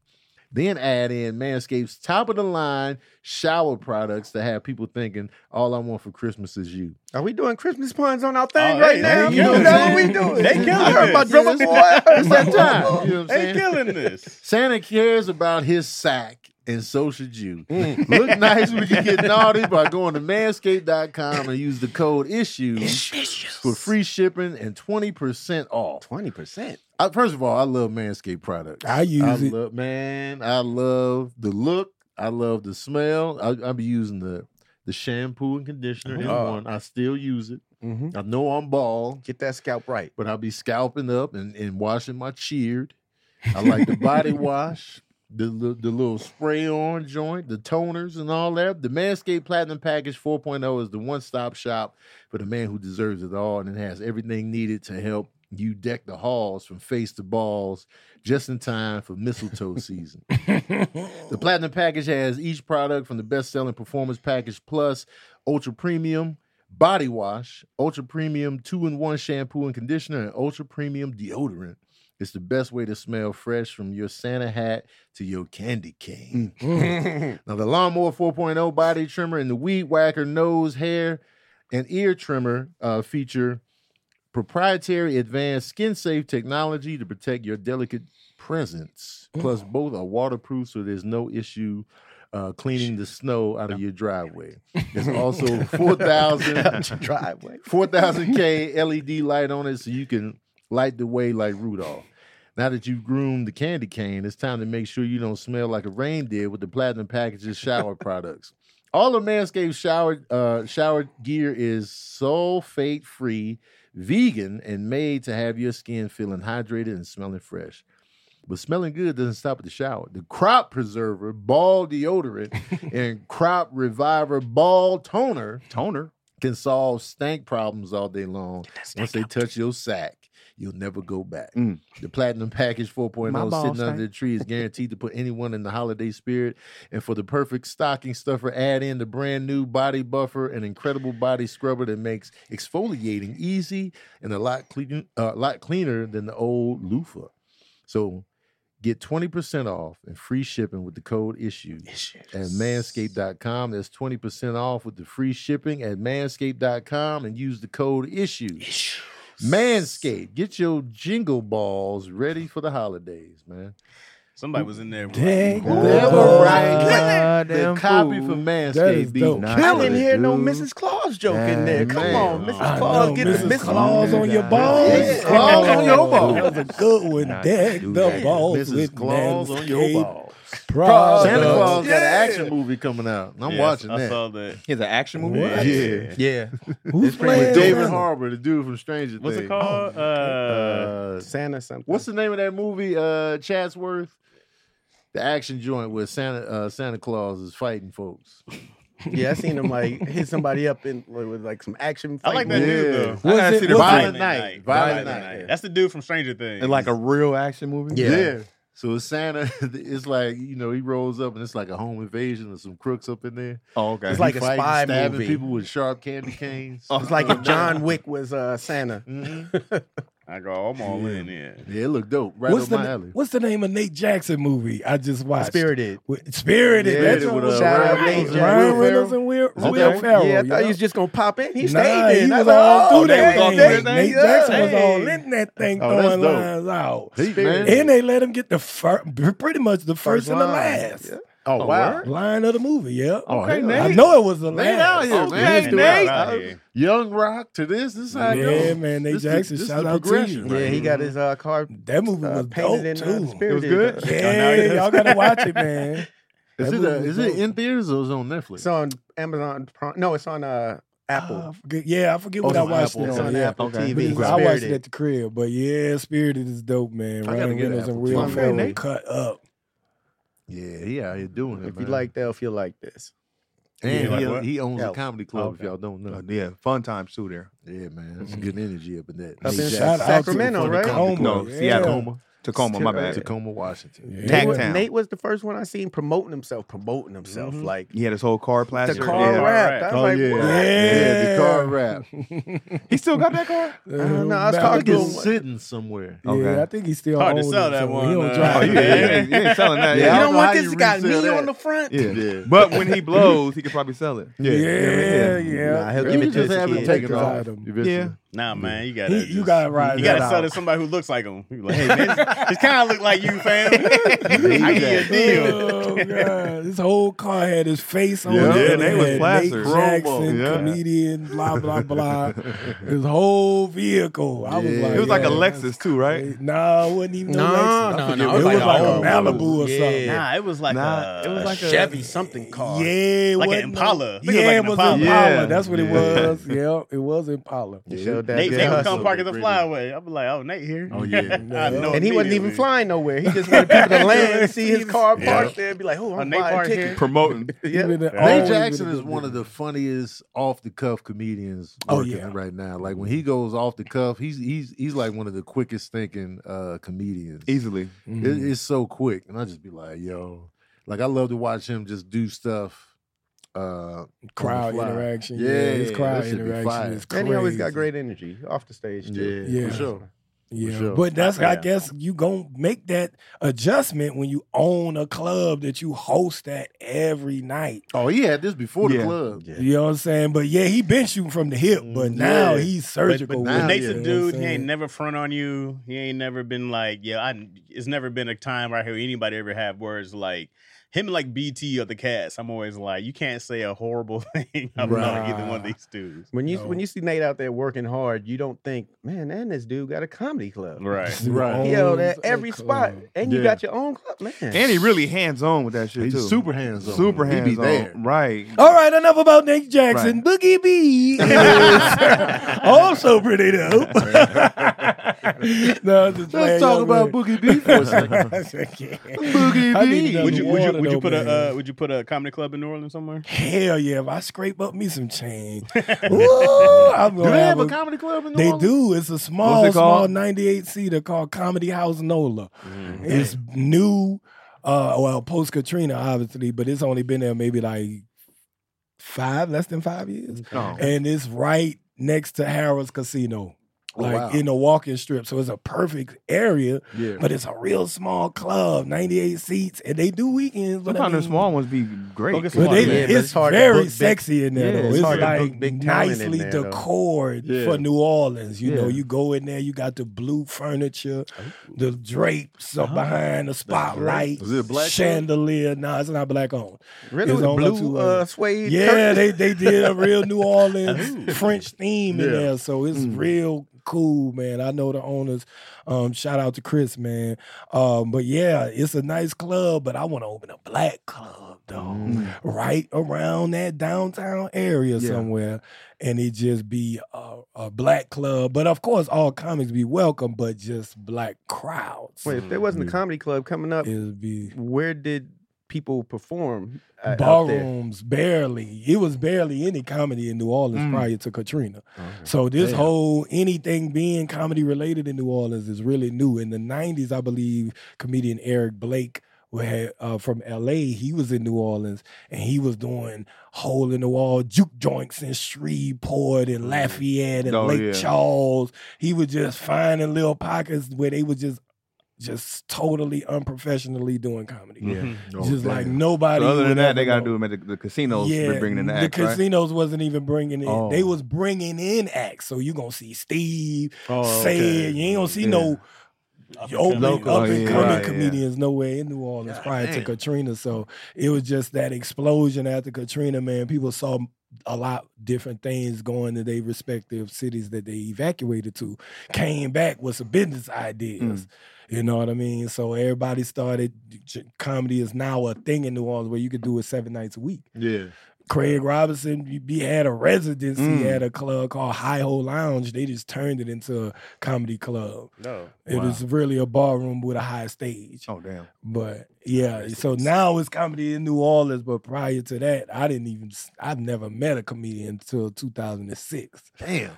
S1: Then add in Manscaped's top of the line shower products to have people thinking, all I want for Christmas is
S5: [laughs]
S1: you.
S3: Are we doing Christmas puns on our thing
S4: Oh,
S3: right
S4: they-
S3: now?
S4: they
S3: You
S4: killing
S3: know what
S4: it.
S3: we doing?
S4: They killing
S3: I heard
S4: it.
S3: my drummer
S1: Yes.
S3: boy. I heard
S1: It's
S3: my
S1: that
S3: drummer boy.
S1: time. You know what I'm
S4: They
S1: saying?
S4: killing this.
S1: Santa cares about his sack, and so should you.
S5: Mm. [laughs]
S1: Look nice when you get naughty by going to manscaped.com and use the code ISSUES for free shipping and 20% off.
S3: Twenty percent.
S1: I, first of all, I love Manscaped products.
S5: I use
S1: I
S5: it.
S1: love, man, I love the look. I love the smell. I, I'll be using the, the shampoo and conditioner in
S5: Uh-huh.
S3: Oh.
S1: one. I still use it.
S3: Mm-hmm.
S1: I know I'm bald
S3: Get that scalp right.
S1: but I'll be scalping up and, and washing my cheered. I like the body wash, the, li- the little spray on joint, the toners and all that. The Manscaped Platinum Package 4.0 is the one stop shop for the man who deserves it all and it has everything needed to help you deck the halls from face to balls just in time for mistletoe season. the Platinum Package has each product from the best selling Performance Package Plus, Ultra Premium, body wash, ultra premium two in one shampoo and conditioner, and ultra premium deodorant. It's the best way to smell fresh from your Santa hat to your candy cane. now, the Lawnmower 4.0 body trimmer and the Weed Whacker nose, hair, and ear trimmer uh, feature proprietary advanced skin safe technology to protect your delicate presence. Plus, both are waterproof, so there's no issue uh, cleaning the snow out of your driveway. There's also 4,000
S3: Driveway.
S1: 4000K LED E light on it so you can light the way like Rudolph. Now that you've groomed the candy cane, it's time to make sure you don't smell like a reindeer with the platinum packages shower products. All of Manscaped's shower uh, shower gear is sulfate free, vegan, and made to have your skin feeling hydrated and smelling fresh. But smelling good doesn't stop at the shower. The crop preserver, ball deodorant, and crop reviver, ball toner
S2: Toner.
S1: can solve stank problems all day long. Once they touch your sack, you'll never go back.
S2: Mm.
S1: The Platinum Package 4.0
S2: My balls
S1: sitting under the
S2: stank.
S1: tree is guaranteed to put anyone in the holiday spirit. And for the perfect stocking stuffer, add in the brand new body buffer, an incredible body scrubber that makes exfoliating easy and a lot, clean, a lot cleaner than the old loofah. So get 20% off and free shipping with the code ISSUE at manscaped.com. That's 20% off with the free shipping at manscaped.com and use the code ISSUE. Manscaped, get your jingle balls ready for the holidays, man.
S4: Somebody was in there.
S5: Dang.
S1: They were right. The
S2: Goddamn
S1: copy
S2: fool.
S1: for
S5: That is
S1: Manscaped be
S5: dope.
S2: Nah.
S3: I didn't
S2: Really,
S3: hear no
S2: dude.
S3: Mrs. Claus joke in there.
S2: Damn,
S3: Come
S1: man.
S3: on, Mrs.
S5: I
S3: Claus,
S5: know,
S3: get
S5: Mrs.
S3: the Mrs.
S5: Claus on your balls. [laughs]
S1: Mrs. Claus on your
S5: That
S1: balls.
S5: was a good one.
S2: Nah,
S5: Deck
S2: dude,
S5: the
S2: yeah.
S5: balls
S1: Mrs.
S5: with
S1: Claus on your
S5: Manscaped.
S1: balls. Santa Claus got
S5: Yeah.
S1: an action movie coming out. and I'm
S4: Yes,
S1: watching
S4: I
S1: that.
S4: saw that.
S2: He's an action movie.
S5: What?
S1: Yeah.
S3: Yeah.
S5: Who's playing
S1: With David
S5: Santa?
S1: Harbour, the dude from Stranger
S4: What's it
S1: Things.
S4: called? uh,
S1: Uh,
S3: Santa something.
S1: what's the name of that movie? Uh, Chatsworth, the action joint where Santa uh, Santa Claus is fighting folks.
S3: Yeah, I seen him like hit somebody up in like, with like some action.
S4: I like
S3: fight
S4: that
S3: movie.
S4: dude
S1: Yeah.
S4: though.
S5: Was
S2: gotta
S5: it-
S2: see the
S5: was it-
S1: Violent Night. Violent
S3: Night, yeah.
S4: That's the dude from Stranger Things.
S2: And like a real action movie.
S3: Yeah.
S1: So it's Santa. [laughs] It's like you know he rolls up and it's like a home invasion and some crooks up in there.
S2: Oh, okay.
S3: It's like
S1: He
S3: a
S1: fighting,
S3: spy
S1: stabbing
S3: movie. Oh,
S1: people with sharp candy canes.
S3: It's like if John Wick was uh, Santa.
S4: I go, I'm all in. Yeah.
S1: [laughs] Yeah, it looked dope. Right
S5: What's
S1: up
S5: the
S1: my
S5: na-
S1: alley.
S5: What's the name of Nate Jackson movie I just watched?
S3: Spirited.
S5: With- Spirited.
S1: Yeah,
S5: that's
S1: it
S5: what
S1: with, uh,
S3: Shout
S1: Ryan
S3: out
S5: Ryan
S3: Nate
S1: Reynolds
S5: Reynolds,
S1: and
S3: Jackson.
S5: Ryan Reynolds and Will,
S1: Okay.
S5: Will Ferrell.
S3: Yeah, I
S5: you
S3: thought
S5: know?
S3: he was just gonna pop in. He
S5: Nah,
S3: stayed in.
S5: he
S3: I
S5: was
S3: thought,
S5: all
S3: oh,
S5: through
S3: there
S5: that
S3: we go.
S5: thing.
S3: There's Nate
S5: Nate Jackson was
S3: Jackson.
S5: all in that thing
S1: Oh, that's
S5: throwing
S1: dope.
S5: lines out.
S1: He, man.
S5: And they let him get the fir- pretty much the first, and the
S3: line.
S5: last
S1: oh wow.
S5: line of the movie. Yeah,
S1: Oh, hell.
S5: I know it was the
S1: Nate out
S5: last.
S1: here,
S4: This
S1: man.
S4: dude
S1: Nate.
S4: out here.
S1: Young Rock to this. This is how it
S5: Yeah,
S1: goes.
S5: man, Nate
S1: This the-
S5: Jackson,
S1: this is
S5: shout
S1: the
S5: out to
S1: progression
S5: you.
S1: right
S3: Yeah, he got his uh, car
S5: That movie
S3: uh,
S5: was
S3: painted
S5: dope
S3: in uh,
S5: too.
S3: Spirited.
S1: [laughs]
S2: good?
S4: now you
S5: Yeah, y'all gotta watch it, man.
S1: Is
S5: That
S1: it,
S5: movie
S1: uh,
S5: was
S1: is it
S5: dope.
S1: in theaters or is it on Netflix?
S3: It's on Amazon. Prime. No, it's on uh,
S5: Ah, I
S3: Apple.
S5: forget- yeah, I forget
S1: Oh,
S5: what
S1: it's
S5: I
S1: on
S5: watched
S1: Apple.
S5: it
S3: It's
S5: on.
S3: on
S5: yeah.
S3: Apple
S2: okay.
S5: But
S3: TV.
S5: it's- I watched it
S3: Spirited.
S5: at the crib, but yeah, Spirited is dope, man.
S1: gotta
S5: Ryan
S1: get an
S5: Reynolds and
S1: Apple
S5: Will
S1: TV.
S5: Ferrell
S2: Nate.
S5: cut up.
S1: yeah, he out here doing it.
S3: If you
S1: man.
S3: like that, if you like this.
S1: and
S4: Yeah,
S1: he,
S4: like what?
S1: he owns a
S3: Elf.
S1: comedy club. If
S2: Okay.
S1: y'all don't know,
S2: Uh, yeah, fun times too there.
S1: yeah, man, it's good energy up in that.
S3: Up
S1: Nate
S3: in
S1: Jackson.
S5: Shout out to
S3: Sacramento,
S5: for the
S3: right?
S5: Comedy
S2: No,
S5: Club.
S2: Seattle.
S5: Yeah.
S1: Tacoma,
S2: Tacoma, my bad.
S1: Tacoma, Washington.
S5: Yeah.
S2: Tag
S3: Nate was,
S2: Town.
S3: Nate was the first one I seen promoting himself, promoting himself. Like
S2: He had his whole car
S3: the
S2: plastered.
S3: car
S2: Yeah.
S3: wrapped. I was
S1: Oh
S3: like,
S1: yeah.
S3: what?
S1: yeah, the car rap.
S2: He still got that car.
S5: I
S3: don't know, I was
S1: I
S3: talking
S1: think
S3: to
S1: it's
S3: him.
S1: sitting somewhere.
S5: Yeah,
S2: Okay.
S5: I think he still
S4: Hard to
S5: owns
S4: sell
S5: it,
S4: that
S5: so
S4: one,
S5: He don't
S4: uh,
S5: drive
S2: Oh, you,
S5: it.
S2: ain't- you ain't- you ain't selling that.
S1: Yeah,
S3: You
S1: I
S2: Yeah.
S1: don't
S3: don't
S1: know how
S3: want this
S1: you
S3: guy
S1: resell
S3: me
S1: that.
S3: on the front.
S1: Yeah,
S2: But when he blows, he could probably sell it.
S1: yeah.
S5: Yeah, yeah.
S3: Nah, he'll
S1: You
S3: give it to
S1: just
S3: his
S1: haven't
S3: kid.
S1: taken
S5: Electrified
S1: off.
S5: him.
S1: eventually.
S2: Yeah.
S4: Nah, man, you gotta
S5: He-
S4: just,
S5: you gotta ride
S4: You
S5: that
S4: gotta sell
S5: out.
S4: to somebody who looks like him. You like, hey man, this kind of look like you, fam. [laughs] I give you a deal.
S5: Oh god, this whole car had his face on
S1: Yeah,
S5: it.
S1: and they was
S5: It had
S2: plastered.
S5: Nate Jackson, comedian, blah blah blah. his whole vehicle. I was
S1: Yeah.
S5: like,
S2: It was like
S5: yeah,
S2: a Lexus too, right?
S5: that's- Nah, it wasn't even no,
S3: No,
S5: Lexus.
S3: no,
S5: I
S3: no,
S5: forget
S3: it
S5: what
S3: was
S5: It was like
S3: like a
S5: a Malibu or
S3: Malibu,
S5: something.
S3: yeah.
S4: Nah, it was like
S2: Nah,
S4: a,
S2: it was like a-
S3: Chevy something car.
S5: Yeah, it
S4: Like an
S5: wasn't no-
S4: Impala. I think it was
S5: Yeah,
S4: like
S5: it
S4: an
S5: was
S4: Impala.
S5: Impala.
S2: Yeah.
S5: That's what it
S2: Yeah.
S5: was. yeah, it was Impala.
S1: Yeah. [laughs]
S3: Showed that
S4: Nate,
S3: good
S4: they would
S3: hustle.
S4: come park at the
S1: Really.
S4: flyway. I'm like, oh, Nate here.
S1: Oh
S5: [laughs]
S1: yeah.
S4: I know
S3: And he wasn't even
S4: immediately.
S3: flying nowhere. He just wanted people to land and see his car parked there and be like, oh,
S4: Oh,
S3: I'm
S4: Nate
S3: buying a
S4: parked
S3: ticket.
S4: here.
S2: Promoting.
S5: Even the-
S1: Nate
S5: always
S1: Jackson
S5: been a
S1: is
S5: good
S1: one of
S5: dude.
S1: the funniest off the cuff comedians
S5: Oh,
S1: working
S5: yeah.
S1: right now. Like when he goes off the cuff, he's he's he's like one of the quickest thinking uh comedians.
S2: Easily.
S5: Mm-hmm.
S1: It-
S5: Mm.
S1: it's so quick, and I just be like, yo, like I love to watch him just do stuff. Uh,
S5: crowd
S1: fly.
S5: interaction. Yeah,
S1: Yeah,
S5: his
S1: that
S5: crowd
S1: shit be
S5: interaction
S1: fire.
S5: is crazy.
S3: And he always got great energy off the stage, too.
S5: Yeah.
S1: for sure.
S5: Yeah,
S1: sure.
S5: but that's
S4: Yeah.
S5: I guess you gonna make that adjustment when you own a club that you host at every night.
S1: Oh, he had this before the
S2: Yeah.
S1: club.
S5: You know what I'm saying? But yeah, he been shooting from the hip, but now
S1: Yeah.
S5: he's surgical.
S1: now
S5: with it,
S4: Nate's
S1: Yeah.
S4: a
S5: you know what I'm
S4: dude. He ain't
S5: saying?
S4: never front on you. He ain't never been like, yeah. I. It's never been a time right here anybody ever have words like him, and like BT or the Cats. I'm always like, you can't say a horrible [laughs] thing about
S5: Right.
S4: either one of these dudes.
S3: When you
S5: No.
S3: when you see Nate out there working hard, you don't think, man, and this dude got a comedy club.
S4: Right.
S5: You
S1: Right.
S5: own
S3: He out at
S5: a
S3: every
S5: club.
S3: spot, and you
S1: Yeah.
S3: got your own club, man.
S2: And he really hands on with that shit
S1: He's
S2: too.
S1: super hands on.
S2: super
S1: He be
S2: hands
S1: there.
S2: on. Right.
S5: All right, enough about Nate Jackson. Boogie B is also pretty dope. [laughs] no, I'm just
S1: Let's talk about Boogie B for a
S5: [laughs]
S1: second.
S5: Boogie
S1: B.
S4: Would you would you would you put a uh, would you put a comedy club in New Orleans somewhere?
S5: Hell yeah! If I scrape up me some change, Ooh, I'm
S1: Do
S5: gonna
S1: they
S5: have
S1: have a
S5: a-
S1: comedy club in New
S5: They
S1: Orleans?
S5: do. It's a small,
S2: What's it called?
S5: small 98 seater called Comedy House Nola. It's new, uh, well, post Katrina, obviously, but it's only been there maybe like five, less than five years.
S2: No.
S5: And it's right next to Harrah's Casino,
S1: Oh,
S5: like
S1: wow.
S5: in the walking strip. So it's a perfect area,
S1: Yeah.
S5: but it's a real small club, 98 seats, and they do weekends. But I
S2: Sometimes the
S5: mean-
S2: small ones be great.
S4: Focus
S5: but
S4: on
S5: they,
S4: it, man,
S3: but
S5: it's,
S3: it's hard to
S5: very
S3: book big-
S5: sexy in there.
S2: Yeah,
S5: though.
S2: it's
S5: It's,
S3: hard to
S5: like
S3: book big talent in
S5: nicely
S3: there, though.
S5: decored
S1: Yeah.
S5: for New Orleans. You know,
S2: Yeah.
S5: you go in there, you got the blue furniture,
S3: Oh.
S5: the drapes
S3: Uh-huh.
S5: up behind the spotlight,
S1: Is it black?
S5: chandelier. Nah, it's not black on.
S3: really
S5: It's
S3: with
S5: on up
S3: blue
S5: to,
S3: uh,
S5: uh,
S3: suede.
S5: Yeah,
S3: curtains.
S5: they, they did a real New Orleans French theme in
S1: Yeah.
S5: there, so it's real cool, man. I know the owners. Um, shout out to Chris, man. Um, but yeah, it's a nice club, but I want to open a black club though, right around that downtown area
S2: Yeah.
S5: somewhere, and it just be a, a black club. But of course, all comics be welcome, but just black crowds.
S3: Wait, if there wasn't a comedy club coming up,
S5: It'll be
S3: where did people perform? uh, out there?
S5: ballrooms barely it was barely any comedy in new orleans
S1: Mm.
S5: prior to katrina so this whole anything being comedy related in new orleans is really new in the 90s i believe comedian eric blake who had, uh, from la he was in new orleans and he was doing hole in the wall juke joints in shreveport and lafayette and
S1: Oh,
S5: lake
S1: yeah.
S5: charles he was just finding little pockets where they would just just totally unprofessionally doing comedy
S2: Mm-hmm.
S1: Oh,
S5: just like
S1: damn.
S5: nobody.
S2: So other
S5: would
S2: than that, they
S5: ever
S2: got to
S5: know.
S2: do them at the, the casinos. Yeah, bringing in the, act, right?
S5: casinos wasn't even bringing in.
S2: Oh.
S5: They was bringing in acts, so you gonna see Steve,
S8: Oh,
S5: Say
S8: okay.
S5: you ain't gonna see no up and
S2: Local,
S4: Oh,
S5: up and
S2: yeah.
S5: coming
S2: Right, yeah.
S5: comedians nowhere in New Orleans prior to
S1: damn.
S5: Katrina. So it was just that explosion after Katrina, man. People saw a lot different things going to their respective cities that they evacuated to, came back with some business ideas.
S2: Hmm.
S5: You know what I mean? So everybody started. Comedy is now a thing in New Orleans where you could do it seven nights a week.
S1: Yeah.
S5: Craig Robinson he- he had a residency
S2: Mm.
S5: at a club called High Hole Lounge. They just turned it into a comedy club.
S4: No.
S5: It was really a ballroom with a high stage.
S2: Oh damn!
S5: But yeah, so now it's comedy in New Orleans. But prior to that, I didn't even, s- I've never met a comedian until 2006.
S1: Damn.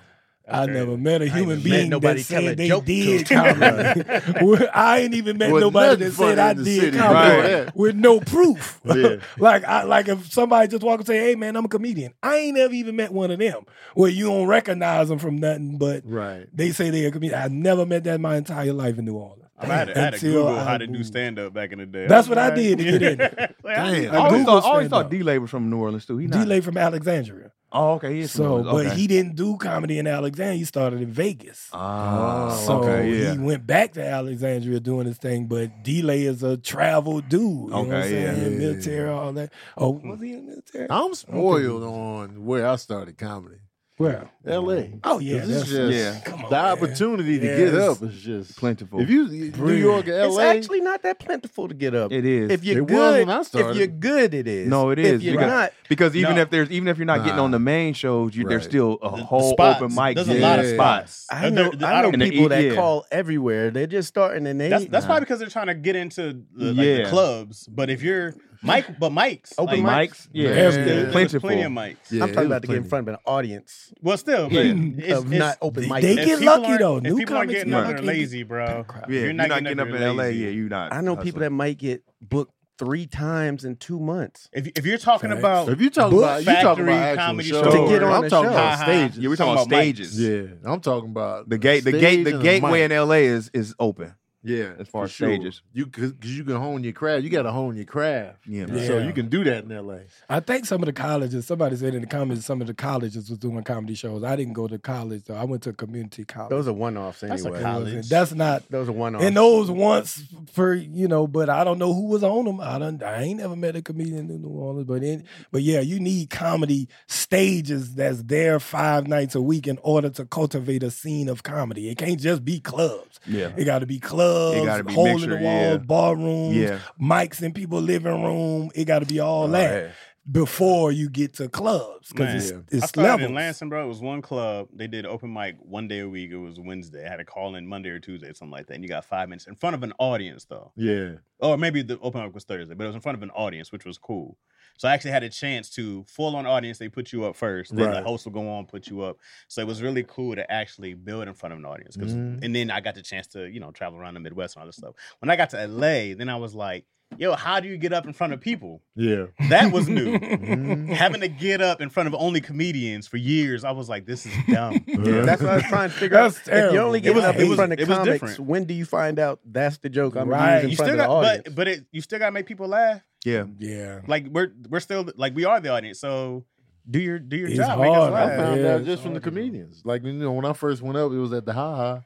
S5: I never met a human
S3: even met
S5: being
S3: nobody
S5: that
S3: tell a
S5: said they
S3: joke to.
S5: did comedy.
S3: [laughs]
S5: [laughs] Well, I ain't even met
S1: Wasn't
S5: nobody
S1: nothing
S5: that said
S1: funny
S5: I
S1: in the
S5: did
S1: city
S5: comedy
S1: before that.
S5: with no proof. [laughs]
S1: Yeah.
S5: like I like if somebody just walk and say, "Hey man, I'm a comedian." I ain't never even met one of them where you don't recognize them from nothing, but
S1: Right.
S5: they say they're a comedian. I never met that in my entire life in New Orleans.
S4: I had to, I had to
S5: Until
S4: Google
S5: I
S4: how to do
S5: moved.
S4: stand up back in the day.
S5: That's what I did to get in.
S4: [laughs] Like, I-
S1: Damn.
S2: I always
S5: Google
S2: thought, I always
S5: stand-up.
S2: thought D-Lay was from New Orleans too. He not.
S5: D-Lay from Alexandria.
S2: Oh, okay. He is from New
S5: So,
S2: Orleans.
S5: but
S2: Okay.
S5: he didn't do comedy in Alexandria. He started in Vegas.
S1: Oh,
S2: Ah,
S5: So
S2: okay, yeah.
S5: he went back to Alexandria doing his thing, but Delay is a travel dude. You know what I'm
S2: Okay, yeah.
S5: saying? Military, all that. Oh, was he in military?
S1: I'm spoiled on where I started comedy.
S5: Where?
S1: L.A.
S5: Oh yeah,
S1: 'Cause it's
S5: that's,
S1: just
S2: yeah.
S5: Come on,
S1: the
S5: man.
S1: opportunity to
S5: Yeah,
S1: get up
S5: it's
S1: is just
S2: plentiful.
S1: If you New
S5: Brilliant.
S1: York, L.A.,
S3: It's actually not that plentiful to get up.
S2: it is.
S3: If you're
S1: It was
S3: good,
S1: when I
S3: if you're
S1: started.
S3: good, it is.
S2: no, it
S3: If
S2: is
S3: you're
S2: because,
S3: not,
S2: because even
S4: No.
S2: if there's even if you're not getting
S1: Nah.
S2: on the main shows, you, there's
S1: Right.
S2: still a
S4: the
S2: whole
S4: spots.
S2: open mic.
S4: There's a lot of
S1: yeah.
S4: spots.
S3: I
S4: Uh,
S3: know,
S4: there-
S3: I know
S4: don't-
S2: And the
S3: people
S2: eat-
S3: that
S2: yeah.
S3: call everywhere. They're just starting and they
S4: That's that's
S2: Nah.
S4: probably because they're trying to get into the, like, the
S2: Yeah.
S4: clubs. But if you're Mike, but Mike's
S3: Open
S4: like,
S2: mics. Yeah,
S1: There's-
S2: there's
S4: There, there was
S2: plentiful.
S4: plenty of mics.
S1: yeah,
S3: I'm
S1: it
S3: talking
S1: was
S3: about to get in
S1: plenty.
S3: front of an audience
S4: Well, still, but
S2: Yeah.
S4: it's,
S3: of
S4: it's-
S3: not open mic.
S5: they
S4: if
S5: get
S4: people
S5: lucky
S4: aren't-
S5: though.
S4: If
S5: New
S4: people aren't
S5: comics
S4: getting
S5: get
S4: up, they're
S5: lucky.
S4: lazy, bro.
S2: Yeah, if you're not, getting up in LA. Yeah, you're not.
S3: I know people
S2: hustling.
S3: that might get booked three times in two months.
S4: If, if you're talking
S5: Facts.
S4: about
S1: If you talk
S4: Book
S1: about you talking
S4: Factory
S1: about actual
S4: comedy
S1: shows,
S4: shows.
S3: To get on
S1: I'm
S3: a
S1: talking
S3: show.
S1: about
S4: Ha-ha.
S1: stages.
S2: Yeah, we're talking
S4: Talking
S2: about
S4: about
S2: stages.
S1: Yeah, I'm talking about
S2: The gate, the gate,
S1: stage
S2: the
S1: and a
S2: gateway
S1: mic.
S2: in LA is is open.
S1: Yeah,
S2: as far
S1: for
S2: as stages.
S1: You because you can hone your craft. You got to hone your craft.
S2: Yeah,
S1: And so
S5: Yeah.
S1: you can do that in L.A.
S5: I think some of the colleges, somebody said in the comments, some of the colleges was doing comedy shows. I didn't go to college though. I went to community college.
S3: Those are one offs
S4: That's a
S3: anyway.
S4: college.
S5: That's not
S3: Those are one offs.
S5: And those once for you know, but I don't know who was on them. I don't. I ain't never met a comedian in New Orleans, but in but yeah, you need comedy stages that's there five nights a week in order to cultivate a scene of comedy. It can't just be clubs.
S2: Yeah,
S5: It got to be clubs,
S2: It gotta be
S5: hole in
S2: mixture,
S5: the wall,
S2: yeah.
S5: barrooms,
S2: yeah.
S5: mics in people's living room. It got to be all that before you get to clubs
S4: Man.
S5: because
S1: Yeah.
S5: it's,
S4: I
S5: it's
S4: started
S5: levels.
S4: in Lansing, bro. It was one club. They did open mic one day a week. It was Wednesday. I had a call in Monday or Tuesday, something like that. And you got five minutes in front of an audience, though.
S1: Yeah,
S4: Or maybe the open mic was Thursday, but it was in front of an audience, which was cool. So I actually had a chance to full on audience. They put you up first. Then the
S1: Right.
S4: host will go on, put you up. So it was really cool to actually build in front of an audience. 'cause-
S5: Mm-hmm.
S1: Mhm.
S4: And then I got the chance to, you know, travel around the Midwest and all this stuff. When I got to LA, then I was like, yo, how do you get up in front of people?
S1: yeah.
S4: That was new.
S1: Mhm.
S4: having to get up in front of only comedians for years, I was like, this is dumb.
S3: [laughs]
S1: Yeah.
S3: That's what I was trying to figure out.
S5: That's
S3: If
S5: terrible.
S3: you only
S5: It
S3: get
S4: was-
S3: up
S4: it
S3: in
S4: was-
S3: front of
S4: it was
S3: comics,
S4: different.
S3: when do you find out that's the joke I'm
S5: Right.
S3: using
S4: you
S3: in front
S4: still
S3: of the
S4: got,
S3: audience?
S4: but but it, you still got to make people laugh.
S2: Yeah,
S5: yeah,
S4: Like we're we're still like we are the audience, so do your do your
S5: It's
S4: job. Make us
S5: hard,
S1: I
S4: [laughs]
S5: Yeah,
S4: laugh.
S1: found
S5: yeah,
S1: out
S5: it's
S1: just from the
S5: hard to do.
S1: comedians. Like you know, when I first went up, it was at the Ha Ha.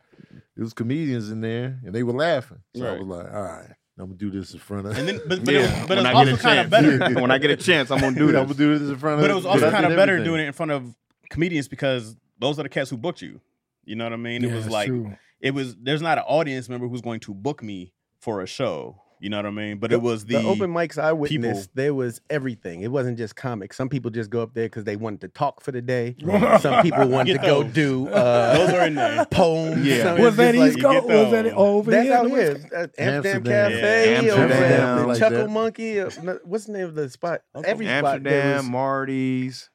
S1: It was comedians in there, and they were laughing. So I
S4: Right.
S1: was like, all right, I'm gonna do this in front of.
S4: And then,
S1: [laughs]
S4: but, but
S2: yeah.
S4: it was, but
S2: when
S4: it's
S2: I get
S4: also
S2: a
S4: kind of
S2: chance,
S4: better.
S2: when I get a chance, I'm gonna do
S1: Dude, I'm
S2: that.
S1: gonna do this in front of.
S4: but it was also
S1: But I
S4: kind of
S1: did
S4: better
S1: everything.
S4: doing it in front of comedians because those are the cats who booked you. You know what I mean? It was
S5: Yeah,
S4: like [laughs]
S5: true.
S4: it was there's not an audience member who's going to book me for a show. You know what I mean? But it was the,
S3: open mics I witnessed. There was everything. It wasn't just comics. Some people just go up there because they wanted to talk for the day. Some
S4: [laughs]
S3: people wanted
S4: Get
S3: to go
S4: those.
S3: do uh, [laughs]
S4: Those are in there.
S3: poems.
S4: Yeah.
S3: Some-
S5: Was
S3: it's
S5: that
S3: just like-
S5: East
S4: you get
S5: Coast? Was that
S4: those.
S5: over
S3: That's
S5: here?
S3: how
S5: on
S3: it
S5: the West
S3: is. Uh, Amsterdam
S1: Amsterdam.
S3: Cafe,
S2: Yeah,
S3: over there,
S2: Amsterdam,
S3: the
S1: like
S3: Chuckle
S1: that.
S3: Monkey. uh, no, What's the name of the spot? Every spot there
S2: Amsterdam, Marty's.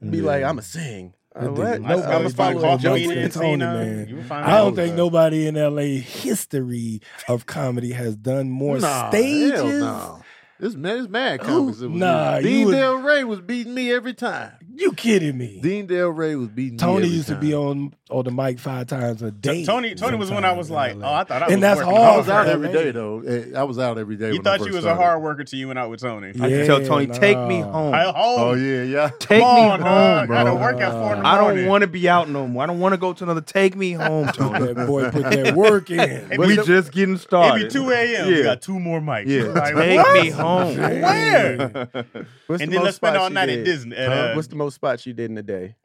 S3: was, be like, I'ma sing. Uh,
S5: That
S3: what?
S5: dude-
S4: I,
S5: Nope.
S4: I'm
S5: Uh,
S4: gonna find
S5: Coffee
S4: Coffee
S5: Jones
S4: Bean
S5: and
S4: and
S5: Tony,
S4: Cena.
S5: man.
S4: You will find
S5: I don't
S4: those,
S5: think
S4: uh,
S5: nobody in LA history of comedy has done more
S1: Nah,
S5: stages.
S1: Hell no. This man is mad
S5: Who-
S1: comics. that was
S5: Nah,
S1: using- Dean
S5: you would-
S1: Del Rey was beating me every time.
S5: You kidding me?
S1: Dean Del Rey was beating me
S5: Tony
S1: every
S5: used
S1: time.
S5: to be on on the mic five times a day.
S4: Tony, Tony was when I was like,
S5: sometimes in
S4: oh,
S5: LA.
S4: I thought I
S5: And
S4: was
S5: that's
S4: working
S5: hard
S1: I
S4: hard.
S1: was out
S5: for
S1: every
S5: LA.
S1: day though. Eh, I was out every day.
S4: You
S1: when I
S4: thought you
S1: first
S4: was a
S1: started.
S4: hard worker till you went out with Tony.
S2: I can tell Tony, take me
S5: nah.
S2: home.
S4: I, home.
S1: Oh yeah, yeah.
S2: Take me
S4: Come on,
S2: home,
S4: dog. Gotta
S2: bro.
S4: Uh, work at four in the
S2: I don't
S4: morning.
S2: want to be out no more. I don't want to go to another. Take me [laughs] home, Tony.
S5: That boy put that work in.
S2: we just getting started.
S4: It'd be
S2: [laughs]
S4: 2 a.m.
S2: Yeah.
S4: We got two more mics.
S2: Yeah.
S4: Like,
S2: Take
S4: what?
S2: me home.
S4: Where?
S2: [laughs]
S3: What's
S4: and
S3: the
S4: then
S3: most
S4: let's spend
S3: spots
S4: all
S3: you
S4: night at
S3: did?
S4: Disney. At,
S3: Huh?
S4: uh,
S3: What's the most spots you did in a day?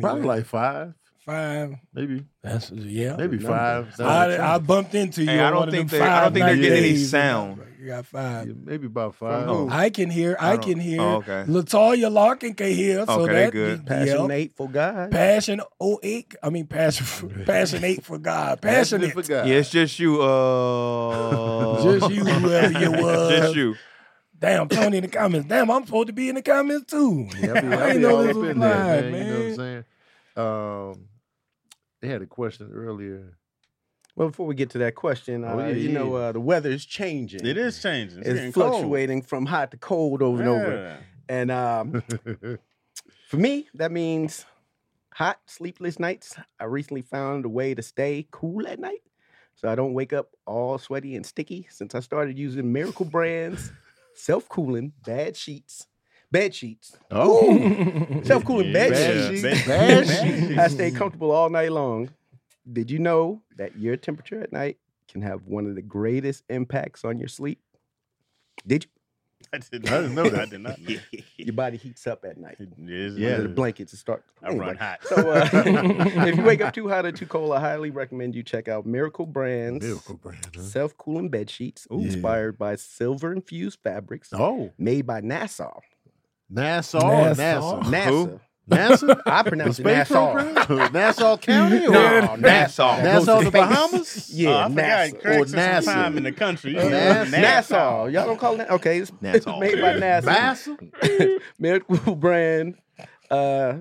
S1: Probably like five,
S5: five.
S1: maybe,
S5: That's yeah.
S1: maybe five.
S5: I, I bumped into you.
S2: Hey, I
S5: on
S2: don't
S5: one of
S2: think
S5: them
S2: they- I don't think they're
S5: five-night
S2: getting any
S5: days.
S2: sound.
S5: You got five.
S1: Yeah, maybe about five.
S2: who?
S5: I can hear. I, can hear.
S2: Oh, okay.
S5: Latoya Larkin can hear. So
S2: Okay, they
S5: that
S2: good.
S5: Passion, yep.
S3: Passionate for God.
S5: passion 08. I mean passion passionate for God. Passionate.
S1: for God.
S2: Yeah, it's just you. [laughs] Uh,
S5: Just you, whoever you was.
S2: [laughs] Just you.
S5: Damn, Tony in the comments. Damn, I'm supposed to be in the comments too.
S1: Yeah, [laughs] I be, I
S5: ain't
S1: be
S5: know
S1: all
S5: this
S1: up
S5: was
S1: in
S5: live,
S1: there, man, You know what I'm saying? Um, they had a question earlier.
S3: Well, before we get to that question, uh,
S1: Oh, yeah,
S3: you
S1: yeah.
S3: know uh, the weather's changing.
S4: it is changing. It's, getting
S3: It's fluctuating from hot to cold over
S4: cold.
S3: and over.
S4: Yeah.
S3: And um, for me, that means hot, sleepless nights. I recently found a way to stay cool at night. So I don't wake up all sweaty and sticky since I started using Miracle Brands, self cooling, bad sheets, bed sheets,
S5: Oh.
S3: self cooling bed
S1: Bad
S3: sheets.
S1: sheets. Bad
S4: Bad sheets.
S1: sheets.
S3: [laughs] I stay comfortable all night long. Did you know that your temperature at night can have one of the greatest impacts on your sleep? Did
S4: I did
S1: I didn't know that.
S4: I did not know.
S3: you?
S4: [laughs]
S3: your body heats up at night.
S4: yeah.
S3: Yeah, the blankets and start.
S4: I run
S3: Anyway.
S4: hot.
S3: So uh, [laughs] if you wake up too hot or too cold, I highly recommend you check out Miracle
S1: [laughs]
S3: Brands
S1: Miracle brand. huh?
S3: self cooling bed sheets
S1: Ooh. Yeah.
S3: inspired by silver infused fabrics
S1: Oh,
S3: made by NASA.
S1: Nassau, Nassau,
S5: Nassau.
S3: NASA.
S1: Nassau,
S3: I pronounce it
S1: space
S3: NASA.
S1: program, [laughs] Nassau County, or
S2: No, [laughs]
S3: Nassau.
S1: Nassau, the
S3: Space.
S1: Bahamas.
S3: Yeah,
S4: Oh, I
S3: NASA.
S4: forgot Craig
S1: Or
S4: took some
S1: NASA.
S4: time in the country.
S1: Uh,
S4: Yeah.
S1: NASA.
S3: Nassau. Y'all don't call it that? Okay, it's, it's
S2: Nassau.
S3: made by NASA.
S1: Nassau.
S3: [laughs] Miracle Brand uh,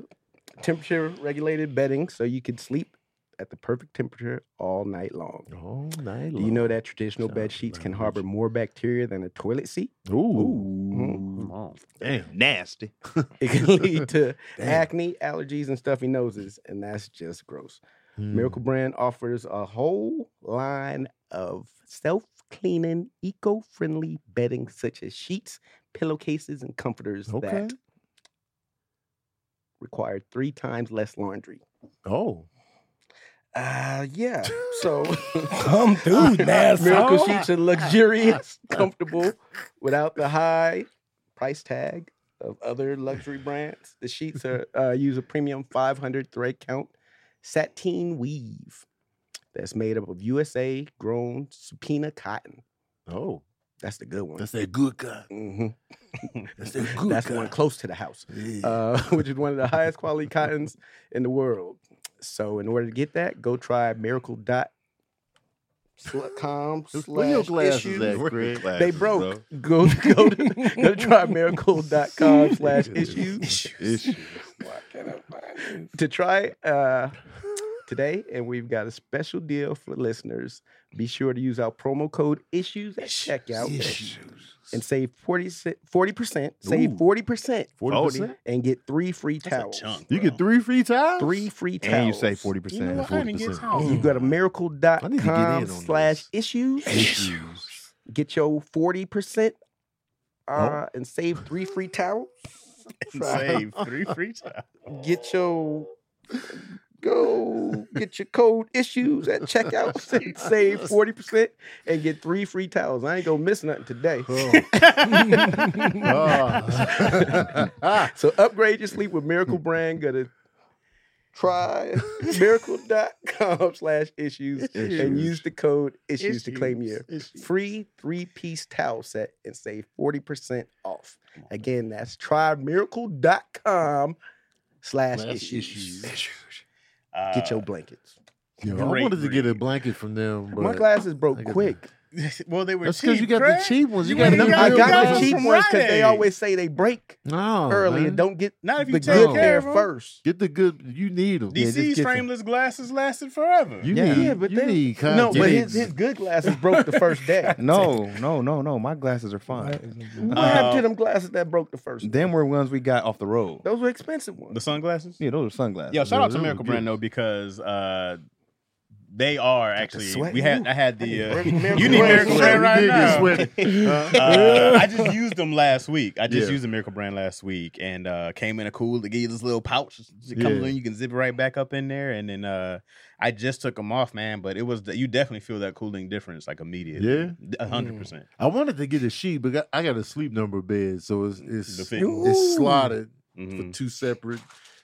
S3: temperature regulated bedding so you can sleep at the perfect temperature all night long.
S1: Oh, night
S3: Do you know that traditional bed
S1: Sounds
S3: sheets can
S1: language.
S3: harbor more bacteria than a toilet seat?
S1: Ooh,
S3: Mhm.
S1: damn.
S2: Nasty.
S1: [laughs]
S3: It can lead to
S1: Damn.
S3: acne, allergies, and stuffy noses, and that's just gross.
S1: Mm.
S3: Miracle Brand offers a whole line of self cleaning, eco friendly bedding such as sheets, pillowcases, and comforters
S1: Okay.
S3: that require three times less laundry.
S1: Oh,
S3: Uh, yeah. [laughs] So,
S5: Come through,
S3: [laughs] miracle
S5: Nassau.
S3: sheets
S1: [laughs]
S3: are luxurious, comfortable, without the high price tag of other luxury brands. The sheets are uh, use a premium 500 thread count sateen weave that's made up of USA grown subpoena cotton.
S1: oh,
S3: That's the good one.
S1: that's that good guy.
S3: hmm
S1: That's that good
S3: That's
S1: guy.
S3: the one close to the house
S1: Yeah.
S3: uh, [laughs] which is one of the highest quality cottons in the world. So in order to get that, go try Miracle Dot. Com
S1: Where your
S3: slash
S1: glasses
S3: issues.
S1: at, Greg?
S3: They broke. Go [laughs] go to, go to try miracle.com slash issues
S1: Issues.
S3: to try uh, today. And we've got a special deal for listeners. Be sure to use our promo code issues at checkout and save 40, 40% save
S1: Ooh.
S3: 40%
S1: 40%?
S3: and get three free towels.
S4: That's a chunk.
S1: You
S4: bro.
S1: get three free towels?
S3: three free towels.
S2: And you say forty [laughs]
S4: You know what?
S2: percent.
S4: I didn't get
S1: 40%.
S4: towels.
S3: You
S1: I need
S3: go to
S1: to get in on
S3: miracle.com
S1: this.
S3: slash
S1: [laughs]
S3: issues.
S1: issues.
S3: Get your 40% uh, and save three free towels.
S4: Save three free times.
S3: Get your go get your code issues at checkout and save 40% and get three free towels. I ain't gonna miss nothing today.
S1: Oh. Ah.
S3: [laughs]
S1: [laughs]
S3: So upgrade your sleep with Miracle Brand. Go to try miracle.com slash issues and
S2: Issues.
S3: use the code issues, to claim your
S4: Issues.
S3: free three piece towel set and save 40% off. Again, that's trymiracle.com slash
S1: Ah.
S3: issues.
S1: [laughs]
S4: Uh,
S3: Get your blankets.
S1: Yo, I wanted to get a blanket from them, but
S3: My glasses
S1: I
S3: broke
S1: got-
S3: quick.
S4: Uh, [laughs] well, they were
S1: That's
S4: cheap.
S1: because you got
S4: Craig.
S1: the cheap ones. You,
S4: You
S1: got
S4: ain't
S1: them.
S4: got
S3: I
S4: your
S1: real
S3: got
S4: glasses
S3: the
S1: glasses.
S3: cheap
S4: from
S3: ones because
S4: Rite
S3: they
S4: Aid.
S3: always say they break
S1: No,
S3: early
S1: man.
S3: and don't get
S4: Not if you
S3: the
S4: take
S3: good
S4: care
S3: pair
S4: of 'em.
S3: first.
S1: get the good. You need them.
S3: Yeah, just
S4: DC's
S3: get some-
S4: frameless glasses lasted forever.
S1: You
S2: Yeah.
S1: need,
S2: Yeah,
S1: but
S3: but
S1: you
S3: they-
S1: need
S3: No, but his,
S1: context.
S3: his good glasses broke the first [laughs] day.
S2: [laughs] No, no, no, no. My glasses are fine.
S3: What
S4: Uh,
S3: happened to them glasses that broke the first day?
S2: Them were ones we got off the road.
S3: Those were expensive ones.
S4: The sunglasses.
S2: Yeah, those are sunglasses.
S4: Yo, shout out to
S1: those
S4: Miracle
S1: were
S4: Brand
S1: good.
S4: though because uh, they are actually.
S3: sweat
S4: We
S3: in
S4: had
S3: you.
S4: I had the. Uh,
S3: Miracle
S4: you need
S3: Brand
S4: Miracle
S3: sweat.
S4: Brand right
S1: You did get
S4: now.
S1: sweaty.
S4: [laughs] Uh, I just used them last week. I just
S1: Yeah.
S4: used the Miracle Brand last week and uh, came in a cool to give you this little pouch. It comes
S1: Yeah.
S4: in, you can zip it right back up in there. And then uh, I just took them off, man. But it was you definitely feel that cooling difference like immediately. Yeah, a hundred percent.
S1: I wanted to get a sheet, but got, I got a sleep number bed, so it's
S4: The
S1: it's,
S4: fit.
S1: it's slotted for
S4: Because
S1: two separate,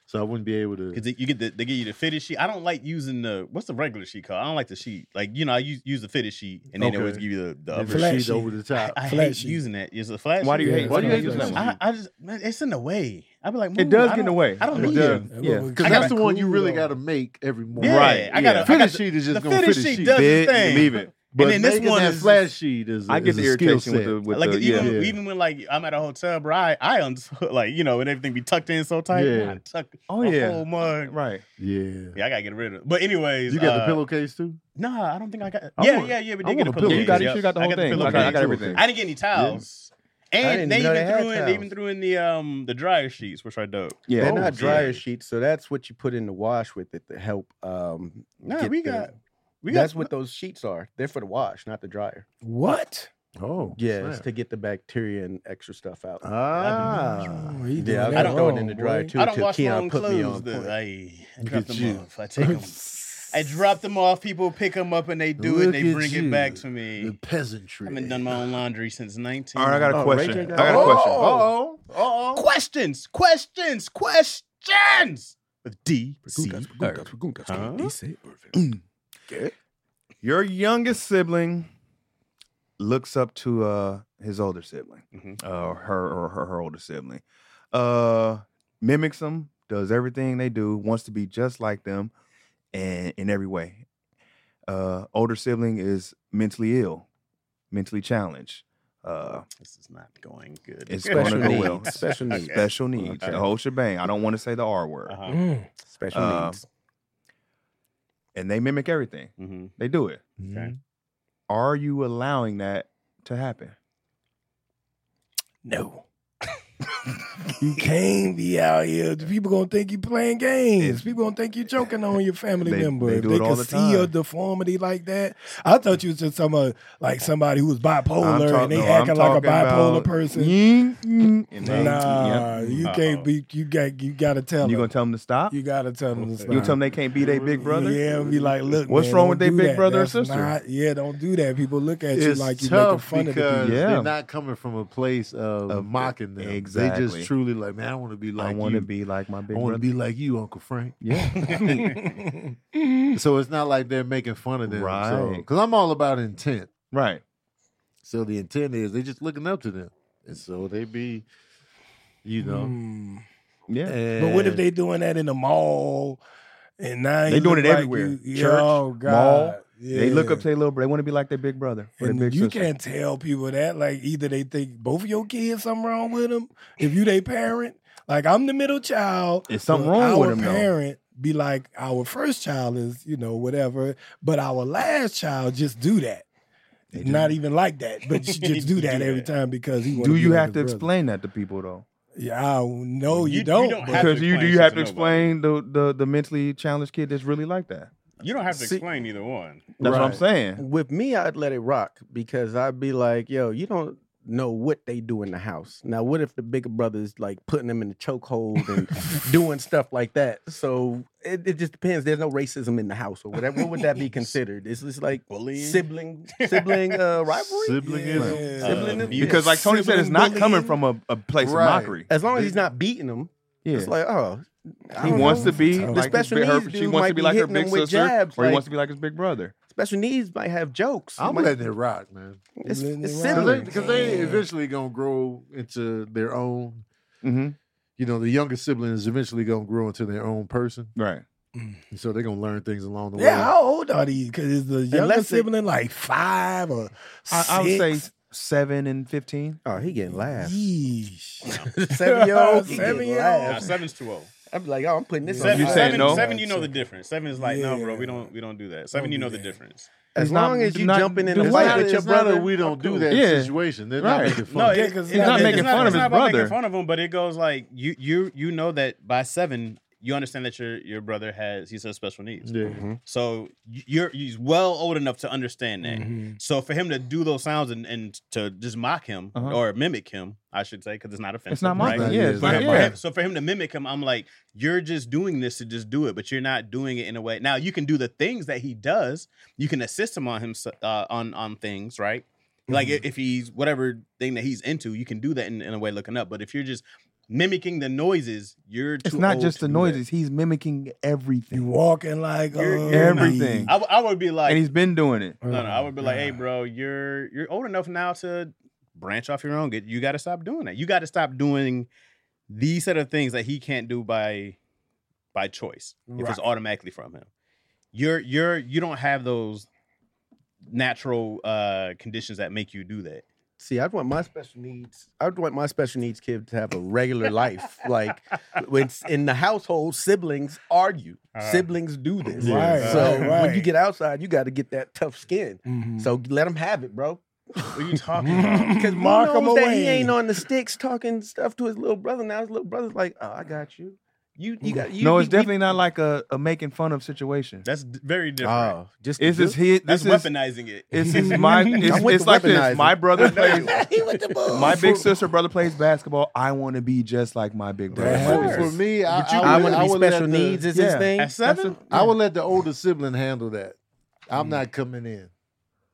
S1: so I wouldn't be able to.
S4: you get the, Mm-hmm. they give you the fitted sheet. I don't like using the what's the regular sheet called. I don't like the sheet. Like you know, I use use the fitted sheet, and then they always
S1: Okay.
S4: give you the, the
S1: the
S4: upper
S5: flat
S4: sheet.
S1: sheet
S5: sheet.
S1: over the top.
S4: I, I
S5: Flat
S4: hate
S5: sheet.
S4: using that. It's a flat.
S2: Why do you
S4: sheet.
S2: hate?
S1: Why do you hate
S2: this
S1: this
S2: one?
S1: one?
S4: I, I just man, it's in the way. I'd be like,
S2: It
S4: "Move,
S2: does
S4: I
S2: get in the
S4: don't-
S2: way.
S4: I don't
S2: It
S4: need
S1: does.
S4: it.
S1: Yeah, because
S4: I
S1: that's
S4: gotta
S1: the one you
S5: cool
S1: really
S5: down.
S1: got to make every morning.
S4: Yeah,
S2: Right,
S4: I gotta. I
S2: yeah.
S4: gotta
S1: Finish sheet is just
S4: the
S1: gonna
S4: finish
S1: finish
S4: sheet
S1: sheet.
S4: does
S2: Bid
S4: its
S2: and
S4: thing.
S2: leave it.
S1: But
S4: And then this
S1: making
S4: one
S1: that
S4: is-
S1: flash sheet is.
S2: I get
S1: is
S2: the
S1: a skill
S2: irritation with
S1: set.
S2: the with
S4: like
S2: the
S4: even,
S2: yeah.
S1: Yeah.
S4: even when like I'm at a hotel, bro, I, I uns- [laughs] like you know, and everything be tucked in so tight.
S1: Yeah.
S4: I tuck
S2: Oh
S4: a
S2: yeah,
S4: whole mug.
S2: right.
S1: Yeah.
S4: Yeah, I gotta get rid of. it. But anyways,
S1: You got
S4: uh,
S1: the pillowcase too?
S4: Nah, I don't think I got.
S1: I
S4: yeah,
S1: want-
S4: yeah, yeah. We
S1: I
S4: did get
S1: want
S4: a
S1: a
S4: pillow.
S1: pillow.
S2: You got it.
S1: Yeah.
S2: You got the
S4: I
S2: whole
S4: got the
S2: thing.
S4: pillow
S2: I got, I
S4: case.
S2: got everything.
S4: I didn't get any towels.
S3: didn't
S4: And they
S3: know
S4: even
S3: they had
S4: threw in they even
S3: towels.
S4: threw in the um the dryer sheets, which are dope.
S2: Yeah.
S3: They're
S2: Oh,
S3: not
S2: yeah.
S3: dryer sheets, so that's what you put in the wash with it to help. Um,
S4: Nah,
S3: get
S4: we
S3: the-
S4: got- We
S3: that's
S4: got,
S3: what those sheets are. They're for the wash, not the dryer.
S5: What?
S1: Oh.
S3: Yeah, it's
S1: snap.
S3: to get the bacteria and extra stuff out.
S1: Ah.
S5: Oh, he
S3: yeah,
S5: doing
S3: I
S5: that
S3: don't throw it in
S5: wrong,
S3: the dryer
S5: boy.
S3: too
S4: Oh, I don't
S3: until
S4: wash my
S3: Keon
S4: own
S3: put me on
S4: clothes.
S3: point.
S4: though. I, I
S1: Look
S4: drop
S1: at you.
S4: them off. I
S3: [laughs]
S4: take them. I drop them off. People pick them up and they do it. And
S1: Look
S4: they
S1: at
S4: bring
S1: you.
S4: it back to
S1: The
S4: me.
S1: peasantry.
S4: I haven't done my own laundry since 19.
S2: All right, I got a
S3: Oh,
S2: question. I
S3: Ray J got
S2: got a
S3: it.
S2: question.
S1: Oh, oh,
S4: questions, questions, questions with D C.
S2: Your youngest sibling looks up to uh his older sibling,
S4: Mhm.
S2: uh, her or her, her older sibling, uh, mimics them, does everything they do, wants to be just like them, and in every way. Uh, older sibling is mentally ill, mentally challenged. Uh,
S4: This is not going good.
S2: it's going to
S3: Special
S2: go well.
S3: needs. Special needs.
S2: Special needs,
S4: Okay.
S2: the whole shebang. I don't want to say the R word,
S4: Uh-huh.
S5: Mm.
S3: Special
S2: Uh,
S3: needs.
S2: and they mimic everything.
S4: hmm
S2: They do it.
S4: Okay.
S2: Are you allowing that to happen?
S5: No. [laughs] you can't be out here. The People gonna think you playing games. People gonna think you joking on your family
S2: They-
S5: member.
S2: they
S5: if
S2: do
S5: they
S2: it all
S5: can
S2: the
S5: see a
S2: time.
S5: deformity like that. I thought you was just talking about like somebody who was bipolar
S2: talk-
S5: and they
S2: no, I'm
S5: acting like a
S2: talking
S5: bipolar
S2: about-
S5: person.
S2: Mm, mm. And they-
S5: Nah,
S2: yep.
S5: you
S4: Uh-oh.
S5: can't be. You got. You gotta tell
S2: You
S5: them.
S2: gonna tell them to stop?
S5: You
S2: You
S5: gotta tell them. to
S2: gonna
S5: stop.
S2: tell them they can't be their big brother?
S5: Yeah, be like, look,
S2: What's
S5: man,
S2: wrong
S5: don't
S2: with they
S5: do
S2: big
S5: that.
S2: brother or
S5: That's
S2: sister?
S5: not- yeah, don't do that. People look at you
S1: It's
S5: like you making
S1: tough
S5: fun of the people.
S1: because
S2: Yeah.
S1: they're not coming from a place of,
S2: Of-
S1: mocking them. They
S2: exactly.
S1: just truly like, man, I want to be like
S2: I want
S1: you.
S2: to be like my
S1: I
S2: big
S1: want
S2: brother.
S1: to be like you, Uncle Frank.
S2: yeah, [laughs]
S1: So it's not like they're making fun of them.
S2: Right.
S1: Because I'm all about intent.
S2: right.
S1: So the intent is they just looking up to them, and so they be, you know.
S5: Hmm.
S2: Yeah,
S5: But what if
S1: and-
S5: they doing that in the mall? And now
S2: They
S5: you
S2: doing
S5: look
S2: it
S5: like
S2: everywhere.
S5: you- yeah,
S2: Church,
S5: oh, God.
S2: mall. they look
S5: Yeah.
S2: up to their little brother. They want to be like their big brother or their
S5: And
S2: big
S5: you
S2: sister.
S5: can't tell people that. Like either they think both of your kids something wrong with them. If you they parent, like I'm the middle child.
S2: It's something
S5: but
S2: wrong with
S5: our
S2: them though.
S5: parent be like our first child is you know whatever, but our last child just do that.
S2: They do.
S5: Not even like that, but she just
S2: [laughs]
S5: do that every time because he. wanna
S2: Do
S5: be
S2: you
S5: with
S2: have
S5: his
S2: to
S5: brother.
S2: explain that to people though?
S5: Yeah, I don't- no,
S4: You-
S5: you,
S4: you
S5: don't.
S4: don't
S5: but-
S4: have to
S2: Because you do
S4: explain
S2: you
S4: shit
S2: have
S4: to
S2: to
S4: nobody.
S2: explain the, the the mentally challenged kid that's really like that.
S4: You don't have to
S3: See-
S4: explain either one.
S2: That's what I'm
S3: Right.
S2: saying.
S3: With me, I'd let it rock because I'd be like, yo, you don't know what they do in the house. Now, what if the bigger brother's like putting them in the chokehold and doing stuff like that? So it, it just depends. There's no racism in the house or whatever. What would that be considered? It's just like
S4: Bullying.
S3: sibling sibling uh, rivalry.
S1: Siblingism.
S5: Yeah.
S4: Sibling
S3: Sibling-
S4: abuse.
S2: Because like Tony said, it's
S5: Sibling
S2: not coming
S5: bullying.
S2: from a, a place
S1: Right.
S2: of mockery.
S3: As long as he's not beating them,
S2: Yeah.
S3: It's like, oh, I
S2: He
S3: don't
S2: wants
S3: know.
S2: to be
S3: The
S2: like his
S3: special
S2: big, her,
S3: needs
S2: she
S3: dude
S2: wants
S3: might
S2: to be
S3: be
S2: like her
S3: hitting
S2: big
S3: him with
S2: sister,
S3: jabs,
S2: or he
S3: like-
S2: wants to be like his big brother.
S3: Special needs might have jokes.
S1: I'm
S3: Might-
S1: letting it rock, man.
S3: It's,
S5: letting
S3: it's
S5: it
S1: Because they,
S5: rock.
S3: siblings.
S1: 'cause they eventually gonna grow into their own.
S2: Mm-hmm.
S1: You know, the younger sibling is eventually gonna grow into their own person,
S2: Right.
S1: and so they're gonna learn things along the
S5: Yeah,
S1: way.
S5: how old are these? Because is the younger
S3: Unless they-
S5: sibling like five or
S2: I,
S5: six?
S2: I would say seven and fifteen.
S3: Oh, he getting laughs.
S5: [laughs] Yeesh.
S3: Seven year old,
S5: Seven
S3: seven
S5: year
S3: year
S4: Nah,
S3: old.
S4: seven's too old.
S3: I'd be like, oh, I'm putting this
S4: Seven,
S3: on.
S2: You
S3: my-
S2: saying
S4: seven,
S2: no?
S4: seven, you know the difference. Seven is like, no, bro, we
S5: Yeah.
S4: don't, we don't do that. Seven,
S5: Don't
S4: you
S5: do
S4: know the
S5: that.
S4: difference.
S3: As
S2: It's not-
S3: long as
S2: do
S3: you
S2: not
S3: jumping in
S2: do
S3: a
S1: It's
S2: Why?
S3: fight
S1: not,
S3: with
S1: it's
S3: your
S1: not
S3: brother.
S1: that we don't do
S3: cool.
S1: that
S2: Yeah.
S1: situation. They're
S2: Right.
S1: not making fun.
S4: No,
S5: Yeah,
S4: it-
S5: 'cause
S4: it's
S5: not
S4: it's
S5: making
S2: fun of
S4: it's
S2: his
S4: not about
S2: brother.
S4: Making fun of him, but it goes like you, you, you know that by seven, you understand that your your brother has he's has special needs.
S1: Yeah.
S4: So y- you're he's well old enough to understand that.
S2: Mm-hmm.
S4: So for him to do those sounds and, and to just mock him
S2: Uh-huh.
S4: or mimic him, I should say, because it's not offensive.
S2: It's not my
S4: right?
S1: Right.
S2: Yeah, it's
S4: But
S2: not,
S4: for
S2: yeah.
S4: him- so for him to mimic him, I'm like, you're just doing this to just do it, but you're not doing it in a way. Now you can do the things that he does. You can assist him on him uh, on on things, right? Like
S2: Mm-hmm.
S4: i- if he's whatever thing that he's into, you can do that in, in a way looking up. But if you're just mimicking the noises, you're
S2: It's
S4: too
S2: not
S4: old
S2: just
S4: to
S2: the
S4: do
S2: noises. He's mimicking
S5: You
S2: everything,
S5: walking like uh,
S4: You're- you're not-
S2: everything,
S4: that. I, w- I would be like,
S2: and he's been doing it.
S4: no, no, I would be like,
S5: Oh,
S4: hey, bro, you're you're old enough now to branch off your own. Get you got to stop doing that. You got to stop doing these set of things that he can't do by by choice. If it's automatically from him, you're you're you don't have those natural uh conditions that make you do that.
S3: See, I'd want my special needs. I'd want my special needs kid to have a regular [laughs] life. Like when it's in the household, siblings argue.
S4: Uh,
S3: siblings do this.
S5: Right,
S3: So
S5: right,
S3: when you
S5: right.
S3: get outside, you got to get that tough skin.
S2: Mm-hmm.
S5: Mhm.
S3: So let them have it, bro.
S4: What are you talking
S3: [laughs]
S4: about?
S3: Because
S5: Mark
S3: Mark
S5: 'em
S3: knows that he
S5: away.
S3: ain't on the sticks talking stuff to his little brother. Now his little brother's like, "Oh, I got you. You, you got you."
S2: no,
S3: we-
S2: it's
S3: we-
S2: definitely not like a, a making fun of situation.
S4: That's d- very different.
S3: Oh, just
S2: It's just his.
S4: That's
S2: This is
S4: weaponizing it.
S2: it's is my. It's,
S3: I'm with
S2: it's
S3: the
S2: like this.
S3: weaponizer.
S2: My brother plays.
S3: he with the bull.
S2: My big sister brother plays basketball. I want to be just like my big brother.
S5: Right.
S2: plays.
S1: For me, I,
S2: But you-
S1: I
S3: I
S1: would,
S3: want to be
S1: would let
S3: special
S1: the-
S3: needs is his
S2: yeah.
S3: thing.
S4: At seven,
S1: I would let the older sibling handle that. I'm not coming in.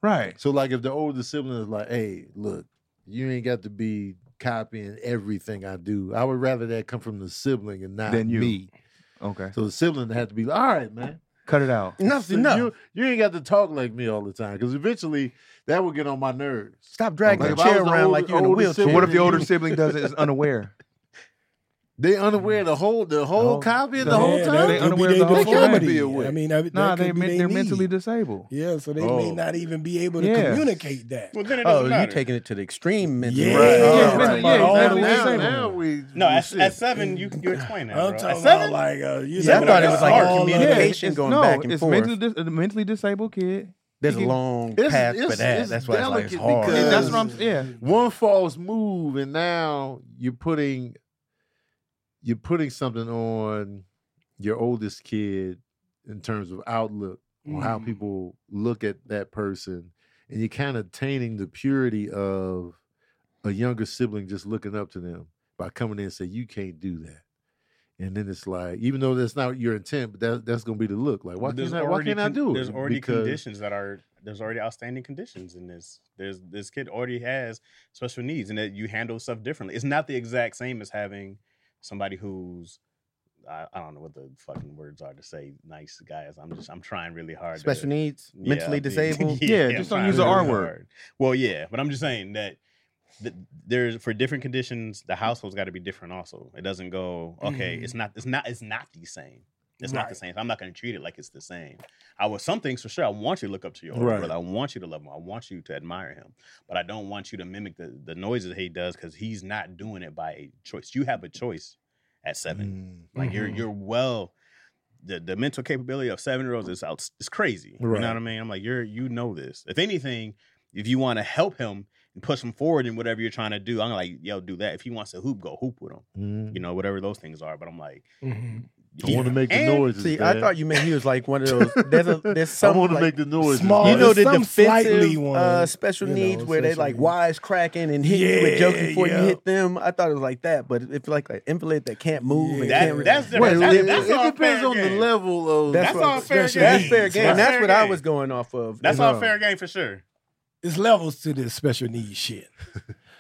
S2: Right.
S1: So like if the older sibling is like, hey, look, you ain't got to be copying everything I do. I would rather that come from the sibling and not
S2: Than you.
S1: me.
S2: Okay.
S1: So the sibling had to be like, all right, man.
S2: Cut it out.
S1: So
S3: Nothing. No.
S1: You, you ain't got to talk like me all the time. Cause eventually that would get on my nerves.
S3: Stop dragging
S1: Like,
S3: the
S1: if I
S3: chair
S1: was the
S3: around
S1: older-
S3: like you're in a
S1: older
S3: wheelchair.
S1: sibling-
S2: What if the older sibling does it is unaware?
S1: They unaware the whole the whole
S2: Oh,
S1: copy of the,
S2: the
S1: whole
S2: whole-
S1: time.
S2: they
S5: could
S2: unaware
S5: be
S2: of the
S5: their
S2: whole
S5: deformity.
S1: thing. They can't be
S5: I mean, I, that
S2: [laughs] Nah,
S5: could
S2: they,
S5: be
S2: men-
S5: their
S2: they're
S5: need.
S2: mentally disabled.
S5: Yeah, so they may
S1: Oh.
S5: not even be able to
S2: Yeah.
S5: communicate that.
S4: [laughs] well, then it
S3: Oh,
S4: doesn't
S3: you
S4: matter.
S3: taking it to the extreme mentally.
S5: Yeah,
S1: Right.
S5: yeah,
S1: Oh,
S5: right.
S1: right.
S5: About
S2: Yeah,
S5: all
S1: Now,
S5: the way.
S2: exactly. Now- sibling.
S1: now we
S4: no,
S1: we
S4: at,
S1: shit.
S4: at seven, you you explain that.
S5: I'm
S4: bro. At
S5: talking
S4: seven,
S5: about like uh, you
S3: Yeah, I
S5: know,
S3: thought it was like
S5: all
S3: all
S5: of-
S3: communication
S2: it's-
S3: going
S2: no,
S3: back and
S2: it's
S3: forth.
S2: Mentally dis- a mentally disabled kid.
S3: There's a
S2: He can-
S3: long
S1: It's-
S3: path for
S1: it's-
S3: that.
S1: it's
S3: That's why it's like it's
S1: delicate
S3: hard.
S1: because-
S2: Yeah, that's what I'm. Yeah,
S1: one false move and now you're putting you're putting something on your oldest kid in terms of outlook
S5: Mm-hmm.
S1: on how
S4: Mm.
S1: people look at that person and you're kind of tainting the purity of a younger sibling just looking up to them by coming in and say you can't do that and then it's like even though that's not your intent but that, that's going to be the look like why
S4: There's
S1: can't I, why
S4: already
S1: can't I
S4: con-
S1: do it
S4: There's already
S1: Because-
S4: conditions that are there's already outstanding conditions in this. There's this kid already has special needs, and that you handle stuff differently. It's not the exact same as having somebody who's I, I don't know what the fucking words are to say nice guys. I'm just I'm trying really hard.
S3: Special
S4: to,
S3: needs,
S4: Yeah,
S3: mentally
S4: I'm [laughs] being-
S3: disabled.
S2: Yeah, just don't
S4: I'm
S2: use the
S4: trying
S2: R
S4: really
S2: word.
S4: hard. Well, yeah, but I'm just saying that. th- There's for different conditions, the household's got to be different. Also, it doesn't go okay.
S2: Mm-hmm.
S4: It's not. It's not. It's not the same. It's not the same. I'm not going to treat it like it's the same. I will some things for sure. I want you to look up to your older
S1: Right.
S4: brother. I want you to love him. I want you to admire him. But I don't want you to mimic the, the noises that he does because he's not doing it by a choice. You have a choice at seven. Like you're
S2: Mm-hmm.
S4: you're well. The, the mental capability of seven year olds is out. It's crazy. You
S1: Right.
S4: know what I mean? I'm like you're you know this. If anything, if you want to help him and push him forward in whatever you're trying to do, I'm like yo do that. If he wants to hoop, go hoop with him.
S1: Mhm.
S4: You know whatever those things are. But I'm like
S2: Mm-hmm.
S1: I want to make the
S4: And-
S1: noises
S3: See, I
S1: man.
S3: thought you meant he was like one of those.
S1: [laughs]
S3: There's a, there's
S1: I
S3: some
S1: want to
S3: like,
S1: make the noise.
S5: small-
S3: you know
S5: There's
S3: the
S5: some slightly
S3: defensive
S5: one,
S3: uh, special
S5: you know,
S3: needs where they
S5: special
S3: like
S5: needs.
S3: wise cracking and hit you with jokes
S5: Yeah,
S3: before
S5: yeah.
S3: you hit them. I thought it was like that, but if like an invalid that can't move and
S5: Yeah.
S3: can't
S4: that,
S3: really-
S1: Wait,
S4: that's different.
S1: it-
S4: That-
S1: it,
S4: that's
S1: it
S4: all
S1: depends
S4: fair
S1: on the
S4: game.
S1: level of.
S3: That's
S4: That's
S3: what-
S4: all fair
S5: special
S4: game.
S3: that's fair game.
S4: That's
S3: That's,
S4: fair
S3: what I
S4: game.
S3: was going off of.
S2: uh,
S4: That's
S3: And,
S4: all
S3: um,
S4: fair game for sure. [laughs]
S5: It's levels to this special needs shit.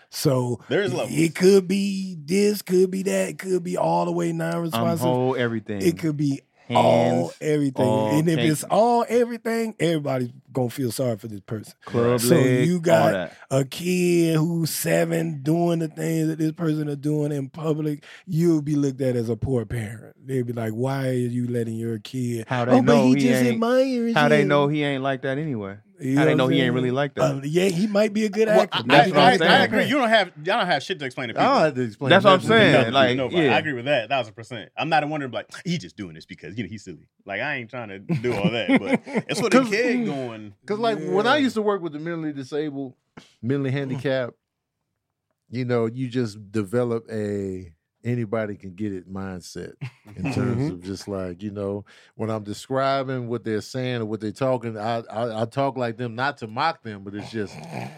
S5: So
S4: There's levels.
S5: it could be this, could be that, could be all the way
S2: I'm
S5: non-responsive.
S2: whole everything.
S5: It could be
S2: Hands,
S5: all everything.
S2: all
S5: and if
S2: taken.
S5: it's all everything, everybody's gonna feel sorry for this person.
S2: club
S5: so
S2: leg,
S5: you
S2: all
S5: got
S2: that.
S5: a kid who's seven doing the things that this person are doing in public, you'll be looked at as a poor parent. They'll be like, "Why are you letting your kid?"
S2: How they
S5: oh, but
S2: know
S5: he,
S2: he
S5: just
S2: ain't-
S5: admires
S2: How they
S5: you."
S2: know he ain't like that anyway?
S5: You
S2: how they
S5: what
S2: know
S5: I'm
S2: he ain't
S5: saying?
S2: really like that?
S5: Uh, yeah, he might be a good
S4: Well,
S5: actor.
S4: I,
S2: That's
S4: I-
S2: what I'm
S4: I- I
S2: saying.
S4: agree. You don't have y'all don't have shit to explain to
S1: I
S4: people.
S1: don't have to explain.
S2: That's what I'm
S1: nothing.
S2: saying.
S4: Nothing to
S2: like,
S4: nobody.
S2: yeah.
S4: I agree with that, thousand percent. I'm not wondering like he just doing this because you know he's silly. Like I ain't trying to do all that, but it's
S2: [laughs]
S4: what the
S1: 'Cause-
S4: kid going.
S1: Because like when I
S5: Yeah.
S1: used to work with the mentally disabled, mentally handicapped, you know, you just develop a anybody can get it mindset in terms of just like you know when I'm describing what they're saying or what they're talking, I, I I talk like them not to mock them, but it's just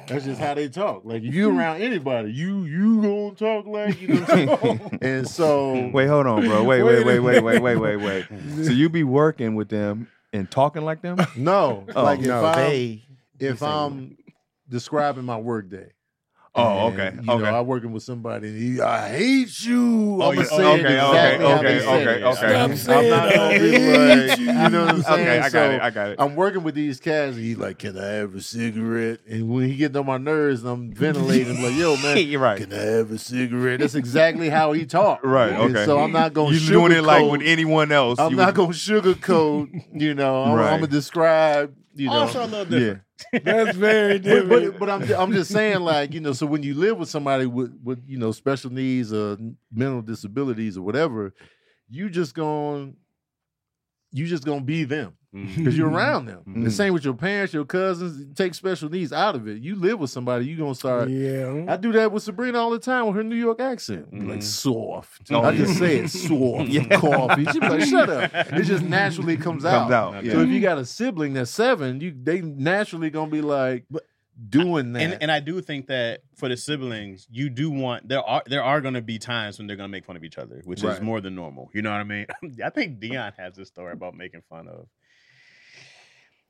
S1: that's just how they talk. Like if you around anybody, you you gonna talk like you know. What I'm saying? and so
S2: Wait, hold on, bro. Wait, Mm. [laughs] wait,
S1: Wait
S2: wait,
S1: a
S2: wait, wait, wait, wait, wait. [laughs] So you be working with them and talking like them?
S1: no,
S2: Oh,
S1: like if
S3: no,
S1: I'm,
S3: they.
S1: if I'm describing my work day.
S2: [laughs] Oh,
S1: And,
S2: okay,
S1: You
S2: okay.
S1: know, I'm working with somebody. And he, I hate you.
S4: Oh,
S1: I'm
S4: yeah.
S1: gonna say it
S2: Okay,
S1: exactly how
S2: okay,
S1: they said
S2: okay,
S1: it.
S2: okay.
S1: I'm,
S5: Stop saying
S2: [laughs]
S1: not
S5: I
S1: gonna be
S5: hate
S1: like,
S5: you.
S1: you know what I'm saying?
S2: Okay, I got
S1: So,
S2: it. I got it.
S1: I'm working with these cats, and he's like, "Can I have a cigarette?" And when he getting on my nerves, and I'm ventilating, I'm like, "Yo, man,
S2: You're [laughs] right.
S1: can I have a cigarette?" That's exactly how he talked.
S2: [laughs] Right,
S1: And
S2: okay.
S1: so I'm not gonna
S2: You
S1: sugarcoat.
S2: doing it like with anyone else?
S1: I'm
S2: you
S1: not
S2: was-
S1: gonna sugarcoat. You know, I'm,
S2: Right.
S1: I'm gonna describe. You know,
S4: Also a little different.
S5: That's very
S1: but,
S5: different.
S1: but but I'm I'm just saying like you know so when you live with somebody with with you know special needs or mental disabilities or whatever, you just going you just gonna be them because you're around them. The
S2: Mhm.
S1: same with your parents, your cousins. Take special needs out of it. You live with somebody, you gonna start.
S5: [laughs] yeah.
S1: I do that with Sabrina all the time with her New York accent, Be
S4: Mhm.
S1: like soft.
S2: Mm-hmm. Oh,
S1: I
S2: yeah.
S1: just say it soft.
S2: [laughs] Yeah.
S1: Coffee. She be like, shut
S2: [laughs]
S1: up. It just naturally
S2: comes out.
S1: so
S2: Yeah.
S1: if you got a sibling that's seven, you they naturally gonna be like
S4: But-
S1: doing that.
S4: And and I do think that for the siblings, you do want there are there are going to be times when they're going to make fun of each other, which is
S1: Right.
S4: more than normal. You know what I mean? [laughs] I think Dion has this story about making fun of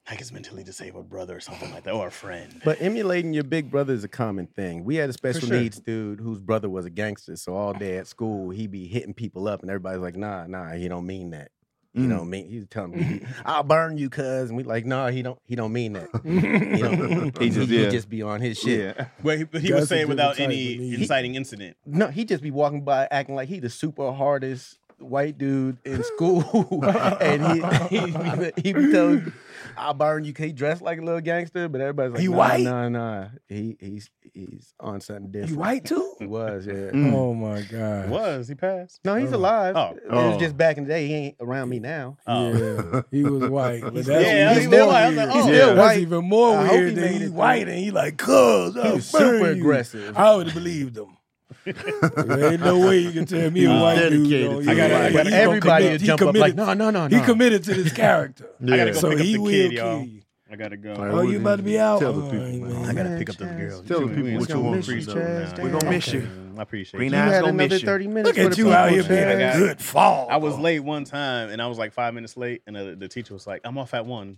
S4: like his mentally disabled brother or something like that, or a friend.
S3: But emulating your big brother is a common thing. We had a special
S4: sure.
S3: needs dude whose brother was a gangster. So all day at school, he'd be hitting people up, and everybody's like, "Nah, nah, he don't mean that." You
S2: Mm.
S3: know, mean he's telling
S2: [laughs]
S3: me, "I'll burn you, cuz," and we like, "Nah, he don't. He don't mean that." You know,
S2: [laughs] He just-
S3: he
S2: yeah.
S3: just be on his shit.
S2: Mm. Yeah.
S4: Where he, but he
S5: That's
S4: would say
S5: a
S4: it without
S5: different
S4: any
S5: type of need.
S4: inciting incident.
S3: No, he just be walking by acting like he the super hardest white dude in school, [laughs] and he he be, he be telling, "I'll burn you." 'cause He dressed like a little gangster, but everybody's like,
S5: He
S3: nah,
S5: white?
S3: Nah, nah, he he's he's on something different.
S5: You white too?
S3: He was, yeah.
S5: [laughs]
S2: Mm.
S5: Oh my god.
S4: Was he passed?
S3: No, he's
S5: Oh.
S3: alive.
S4: Oh.
S3: It was
S1: Oh.
S3: just back in the day. He ain't around me now.
S4: Oh.
S5: Yeah, he was white. But that's
S4: Yeah,
S5: even
S4: he was
S5: more
S4: white. I was
S5: weird.
S4: like, oh.
S2: Yeah.
S5: That's
S3: White.
S5: even more
S3: I hope
S5: weird
S3: he
S5: than
S3: made
S5: he
S3: it
S5: white
S3: through.
S5: and he like, cuz,
S3: He
S5: I'll
S3: was super
S5: burn you."
S3: aggressive.
S5: I would have believed him. there ain't no way you can tell me a
S4: He was
S5: white dude.
S1: dedicated
S5: don't-
S1: to
S5: yeah,
S1: it. I
S5: but
S3: But
S5: he gonna
S3: everybody
S5: commit-
S3: would
S5: he
S3: jump up like,
S5: committed-
S3: no, no, no,
S5: He
S3: no.
S5: committed to this character.
S4: I gotta go
S5: So
S4: pick up
S5: he
S4: the
S5: will
S4: kid,
S5: kill
S4: y'all.
S5: you.
S4: I gotta go.
S1: Like,
S5: Oh, you about to be out?
S1: Tell the
S5: Oh,
S1: people,
S5: man.
S1: man.
S4: I gotta pick up them girls.
S1: Tell the
S4: We-
S1: people
S4: we-
S1: what you
S4: we gonna
S1: want
S4: miss
S1: for
S4: you,
S3: Chaz.
S4: now.
S3: We gonna
S5: miss you.
S4: Mm, I appreciate
S2: Green
S4: it.
S3: You
S2: eyes
S3: had
S2: gonna
S3: another
S2: miss you.
S3: 30 minutes.
S5: Look
S3: for
S5: at
S3: the
S5: you out here
S3: people,
S5: being
S3: man.
S4: I
S5: a
S4: got-
S5: good fall.
S4: I was late one time, and I was like five minutes late, and the, the teacher was like, "I'm off at one."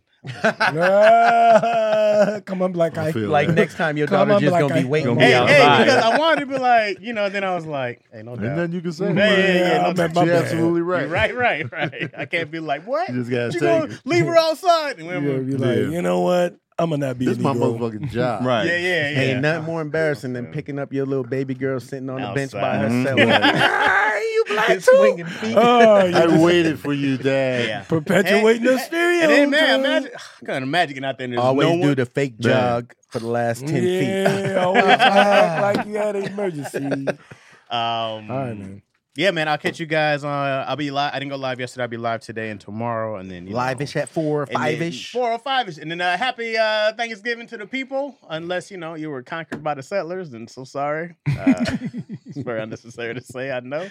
S5: Ah, [laughs] Come on, black
S1: I
S5: eye.
S1: feel
S3: Like
S1: that.
S3: next time, your
S5: Come
S3: daughter
S5: on,
S3: just
S5: black
S3: gonna be
S5: guy.
S3: waiting.
S2: Gonna
S4: Hey,
S2: Yeah,
S4: hey,
S2: bye.
S4: because I wanted to be like, you know, then I was like, hey,
S1: [laughs]
S4: no
S1: Ain't
S4: doubt.
S1: nothing you can say.
S4: Yeah, yeah, yeah, no
S5: I'm
S4: doubt.
S5: at my
S1: You're
S5: bad.
S1: absolutely right.
S4: Right. right, right, right. I can't be like, what?
S1: You just gotta
S4: You
S1: take
S4: gonna
S1: it.
S4: leave her outside? And
S5: Yeah,
S4: whatever.
S5: be like,
S1: Yeah.
S5: you know what? I'm gonna not be
S1: This is
S5: a
S1: my
S5: Negro.
S1: motherfucking job.
S2: Right.
S4: Yeah, yeah, yeah.
S3: Ain't nothing more embarrassing than picking up your little baby girl sitting on the bench by
S4: Outside.
S3: herself.
S5: [laughs]
S3: [laughs]
S5: you black
S3: Just
S5: too?
S3: swinging feet.
S5: Oh, [laughs] you
S1: I
S5: just
S1: waited for you, Dad.
S4: Yeah.
S5: perpetuating the
S4: And
S5: stereo.
S4: then, man, imagine, [sighs] I couldn't imagine getting out there and there's
S3: Always
S4: no
S3: do
S4: one.
S3: the fake
S1: Man.
S3: jog for the last 10 feet.
S5: yeah, always act like you had an emergency.
S4: um,
S5: All [laughs] right, man.
S4: Yeah, man, I'll catch you guys on. I'll be live. I didn't go live yesterday. I'll be live today and tomorrow, and then you know.
S3: Live ish at four,
S4: And then
S3: five ish.
S4: Four or five ish. And then uh, happy uh, Thanksgiving to the people, unless, you know, you were conquered by the settlers. And so sorry. Uh, it's very unnecessary to say, I know.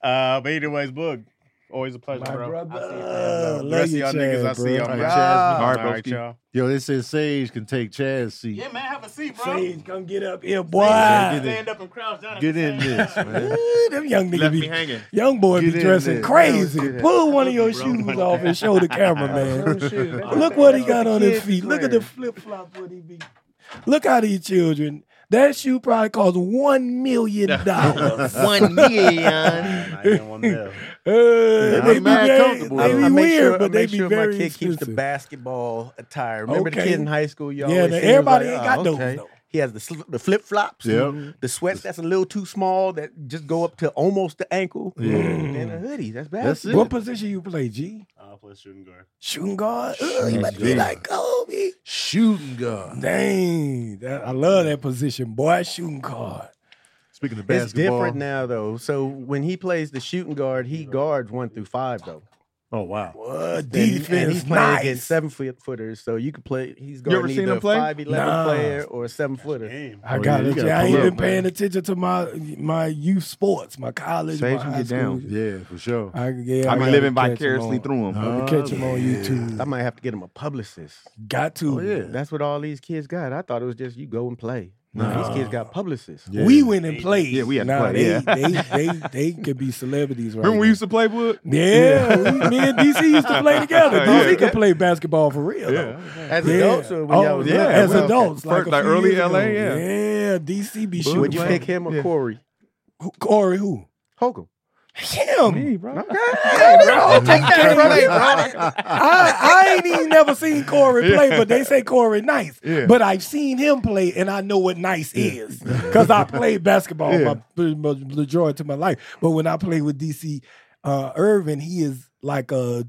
S4: Uh, but, anyways, Boog, always a pleasure,
S5: My
S4: bro.
S5: brother.
S4: I'll see you, man. The
S5: Love
S4: rest of
S5: you,
S4: y'all
S5: Chad,
S4: niggas, I'll see
S5: bro.
S4: y'all,
S1: All right,
S4: man.
S1: Chaz.
S4: All
S1: All
S4: right,
S1: right, broski.
S4: y'all.
S1: Yo, they said Sage can take Chaz's seat.
S4: Yeah, man, have a seat, bro.
S5: Sage, come get up here, boy.
S1: man, get
S4: Stand up and crouch down. at
S1: Get
S4: the
S1: in
S4: same
S1: this,
S5: [laughs]
S4: time.
S1: man.
S5: Ooh, them young niggas
S8: [laughs]
S5: be
S2: hanging.
S5: Young boy
S1: Get
S5: be
S1: in
S5: dressing
S1: there.
S5: crazy.
S1: Yeah.
S5: Pull one of your
S8: Bro.
S5: shoes off and show the camera,
S4: [laughs] Oh,
S5: man.
S3: Look
S5: Look what he got on his feet. Look at the flip flop what he be. Look how these children. That shoe probably cost one
S3: [laughs]
S5: million dollars.
S1: One
S3: million.
S5: Uh, they be very- [laughs] They be
S3: I make
S5: weird,
S3: sure, I
S5: but they
S3: make
S5: be
S3: sure my
S5: very
S3: kid keeps the
S5: expensive.
S3: basketball attire. Remember the
S5: Okay.
S3: kid in high school? You
S5: Yeah,
S3: always
S5: now
S3: see, he was
S5: everybody
S3: like,
S5: ain't
S3: "Ah,
S5: got those,
S3: okay."
S5: though.
S3: He has the sl- the flip flops,
S1: Yep.
S3: the sweats that's a little too small that just go up to almost the ankle,
S1: Yeah.
S3: and then the hoodies. That's bad.
S1: That's it.
S5: What position you play, G?
S8: I play Oh, shooting guard.
S5: Shooting guard. Ugh, you
S1: Shooting
S5: about to be
S1: guard.
S5: like Kobe.
S1: Shooting guard.
S5: Dang, that, I love that position, boy. Shooting guard.
S1: Speaking of basketball,
S3: It's different now though. So when he plays the shooting guard, he guards one through five though.
S1: Oh wow.
S5: What
S3: Uh, And-
S5: defense?
S3: and he's playing
S5: nice.
S3: against seven foot footers, so you could play. He's
S2: ever
S3: guarding
S2: seen
S3: either
S2: him play?
S3: a five eleven
S5: Nah.
S3: player or a seven footer.
S8: Game.
S5: I
S1: Oh,
S5: got
S1: yeah, you
S5: it.
S1: gotta
S5: I
S1: pull
S5: ain't been
S1: up,
S5: paying
S1: man.
S5: attention to my my youth sports, my college,
S2: Sage
S5: my
S2: can
S5: high
S2: get
S5: school.
S2: down.
S1: Yeah, for sure.
S5: I, yeah,
S2: I've
S5: I
S2: been
S5: gotta
S2: living
S5: catch Uh-huh. 'em
S2: vicariously
S5: on.
S2: through Oh, him.
S5: I have
S1: Oh,
S5: to catch him on
S1: yeah.
S5: YouTube.
S3: I might have to get him a publicist.
S5: got to.
S1: Oh yeah.
S3: That's what all these kids got. I thought it was just you go and play. No,
S5: Nah.
S3: These kids got publicists.
S1: Yeah.
S5: We went and played.
S2: Yeah, we had to
S5: Now
S2: play, yeah.
S5: They, they, they, they could be celebrities right
S2: Remember
S5: now.
S2: we used to play Wood?
S5: Yeah, we, me and DC used to play together.
S2: Yeah.
S5: DC could play basketball for real. though.
S3: As
S5: Yeah.
S3: adults, or when
S5: Oh,
S3: y'all was
S5: yeah,
S3: little?
S5: as
S3: Okay.
S5: adults, like,
S2: First-
S5: a
S2: like
S5: few
S2: early
S5: years ago.
S2: LA, yeah.
S5: yeah. DC be shooting.
S3: Would you
S2: Well,
S3: pick him or
S2: yeah.
S3: Corey
S5: Who- Corey? Who? [laughs]
S3: Holcomb?
S5: Him.
S2: Me, bro.
S5: I, I ain't even never seen
S2: [laughs]
S5: Corey play, but they say Corey nice.
S1: Yeah.
S5: But I've seen him play, and I know what nice is
S1: [laughs]
S5: because I played basketball
S1: Yeah.
S5: my pretty much majority of my life. But when I played with DC uh, Irvin, he is like a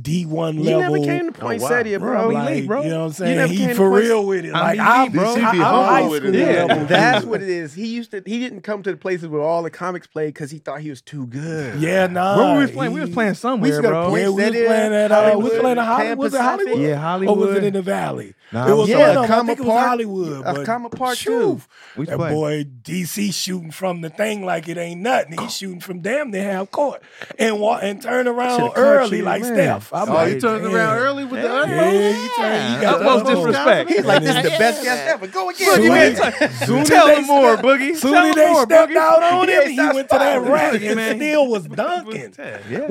S5: D one
S3: You
S5: level.
S3: never came to Poinsettia, bro.
S5: Oh, like,
S3: Elite, bro.
S5: You know what I'm
S3: You
S5: saying?
S3: never
S5: He
S3: came
S5: for
S3: to Poinsettia.
S5: real with it. Like
S1: mean,
S5: I,
S1: he
S5: bro,
S1: be- he
S5: I,
S1: be
S5: I'm high
S1: humble with
S5: school
S1: it. Yeah.
S5: [laughs] level.
S3: That's
S5: dude.
S3: what it is. He used to. He didn't come to the places where all the comics played because he thought he was too good.
S5: Yeah, nah.
S2: Where we was playing? We was
S5: he-
S3: We
S2: playing
S3: used
S2: somewhere,
S3: to go to
S2: bro.
S5: Yeah, we was
S3: Poinsettia,
S5: playing at uh, we was
S3: Hollywood,
S5: playing at
S3: Pan
S5: Hollywood. Oh, Was it
S3: Pacific.
S5: Hollywood?
S2: Yeah,
S5: Or was
S2: Hollywood.
S5: it in the Valley?
S2: Nah,
S5: it was
S3: yeah,
S5: one of them. I
S3: Akama
S5: think it was
S3: Park.
S5: Hollywood. but
S3: Akama Park,
S5: phew,
S3: too.
S2: We
S5: That
S2: played.
S5: boy DC shooting from the thing like it ain't nothing. He's shooting from damn near half court and wa- and turn around
S3: caught
S5: early
S3: you,
S5: like
S3: man.
S5: Steph. I'm
S1: Oh,
S5: like,
S1: you turned
S5: damn.
S1: around early with the
S5: Yeah,
S1: other
S5: you turned. You got
S2: Utmost
S5: the utmost.
S2: disrespect.
S3: He's like, this is the best guest ever. Go again.
S5: Soon
S3: man.
S5: as- soon as
S2: Tell
S5: they
S2: him more,
S5: stepped-
S2: Boogie.
S5: Soon
S2: Tell
S5: as
S2: him
S5: they
S2: more,
S5: stepped
S2: Boogie.
S5: out on
S2: [laughs] Yeah,
S5: him, he
S2: stop
S5: went to that
S2: smiling,
S5: rack
S2: Boogie, man.
S5: and still
S2: [laughs]
S5: was dunking.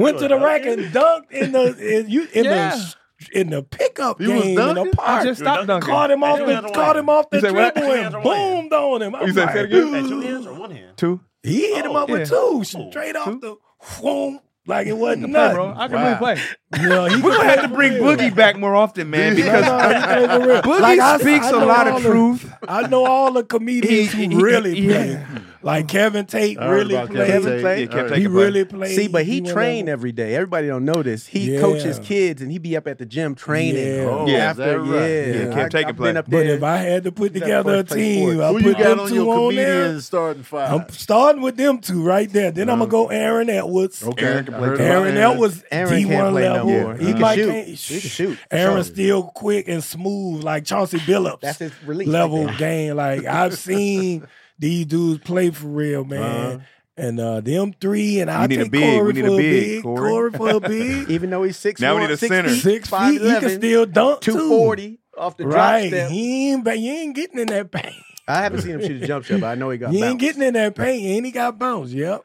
S5: Went to the rack and dunked in the in, you, in
S2: Yeah.
S5: the in the pickup
S1: He was
S5: game in the
S1: dunking? I
S5: park.
S2: just stopped dunking.
S5: Caught him off
S8: Hey,
S5: the
S8: Joe.
S5: caught him off the
S2: You say what? [laughs]
S5: dribble and
S8: Joe.
S5: boomed on him. I'm
S2: You say,
S5: like,
S2: say it again?
S8: Hey, two hands or one hand?
S2: Two.
S5: He hit him up with
S2: yeah.
S5: two straight off
S2: Two.
S5: the whoom like it wasn't
S2: Play,
S5: nothing. [laughs]
S2: bro. I can
S1: Wow.
S2: really play.
S5: You know, he
S2: We're gonna have to
S5: for
S2: bring
S5: real.
S2: Boogie back more often, man,
S5: No,
S2: because
S5: no,
S2: [laughs]
S5: he played for real.
S2: Boogie
S5: Like, I-
S2: speaks
S5: I
S2: a
S5: know
S2: lot
S5: all
S2: of
S5: the-
S2: truth.
S5: I know all the comedians
S2: He-
S5: who
S2: he-
S5: really
S2: he-
S5: play.
S2: yeah.
S5: Like Kevin Tate
S1: I heard
S5: really
S1: about
S5: played.
S3: Kevin Tate.
S2: Yeah, Kevin
S1: All
S2: Tate.
S5: He
S2: can play.
S5: really played.
S3: See, but he
S5: went
S3: trained
S5: over-
S3: every day. Everybody don't know this. He coaches
S5: Yeah.
S3: kids and he be up at the gym training.
S5: Yeah.
S1: Oh,
S2: Yeah.
S1: is that right?
S3: yeah.
S2: Yeah, Kev
S3: I-
S2: Taker
S3: I've
S2: play.
S3: been up
S5: But
S3: there.
S5: if I had to put
S3: He's at
S5: together a
S3: first place
S5: team,
S3: for it.
S5: I'll
S1: Who you
S5: put
S1: got
S5: them
S1: on
S5: two
S1: your
S5: on there.
S1: comedians starting
S5: I'm
S1: five?
S5: starting with them two right there. Then I'm gonna go Aaron Edwards.
S1: Okay, I heard about
S5: Aaron Edwards,
S3: Aaron
S5: D1
S3: can't play no
S5: level.
S3: more.
S5: He,
S3: He can
S5: might
S3: shoot.
S5: can't-
S3: He can shoot.
S5: Aaron's
S1: Sure.
S5: still quick and smooth, like Chauncey Billups.
S3: That's his release.
S5: level
S3: today.
S5: game. Like I've
S2: [laughs]
S5: seen these dudes play for real, man.
S1: Uh-huh.
S5: And uh, them three, and I
S2: need a
S5: take
S2: big.
S5: Corey
S2: We need
S5: for
S2: a
S5: a
S2: big,
S5: big,
S2: Corey.
S5: Corey for a
S2: [laughs]
S5: big,
S3: Even though he's six,
S2: Now we
S3: one-
S2: need a
S3: six
S2: center.
S3: feet,
S5: six feet. He
S3: 5'11",
S5: can still dunk too.
S3: 240 off the
S5: Right,
S3: drop step.
S5: he ain't, ba- you ain't getting in that paint.
S3: I haven't seen him shoot a jump shot, but I know he got
S5: You
S3: bounced.
S5: ain't getting in that paint, and he got bounced. Yep.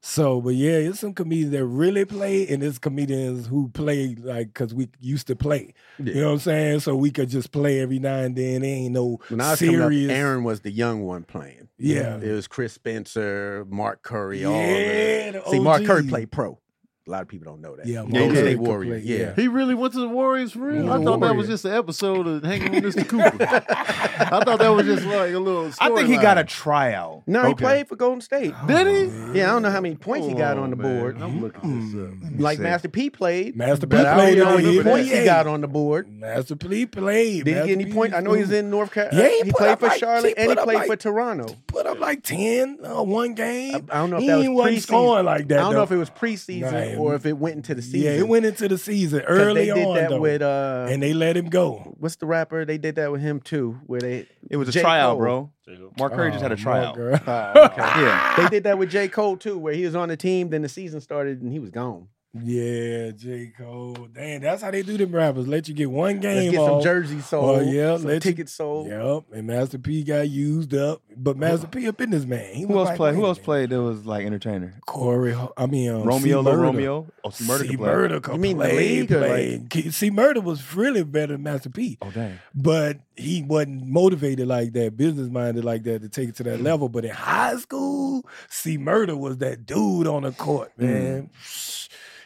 S5: So, but yeah, it's some comedians that really play, and it's comedians who play like because we used to play. You know what I'm saying? So we could just play every now and then. There ain't no
S3: When I was coming
S5: serious.
S3: up, Aaron was the young one playing.
S5: Yeah.
S3: It was Chris Spencer, Mark Curry, all
S5: Yeah,
S3: of
S5: the
S3: them. See, Mark
S5: OG.
S3: Curry played pro. A lot of people don't know that.
S5: Yeah,
S3: Golden
S1: Mark
S3: State
S1: Curry
S5: could
S3: Warrior.
S5: play,
S3: yeah.
S5: yeah.
S1: He really went to the Warriors for real.
S5: He's
S1: I
S5: a
S1: thought that was
S5: warrior.
S1: just an episode of Hanging with Mr. Cooper. I thought that was just like a little.
S2: I think he
S1: storyline.
S2: got a tryout.
S3: No, he
S2: Okay.
S3: played for Golden State.
S5: Oh,
S1: Did he?
S3: Yeah, I don't know how many points he got
S1: Oh,
S3: on the
S1: man,
S3: board.
S1: I'm looking
S5: Mm.
S1: this up.
S3: Like
S2: see.
S3: Master P played.
S5: Master P
S3: but I don't
S5: played
S3: know
S5: on
S3: how many
S5: his
S3: points he
S5: 48.
S3: got on the board.
S5: Master P played.
S3: Did he
S5: Master
S3: get any
S5: P
S3: points? I know he's in North Carolina.
S5: Yeah, he put
S3: played
S5: up
S3: for
S5: like-
S3: Charlotte
S5: he
S3: and he
S5: put up
S3: played
S5: like-
S3: for Toronto.
S5: Put up like 10 uh, one game.
S3: I, I don't know if
S5: he
S3: that was
S5: ain't wasn't
S3: preseason.
S5: scoring like that.
S3: I don't know
S5: though.
S3: if it was preseason
S5: Nah,
S3: or if it went into the season.
S5: Yeah, it went into the season
S3: 'Cause
S5: early
S3: they did
S5: on
S3: that
S5: though,
S3: with uh,
S5: and they let him go.
S3: what's the rapper? They did that with him too, where they
S2: It was a
S3: J.
S2: tryout,
S3: Cole.
S2: bro. Mark Curry
S3: Oh,
S2: just had a tryout.
S5: Oh,
S2: [laughs]
S5: Girl.
S2: Yeah.
S3: They did that with J. Cole too, where he was on the team, then the season started and he was gone.
S5: Yeah, J. Cole. Damn, that's how they do them rappers. Let you get one game.
S3: Let's get some
S5: off.
S3: jerseys sold.
S5: Oh, yeah,
S3: some
S5: let you-
S3: tickets sold.
S5: Yep, and Master P got used up, but Master P a businessman. He was
S2: Who else
S5: like,
S2: played?
S5: wait
S2: Who
S5: a
S2: else
S5: minute.
S2: played that was like entertainer?
S5: Corey, Ho- I mean um,
S2: Romeo,
S5: C.
S2: Lil
S5: Murda.
S2: Romeo. Oh, C Murder.
S5: C.
S2: could play.
S5: Murder could
S3: You mean the
S5: play.
S3: lead, like-
S5: played. K- C. Murder was really better than Master P,
S2: Oh dang.
S5: but he wasn't motivated like that, business minded like that to take it to
S2: Hmm.
S5: that level. But in high school, C. Murder was that dude on the court,
S2: Hmm.
S5: man.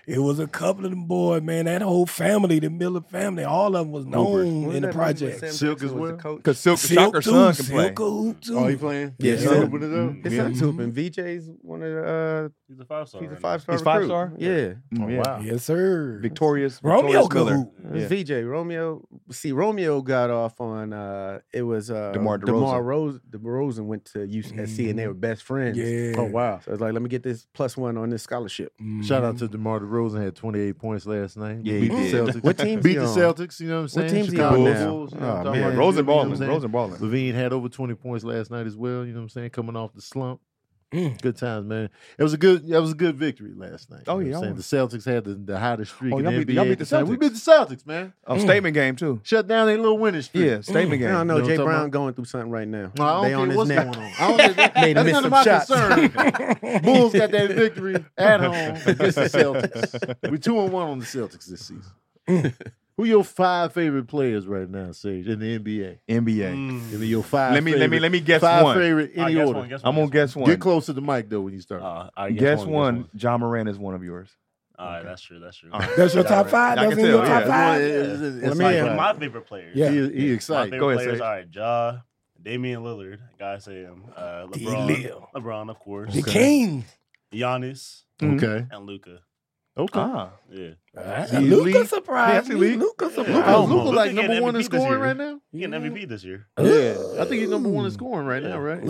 S5: It was a couple of them boys, man. That whole family, the Miller family, all of them was known in the
S3: Wasn't that dude with
S5: project.
S3: Sam
S1: Silk
S3: Jackson
S1: as
S3: was the
S1: well?
S3: coach?
S2: Because Silk,
S5: Silk
S2: Shocker
S5: too,
S2: Son can play.
S5: Silk Hoop too.
S1: Oh, he playing?
S3: Yeah,
S1: he
S3: yeah.
S1: opened it up.
S3: His son's
S5: Mm-hmm.
S3: hooping. VJ's one of the.
S8: He's a five
S3: Uh,
S8: star.
S3: he's a five star.
S2: He's five-star?
S3: Yeah.
S2: Mm,
S1: Oh,
S2: yeah.
S1: wow.
S5: Yes, sir.
S2: Victorious.
S5: Romeo
S2: Victorious
S5: could
S2: Miller.
S5: hoop.
S3: It was VJ Romeo. See, Romeo got off on uh it was uh
S2: DeMar DeRozan.
S3: DeMar Rose DeRozan went to USC and they were best friends.
S5: Mm-hmm. Yeah.
S1: Oh, wow.
S3: So it's like, let me get this plus one on this scholarship.
S1: Shout out to DeMar DeRozan had 28 points last night.
S2: Yeah, he
S1: beat the
S2: did.
S1: Celtics.
S3: What team's
S1: beat
S3: he
S1: the
S3: on?
S1: Celtics, you know what I'm saying?
S3: What team's he
S1: Chicago
S3: on now?
S1: Bulls, you know
S3: Oh,
S1: what I'm talking
S2: Yeah,
S1: about?
S2: Rosen
S1: You know what I'm
S2: balling.
S1: saying?
S2: Rosen balling.
S1: Levine had over 20 points last night as well, you know what I'm saying? Coming off the slump.
S5: Mm.
S1: Good times, man. It was a good that was a good victory last night.
S2: Oh,
S1: you
S2: yeah,
S1: know what
S2: I
S1: I'm saying? The Celtics had the, the hottest streak
S2: Oh,
S1: in
S2: y'all
S1: the
S2: beat-
S1: NBA.
S2: y'all beat
S1: at
S2: the
S1: the time. We
S2: Celtics.
S1: beat the Celtics, man.
S2: A Oh, statement game too.
S1: Shut down their little winning streak.
S2: Yeah, statement
S3: I
S2: game.
S3: don't know.
S1: You know
S3: Jay
S1: what I'm
S3: Brown
S1: talking
S3: going through something right now.
S1: No, I
S3: they
S1: don't
S3: on
S1: care
S3: his
S1: what's
S3: neck.
S1: going on. I don't think that,
S3: Made
S1: that's
S3: him
S1: none
S3: miss
S1: of
S3: some
S1: my
S3: shots.
S1: concern. Bulls got that victory at home against the Celtics. We two and one on the Celtics this season.
S3: [laughs]
S1: Who your five favorite players right now, Sage, in the NBA?
S2: NBA.
S1: Give me your five.
S2: Let me- let me- let me
S1: favorite-
S2: guess
S1: five
S2: one.
S1: favorite
S8: I
S1: any
S8: Mm. guess
S1: order.
S8: one, guess
S2: I'm gonna
S8: guess
S2: guess one.
S1: Get close to the mic though when you start.
S8: Uh, I
S2: guess, one. John Moran is one of yours.
S8: All right, that's true. That's true.
S2: All right.
S5: That's your top five.
S2: I
S5: That's
S2: can
S5: in your
S2: tell,
S5: top
S2: yeah.
S5: five.
S1: It's- it's- it's
S8: It's
S1: like
S8: like
S1: that.
S8: my favorite players.
S5: Yeah.
S1: He, he
S8: My
S1: excited.
S8: favorite
S2: Go ahead,
S8: players.
S2: Sage.
S8: All right, Ja, Damian Lillard. Gotta say him. Uh, LeBron.
S5: D-Lil.
S8: LeBron, of course.
S5: The king.
S8: Giannis
S3: Mm-hmm.
S1: Okay.
S8: and Luca.
S1: Okay.
S2: Ah,
S8: Yeah.
S5: Luca surprised
S2: Yeah,
S5: me.
S2: Luca.
S5: Luca surprised
S1: Luca,
S8: Oh,
S5: me.
S1: Luca
S8: Luka
S1: like
S8: getting
S1: number one in
S8: MVP this
S1: scoring
S8: year.
S1: right now.
S8: He getting MVP this year.
S1: Yeah, I think he's number one in scoring right now, right?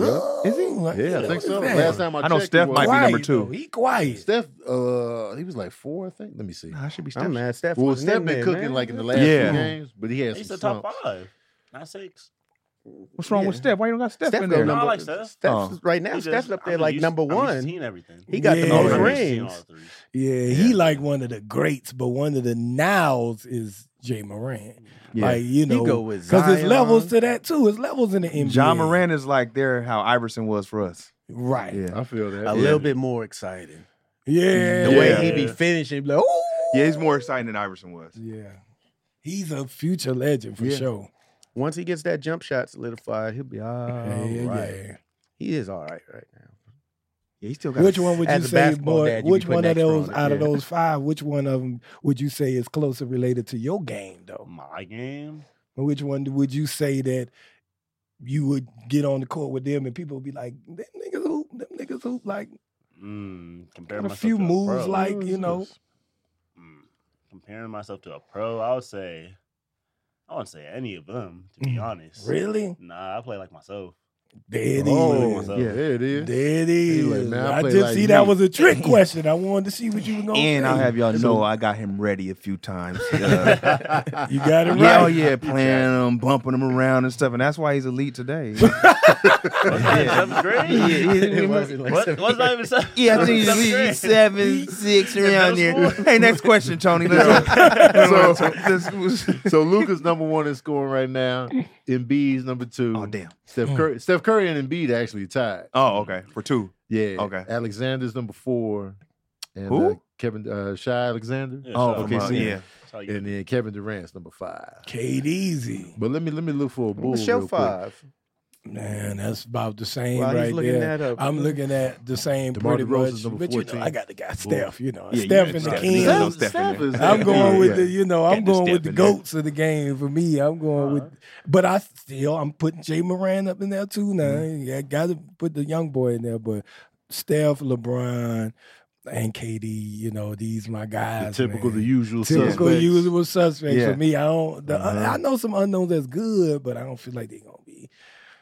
S5: Is he?
S1: Yeah, I think so. Last time I,
S2: I know
S1: checked,
S2: Steph
S1: he
S2: might
S1: was-
S2: be number
S5: Quiet,
S2: two.
S5: though. He quiet.
S1: Steph, uh, he was like four, I think. Let me see.
S2: I should be
S3: [laughs] I'm
S2: Steph.
S3: mad. Steph
S1: Well,
S3: wasn't
S1: Steph
S3: in
S1: been
S3: there,
S1: cooking
S3: man.
S1: like in the last few
S2: Yeah.
S1: games, but he has
S8: He's the
S1: some
S8: top
S1: slumps.
S8: five, not six.
S2: What's wrong with
S3: Yeah.
S2: Steph? Why you don't got Steph,
S3: Steph
S2: in
S3: go
S2: there?
S8: No, I
S3: number-
S8: like Steph.
S3: Steph's right now.
S8: He
S3: Steph's
S8: just-
S3: up
S8: I'm
S3: there
S8: just
S3: like
S8: used-
S3: number
S8: I'm used to
S3: one.
S8: seeing everything.
S3: He got
S5: Yeah.
S3: the most
S5: Yeah.
S8: I'm used to seeing all
S3: rings.
S8: threes.
S5: Yeah, he like one of the greats, but one of the nows is Jay Moran.
S2: Yeah.
S5: Like you know,
S3: go with
S5: because it's levels
S3: Zion.
S5: to that too. It's levels in the NBA.
S2: John Moran is like there how Iverson was for us.
S5: right? Yeah,
S1: I feel that.
S3: A little bit more exciting.
S5: yeah.
S3: The
S2: Yeah.
S3: way he be finishing, be like, ooh.
S2: Yeah, he's more exciting than Iverson was.
S5: Yeah. he's a future legend for
S2: Yeah.
S5: sure.
S3: Once he gets that jump shot solidified, he'll be all
S5: Yeah,
S3: right.
S5: yeah,
S3: He is all right right now.
S2: Yeah, he still
S5: yeah.
S2: got.
S5: Which one would you
S3: As a
S5: say
S3: basketball
S5: more?
S3: dad, you be
S5: which one
S3: putting
S5: of
S3: extra
S5: those
S3: on it,
S5: out of
S3: yeah.
S5: those five? Which one of them would you say is closer related to your game though?
S8: My game.
S5: And Which one would you say that you would get on the court with them and people would be like, them niggas hoop, them niggas hoop, like
S8: Mm, compare
S5: got a
S8: myself
S5: few
S8: to
S5: moves
S8: pro.
S5: like, you know.
S8: mm, comparing myself to a pro, I would say I wouldn't say any of them, to be
S5: Mm.
S8: honest.
S5: Really?
S8: Nah, I play like myself.
S5: There it
S1: Oh,
S5: is.
S1: yeah, there it is. [laughs]
S5: There it
S1: He
S5: is.
S1: like, man, I
S5: I,
S1: play
S5: just
S1: like
S5: see that
S1: me.
S5: was
S1: [laughs]
S5: a trick question. I wanted to see what you were going to
S2: And I'll have y'all know I got him ready a few [laughs] times. Uh,
S5: You got it
S3: [laughs]
S5: right.
S2: yeah, oh yeah, playing him, bumping him around and stuff, and that's why he's elite today.
S8: Yeah, seventh grade?
S3: It wasn't like
S8: What,
S3: seventh
S8: what's not even seventh?
S2: [laughs] Yeah, I think
S8: seventh
S2: he's
S8: grade?
S2: seven, six around
S8: middle
S2: there. Hey, next question, Tony. Let's [laughs]
S1: Yeah.
S2: so, this was,
S1: So Luca's number one in scoring right now. Embiid's number two.
S2: oh damn.
S1: Steph Curry, Steph Curry and Embiid actually tied.
S2: Oh, okay. For two.
S1: Yeah.
S2: Okay.
S1: Alexander's number four, and
S2: Who?
S1: Uh, Kevin uh, Shy Alexander.
S8: Yeah,
S2: Oh,
S8: so
S2: okay.
S8: I'm, uh,
S2: So, yeah.
S8: that's how you-
S1: And then Kevin Durant's number five.
S5: Kate Easy.
S1: But let me let me look for a bull.
S3: What's
S1: real
S3: your
S1: quick.
S3: five?
S5: Man, that's about the same
S3: While he's
S5: right
S3: looking
S5: there.
S3: that up.
S5: I'm looking at the same
S1: DeMar
S5: pretty
S1: DeRozan's
S5: much.
S1: number
S5: But you know,
S1: 14.
S5: I got the guy Steph, you know.
S2: Yeah, you
S5: Steph
S2: got
S5: and the
S2: Steph.
S5: Kings.
S2: There's no
S1: Steph-
S2: Steph in
S1: Steph is
S5: I'm
S1: there.
S5: going
S1: Yeah,
S5: with
S1: yeah.
S5: the, you know, I'm
S2: Got the
S5: going with
S2: step
S5: the
S2: in there.
S5: goats of the game for me. I'm going with, but I still, I'm putting Jay Moran up in there too now. Yeah, got to put the young boy in there, but Steph, LeBron, and KD, you know, these my
S1: The
S5: guys.
S1: typical,
S5: man.
S1: the usual.
S5: typical
S1: suspects.
S5: usual suspects
S2: Yeah.
S5: for me. I don't, the,
S1: Uh-huh.
S5: I know some unknowns that's good, but I don't feel like they're gonna be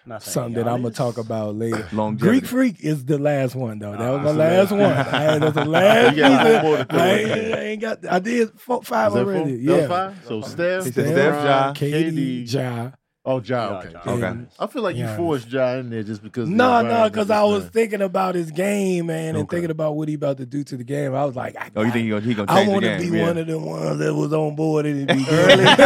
S8: not saying
S5: something that I'm gonna
S8: Giannis.
S5: talk about later.
S2: Longevity.
S5: Greek Freak is the last one though. That was
S8: Ah,
S5: my
S8: that's
S5: last
S8: the
S5: one. I, that's the last
S1: You got
S5: season.
S1: more to
S5: I
S1: throw in
S5: ain't, I ain't got. I did four, five
S1: Is that four?
S5: already.
S1: That was Ah,
S5: Yeah.
S1: five? So Steph,
S2: He said Steph, Ja,
S1: KD,
S5: KD, Ja,
S1: Oh, Ja. Okay.
S2: Okay.
S1: I feel like you
S5: Yeah.
S1: forced Ja in there just because. the
S5: No, no,
S1: environment
S5: because I was
S1: there.
S5: thinking about his game, man, and thinking about what he about to do to the game. I was like, I,
S2: Oh, you think he gonna, he gonna
S5: I
S2: change
S5: want
S2: the
S5: to
S2: game?
S5: be
S2: yeah.
S5: one of the ones that was on board and it'd be early. [laughs]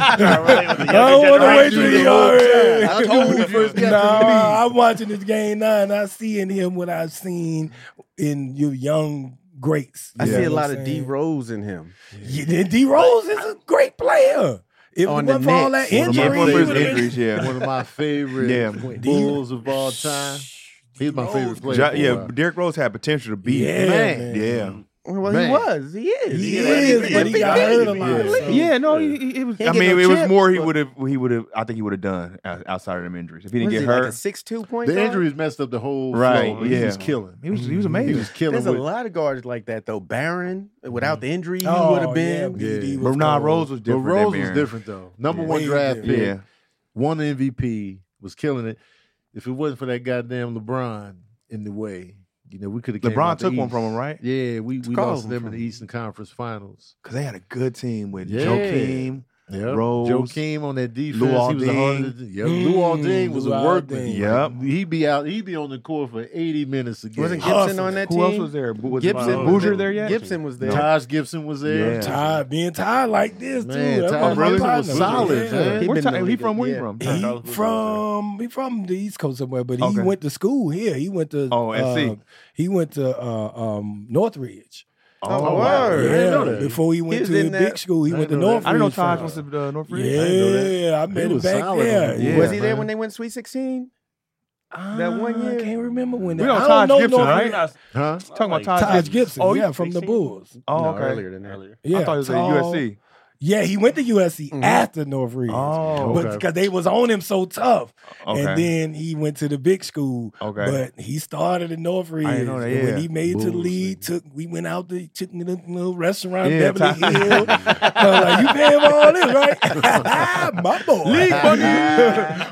S5: I don't
S8: younger
S5: want to wait
S8: generation
S5: till
S8: the
S5: the
S8: whole
S5: early.
S1: I told you first.
S5: Nah,
S1: got to leave.
S5: I'm watching this game now, and I seeing him what I've seen in your young greats.
S3: I
S5: You
S3: see
S5: know
S3: a
S5: what
S3: lot
S5: I'm
S3: of D
S5: saying?
S3: Rose in him.
S5: Yeah, D Rose is a great player. If
S3: On
S5: it
S3: the
S5: wasn't for all
S3: Nets.
S5: that
S3: One
S1: of my
S5: injury,
S2: Yeah,
S5: he
S2: for
S5: would've
S2: his
S5: been-
S2: injuries,
S5: [laughs]
S2: yeah.
S1: One of my favorite
S2: Yeah.
S1: Bulls of all time. He's my favorite player.
S2: Ja,
S1: for a
S2: yeah,
S1: while.
S2: Derrick Rose had potential to be.
S5: Oh, Yeah,
S1: Man.
S5: man.
S2: yeah.
S3: Well,
S1: Man.
S3: he was. He is.
S5: He is, but he got hurt a lot.
S1: Yeah.
S5: so-
S2: Yeah, no, he, he- he was.
S3: He ain't
S2: I mean,
S3: get no
S2: it was
S3: chip,
S2: more he
S3: but-
S2: would have. He would have. I think he would have done out- outside of them injuries if he didn't
S3: What is
S2: get
S3: he,
S2: hurt.
S3: Like a six-two point.
S1: The
S3: guard?
S1: injuries messed up the whole
S2: Right,
S1: Flow.
S2: yeah.
S1: He was killing.
S2: he was. Mm-hmm. He was
S1: He
S2: amazing.
S1: was killing.
S3: There's a
S1: with-
S3: lot of guards like that though. Baron, without the injury, he
S5: Oh,
S3: would have been.
S5: yeah, BD was
S2: but nah,
S5: cold.
S2: Rose was
S1: But
S2: different. than
S1: Rose was
S2: Barron.
S1: different though. Number one
S5: Way
S1: draft
S5: different.
S1: pick,
S2: Yeah,
S1: one MVP, was killing it. If it wasn't for that goddamn LeBron in the way, you know, we could have.
S2: LeBron took one from him, right?
S1: Yeah, we, we
S3: Took all
S1: lost
S3: of
S1: them
S3: them
S1: in
S3: from
S1: the
S3: him.
S1: Eastern Conference Finals.
S2: Because they had a good team with
S1: Yeah.
S2: Joakim.
S1: Yep.
S2: Rose,
S1: Joakim on that defense.
S2: Lou
S1: he was the hardest. Yep. Lou
S5: Mm,
S1: Alding was
S5: Lou
S1: a workman.
S5: Alding.
S2: Yep.
S1: He'd be out. He'd be on the court for eighty minutes a game.
S3: Wasn't Gibson
S5: Hustle.
S3: on that
S2: Who
S3: team?
S2: else was there? Bo- Was
S3: Gibson
S2: uh,
S3: was
S2: Boozer
S3: there.
S2: there yet?
S3: Gibson was there.
S1: Taj Gibson was there.
S2: Yeah.
S5: tired, being tired like this
S1: Man,
S5: too. That's
S1: Taj
S5: why my
S1: Gibson was
S5: partner-
S1: solid, man.
S3: He
S2: Where
S3: been in
S2: Ty-
S3: the
S2: he
S3: league,
S2: from? Where you
S3: yeah.
S2: from?
S5: He from he from the East Coast somewhere, but he
S2: Okay.
S5: went to school here. He went to
S2: Oh, SC.
S5: uh, he went to uh, um, Northridge.
S3: Oh, word.
S1: I didn't know that.
S5: Before he
S3: He
S5: went
S3: was
S5: to his
S3: in that-
S5: big school, he
S1: I
S5: went to
S1: didn't know
S5: Northridge.
S1: that.
S2: I didn't know Taj
S5: from.
S2: was from uh, North Ridge. I didn't know that.
S5: Yeah, I met
S1: He
S5: him
S1: was
S5: back
S1: solid on
S5: there.
S1: the
S2: Yeah,
S3: was he there
S1: man.
S3: when they went Sweet Sixteen?
S2: Ah,
S3: one year?
S5: I can't remember when
S2: We
S5: that.
S2: on
S5: I don't
S2: Taj
S5: know
S2: Gibson,
S5: Northridge.
S2: right?
S1: Huh?
S2: Talking about Taj
S5: Taj
S2: Gibson.
S5: Gibson,
S2: Oh, he-
S5: yeah, from the
S8: 16?
S5: Bulls.
S2: Oh,
S3: No,
S2: okay.
S3: earlier than that.
S8: Earlier.
S5: Yeah,
S2: I thought he was at
S5: tall.
S2: USC.
S5: Yeah, he went to USC
S3: Mhm.
S5: after Northridge.
S2: Mm-hmm. Oh,
S5: but
S1: okay.
S5: because they was on him so tough,
S2: okay.
S5: and then he went to the big school.
S2: okay.
S5: But he started in Northridge.
S2: I didn't know that,
S5: and
S2: yeah.
S5: When he made it to the
S1: Bulls,
S5: league,
S1: nigga.
S5: took we went out to took me to the little restaurant
S2: Yeah,
S5: in Beverly
S2: Ty- [laughs]
S5: Hills. I was like, you paying for all this, right? [laughs] My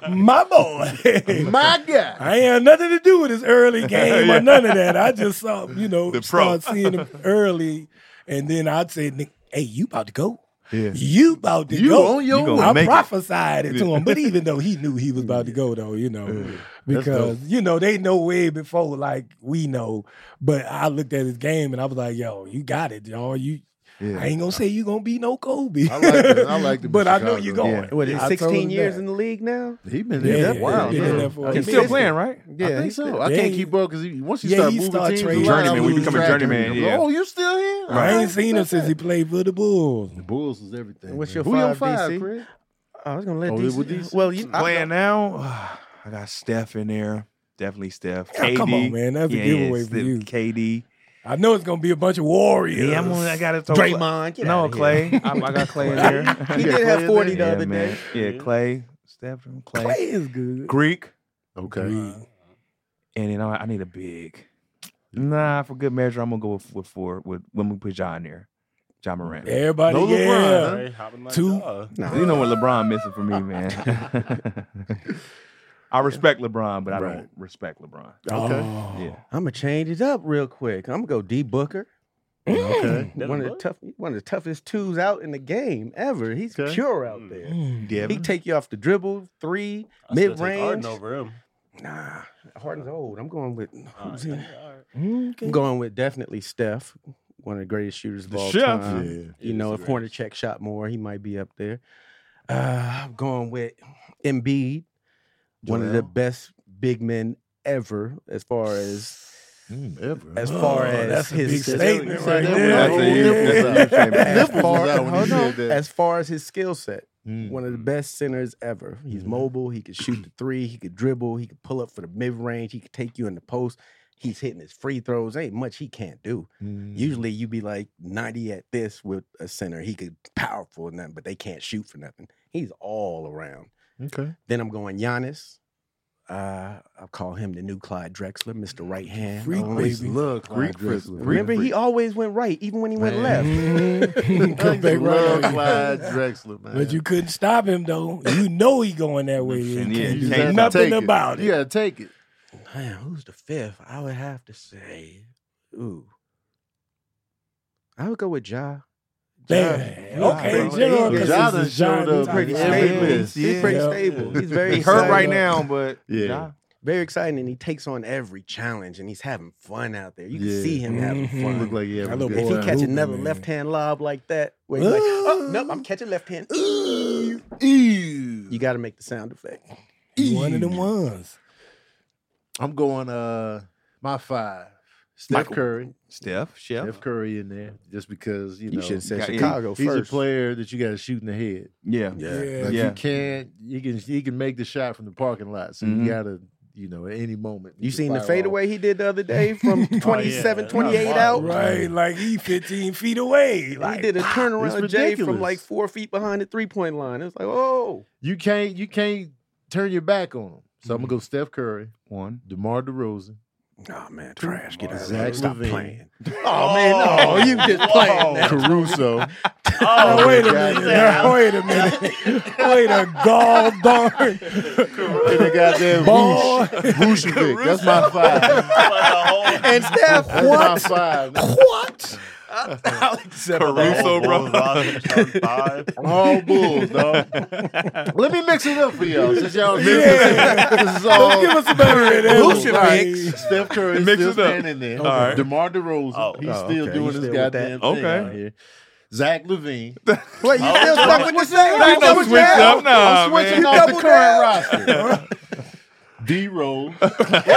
S5: boy. [laughs] My boy.
S2: [laughs]
S1: My God.
S5: I ain't had nothing to do with
S1: [laughs]
S5: his early game
S2: Yeah.
S5: or none of that. I just saw, you know,
S2: The pro.
S5: started seeing him early. And then I'd say, "Nick, hey, you about to go.
S2: Yeah.
S5: You about to
S1: You
S5: go.
S1: on your
S2: You gonna
S1: way.
S5: I
S2: make it.
S5: prophesied it. to him, but even though he knew he was about to go, though, you know, because you know they know way before like we know. But I looked at his game and I was like, "Yo, you got it, y'all. You, I ain't gonna say you gonna be no Kobe.
S1: I like it. I
S5: [laughs]
S1: liked him in
S5: but I know you
S1: Chicago.
S5: going.
S1: Yeah.
S3: What is it,
S5: I told
S3: sixteen
S5: him
S3: years
S5: that.
S3: in the league now?
S1: He been
S5: Yeah,
S1: there.
S5: yeah,
S1: that while.
S3: yeah,
S1: man.
S3: yeah.
S5: for a
S2: He's
S3: He's
S2: still
S3: still-
S2: playing, right?
S1: I think so. I
S5: Yeah,
S1: can't
S5: he-
S1: keep up because he, once you
S5: Yeah,
S1: start
S5: he
S1: moving
S5: start
S1: teams,
S5: trading.
S1: around,
S2: Journeyman, we
S1: I lose
S2: become a
S1: track of
S2: journeyman,
S1: him.
S2: yeah.
S1: Oh, you still here?
S5: I
S2: Right.
S5: ain't seen him since he played for the Bulls.
S1: The Bulls was everything.
S3: What's
S1: man.
S3: your
S1: Who your
S3: five,
S1: five,
S3: DC?
S1: Chris?
S3: I was gonna let
S1: Oh,
S3: these.
S1: with these-
S3: Well, you I-
S2: Playing now, [sighs] I got Steph in there. Definitely Steph.
S5: Yeah, come
S2: KD.
S5: on, man. That's a
S2: Yeah,
S5: giveaway
S2: yeah,
S5: for you.
S2: KD.
S5: I know it's gonna be a bunch of warriors.
S2: Yeah, I'm on, I got it.
S3: Draymond. Get
S2: No,
S3: outta here. [laughs]
S2: Clay. I, I got Clay in
S3: He
S2: there. [laughs]
S1: Yeah,
S3: did
S1: Clay in
S3: have forty the
S1: there.
S3: other
S2: man.
S3: day.
S2: Yeah,
S8: Yeah.
S2: Clay, Steph, Clay,
S5: Clay is good.
S2: Greek,
S1: Okay.
S2: and then I, I need a big. Nah, for good measure, I'm gonna go with, with four. With when we put John there, John Morant.
S5: Everybody,
S1: No LeBron,
S5: yeah.
S1: huh?
S8: Hey, hopping like
S5: Two.
S8: dog.
S3: Nah.
S2: You know what LeBron missing
S3: [laughs]
S2: for me, man. [laughs] I respect LeBron, but I
S1: Right.
S2: don't respect LeBron.
S5: Oh.
S2: Yeah,
S3: I'm gonna change it up real quick. I'm gonna go D Booker.
S5: Oh. Mm.
S1: Okay.
S8: Devin
S3: one of the
S8: Booker?
S3: tough, one of the toughest twos out in the game ever. He's
S1: Okay.
S3: pure out there.
S5: Mm.
S3: He take you off the dribble, three,
S8: I still
S3: mid
S8: take Harden
S3: range.
S8: over him.
S3: Nah, Harden's old. I'm going with
S8: All right,
S3: who's in?
S8: all right.
S5: Mm,
S3: I'm going with definitely Steph, one of the greatest shooters of
S2: The
S3: all
S2: chef.
S3: time.
S1: Yeah.
S3: You
S8: He
S3: know,
S8: is
S3: if
S8: the
S3: Hornacek shot more, he might be up there. Uh, I'm going with Embiid, one of the
S1: Joel.
S3: best big men ever, as far as
S1: Mm, ever.
S3: as far
S5: Oh,
S3: as
S5: that's a
S3: his
S5: big
S1: That's
S5: statement
S1: everything.
S5: right
S1: That
S5: there.
S1: was
S2: That's a huge-
S1: the whole
S2: that's a huge
S1: nipples out.
S2: statement.
S3: as
S1: Nipples
S3: far,
S1: was out when he
S3: hold on,
S1: said that.
S3: as far as his skill set.
S1: Mm.
S3: one of
S5: Mm-hmm.
S3: the best centers ever. He's
S1: Mhm.
S3: mobile. He could shoot the three. He could dribble. He could pull up for the mid range. He could take you in the post. He's hitting his free throws. Ain't much he can't do.
S5: Mm-hmm.
S1: Mm.
S3: Usually you be like 90 at this with a center. He could powerful or nothing, but they can't shoot for nothing. He's all around.
S1: Okay.
S3: Then I'm going Giannis. Uh, I'll call him the new Clyde Drexler, Mr. Right Hand.
S5: Mm-hmm. Freak,
S3: Always-
S5: baby.
S1: Look, Clyde
S2: Greek for-
S1: Drexler.
S3: Remember, he always went right, even when he went
S1: Man.
S3: left. [laughs]
S5: Mhm.
S1: I
S5: Come
S1: used to
S5: back
S1: love
S5: right on you.
S1: Clyde Drexler, man.
S5: But you couldn't stop him though. You know he going that way. You
S2: And
S5: can't
S2: yeah, you
S5: do
S2: can't
S1: gotta
S5: nothing
S1: take it.
S5: about it.
S1: You gotta take it.
S3: Man, who's the fifth? I would have to say, ooh, I would go with Ja.
S5: Damn. Okay,
S1: Pretty-
S5: General
S1: Pretty-
S5: Consensus
S1: Jada
S5: is
S1: showed
S5: Giant
S1: up
S5: Titan.
S1: in every list.
S3: He's pretty stable. He's very
S2: He's hurt right
S3: exciting.
S2: now, but
S1: Yeah.
S2: Ja.
S3: Very exciting, and he takes on every challenge, and he's having fun out there. You can
S1: Yeah.
S3: see him having
S5: Mhm.
S1: Look
S3: fun.
S1: like yeah,
S5: That little
S3: If he
S5: boy
S3: catch
S5: hooping,
S3: another
S5: man.
S3: left hand lob like that, where he's like,
S2: [laughs] uh,
S5: Uh,
S3: oh, nope, I'm catching left hand. Ooh. You got to make the sound effect.
S5: He's one of them ones.
S1: I'm going uh my five. Steph
S3: Michael.
S1: Curry.
S2: Steph, Chef.
S1: Steph Curry in there. Just because, you know,
S3: You should have said
S2: got-
S3: Chicago
S1: he's
S3: first.
S1: a player that you gotta shoot in the head.
S2: Yeah.
S3: Yeah.
S1: Like
S2: Yeah.
S1: you can't you can you can make the shot from the parking lot. So
S2: Mhm.
S1: you gotta, you know, at any moment.
S3: Mm-hmm. You seen the
S1: can fire off.
S3: fadeaway he did the other day from 27, 28 out?
S5: Right, like he 15 feet away.
S3: he
S5: Like,
S3: did a turnaround
S1: it's
S3: Jay from
S1: ridiculous.
S3: like four feet behind the three point line. It was like, oh,
S1: You can't you can't turn your back on him. So
S3: Mm-hmm.
S1: I'm gonna go Steph Curry,
S2: One.
S1: DeMar DeRozan,
S3: nah, man, trash. Get out of
S1: Zach
S3: here. Stop
S1: Levine.
S3: playing. Oh,
S1: [laughs]
S3: man, no, you just
S8: Whoa.
S3: playing. Now. [laughs]
S1: Caruso.
S5: Now,
S8: Oh,
S5: wait a
S8: God
S5: minute. [laughs]
S8: damn. [laughs]
S5: Now, wait a minute. wait a god darn.
S1: and the goddamn
S5: Boy.
S1: Roosh. Rushovic. That's my five.
S3: And Steph,
S1: That's
S3: what?
S1: my five.
S5: What?
S8: Caruso, bro. Five.
S1: All Bulls, dog. Let me mix it up for y'all since y'all mix
S5: Yeah.
S1: it. This is all.
S5: Give us a better than that.
S1: Bulls.
S5: Like,
S1: Like, Steph Curry
S2: Mix
S1: still
S2: it up.
S1: standing there.
S2: right.
S1: DeMar DeRozan,
S5: Oh,
S1: he's still doing
S3: okay. He's
S1: his
S3: still with that.
S1: goddamn thing
S2: Okay.
S1: out here. Zach Levine. Oh,
S3: Wait, you still stuck with the same?
S2: You don't switch up now.
S1: I'm switching
S2: man.
S1: off the
S3: double
S1: current
S3: down.
S1: roster. [laughs] D Rose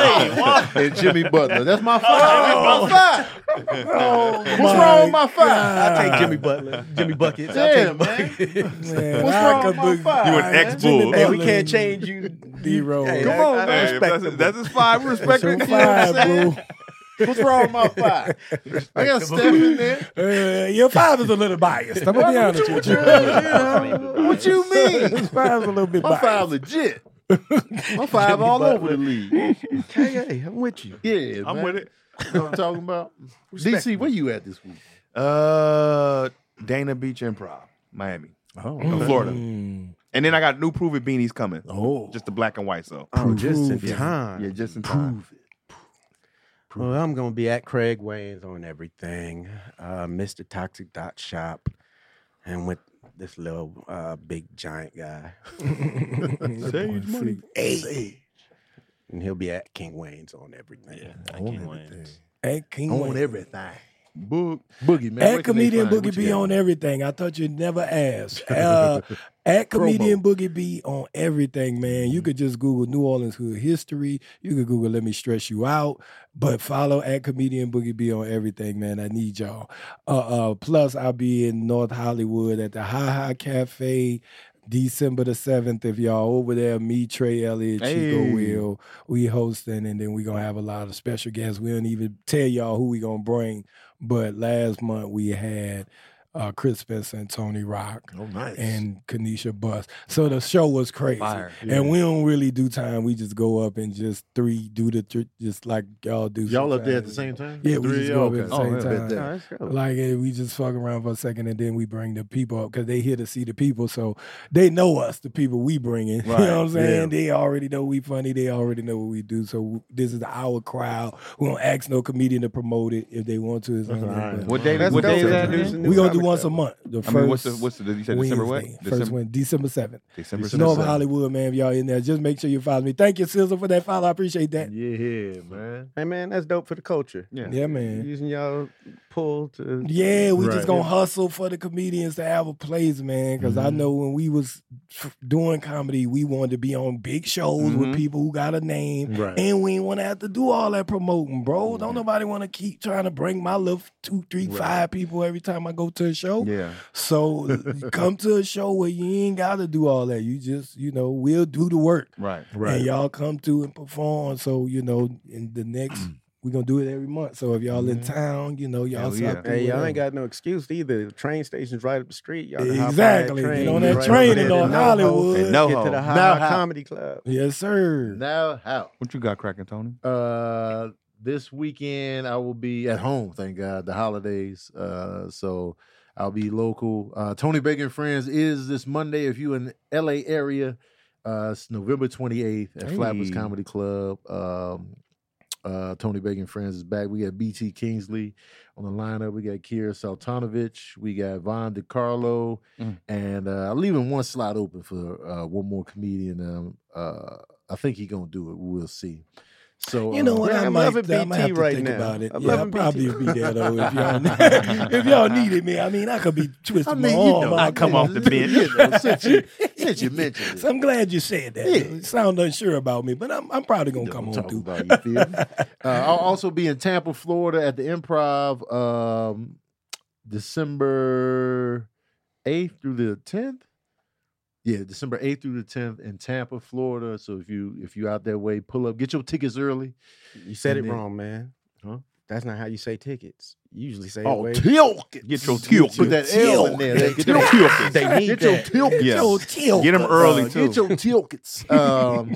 S1: and Jimmy Butler. That's my five. That's my five. What's wrong with my five?
S3: I take Jimmy Butler, [laughs] Jimmy Buckets. I'll
S1: Damn,
S3: take-
S1: man.
S5: Man,
S1: What's
S5: I
S1: wrong with
S5: could
S1: my
S5: be-
S1: five?
S2: You an
S1: man?
S2: ex bull.
S3: Hey, we can't change you.
S5: D-roll.
S3: [laughs] Hey,
S5: Come
S3: I-
S5: on,
S3: I
S2: Hey,
S3: respect
S2: that's,
S3: him.
S2: that's his five. We respect
S5: Two
S2: him.
S5: five, bro.
S1: What's wrong with my five? I got Steph in there.
S5: Uh, your five is a little biased. I'm gonna be honest with you.
S1: What you mean?
S5: His five is a little bit
S1: My
S5: biased.
S1: five legit. My five all over the league.
S3: Hey, hey, I'm with you.
S1: Yeah,
S2: I'm
S1: man.
S2: with it.
S1: You know what I'm talking about? DC, where you at this week?
S2: Uh, Dana Beach Improv, Miami,
S1: Oh,
S2: in Florida. And then I got new Prove It beanies coming.
S5: Mm, Oh, [laughs]
S2: Just the black and white. So
S3: Oh, just in
S5: Prove it.
S3: time.
S2: yeah, just in time.
S3: Well, I'm gonna be at Craig Wayne's on everything, uh, Mr. Toxic Dot Shop, and with this little uh, big giant guy,
S5: save money. Hey,
S3: and he'll be at King Wayne's on everything.
S8: I can't wait.
S5: and King
S1: on
S5: Wayne.
S1: everything.
S2: Book.
S1: Boogie, man.
S5: At comedian Boogie B
S1: [laughs]
S5: on everything. I thought you'd never ask. Uh, at comedian Boogie B on everything, man. You could just Google New Orleans hood history. You could Google "Let me stress you out," but follow at comedian Boogie B on everything, man. I need y'all. Uh, uh, plus, I'll be in North Hollywood at the Ha Ha Cafe. December the seventh, if y'all over there, me, Trey Elliott,
S2: Hey.
S5: Chico Will, we hosting, and then we gonna have a lot of special guests. We don't even tell y'all who we gonna bring, but last month we had uh, Chris Spencer and Tony Rock
S1: Oh, nice.
S5: and Kanisha Bus. So the show was crazy.
S2: Fire.
S5: And we don't really do time. We just go up and just three do the thr- just like y'all do.
S1: y'all up there at the
S5: sometimes.
S1: same time?
S5: Yeah, we
S1: Three
S5: just
S1: of y'all?
S5: go up at the
S1: Okay.
S5: same
S1: Oh,
S5: time.
S1: yeah, bet that.
S5: Like eh, we just fuck around for a second and then we bring the people up because they here to see the people, so they know us, the people we bring in. [laughs] You know what I'm saying? They already know we funny. They already know what we do. So w- this is our crowd. We don't ask no comedian to promote it if they want to. It's on them,
S1: nice.
S5: but-
S2: What day?
S3: That's
S2: What day
S3: dope.
S2: is that?
S3: There's
S2: again?
S3: a new
S5: we gonna do
S3: comedy
S5: once
S3: show.
S5: a month. The
S2: I
S5: first
S2: mean, what's the what's the? You said December what?
S5: Wednesday. First
S2: December.
S5: one, December seventh.
S2: December.
S5: North
S2: 7th.
S5: Hollywood, man. If y'all in there, just make sure you follow me. Thank you, Sizzle, for that follow. I appreciate that.
S1: Yeah, man.
S3: Hey man, that's dope for the culture.
S2: Yeah.
S5: Yeah, man.
S3: Using y'all pull to
S5: Yeah, we
S1: Right.
S5: just gonna hustle for the comedians to have a place, man. because
S1: Mm-hmm.
S5: I know when we was f- doing comedy, we wanted to be on big shows
S2: Mhm.
S5: with people who got a name.
S1: Mm-hmm. Right.
S5: And we ain't want to have to do all that promoting, bro. Don't nobody want to keep trying to bring my little two, three, five people every time I go to a show.
S2: Yeah.
S1: [laughs]
S5: So come to a show where you ain't got to do all that. You just, you know, we'll do the work.
S2: Right.
S5: and y'all come to and perform. So you know, in the next,
S2: Mm.
S5: we're gonna do it every month. So if y'all in town, you know, y'all
S2: Hell
S5: stop
S2: yeah.
S5: through
S3: Hey, y'all
S5: whatever.
S3: ain't got no excuse either. The train station's right up the street. Y'all can hop on that
S5: exactly
S3: train,
S5: Get on that
S3: right
S5: train
S3: over there
S5: in
S3: to
S5: North
S3: NoHo,
S5: Hollywood.
S2: And no
S3: Get to
S2: ho.
S3: the
S1: Now
S3: High
S1: how-
S3: Comedy Club.
S5: Yes, sir.
S1: Now, how?
S2: What you got cracking, Tony?
S1: Uh, this weekend I will be at home. Thank God, the holidays. Uh, so I'll be local. Uh, Tony Bacon Friends is this Monday. If you in LA area, uh, it's November twenty eighth at Flatbush
S2: Hey.
S1: Comedy Club. Um, Uh, Tony Bacon Friends is back. We got BT Kingsley on the lineup. We got Kier Saltanovich. We got Von DiCarlo.
S2: Mm.
S1: And uh, I'm leaving one slot open for uh, one more comedian. Um, uh, I think he going to do it. We'll see. So
S5: You know
S1: uh, [laughs]
S5: what?
S3: Yeah,
S5: I
S3: I'm
S5: might,
S3: loving
S5: I might have
S3: BT
S5: to
S3: right
S5: think
S3: now.
S5: about it.
S3: I'm
S5: yeah, I'll
S3: loving
S5: probably
S3: BT.
S5: be there though
S1: [laughs]
S5: if y'all [laughs] if y'all needed me. I mean, I could be twisting
S1: I mean,
S5: my
S1: you
S5: arm.
S1: know,
S5: out
S1: I come
S5: there.
S2: off
S5: [laughs]
S2: the
S1: [laughs]
S2: bench.
S1: you know, since you, since you mentioned it.
S5: So I'm glad you said that.
S1: Yeah.
S5: You sound unsure about me, but I'm, I'm probably gonna
S1: know
S5: come
S1: what
S5: on
S1: I'm
S5: through.
S1: talking about, you
S5: [laughs]
S1: feel me? Uh, I'll also be in Tampa, Florida at the Improv um, December 8th through the 10th. Yeah, December 8th through the 10th in Tampa, Florida. So if you if you out that way, pull up, get your tickets early.
S3: You said
S1: And
S3: it
S1: then-
S3: wrong, man. Oh,
S1: Huh?
S3: That's not how you say tickets. You usually say it way.
S1: tickets.
S2: Get your tickets.
S1: Oh, Put that L in there. They- Get, them tickets.
S3: They need
S1: Get your
S3: that.
S1: tickets.
S2: Yeah.
S5: Yo, chill.
S2: Get them early too.
S1: uh, Get your tickets.
S2: [laughs]
S1: Um,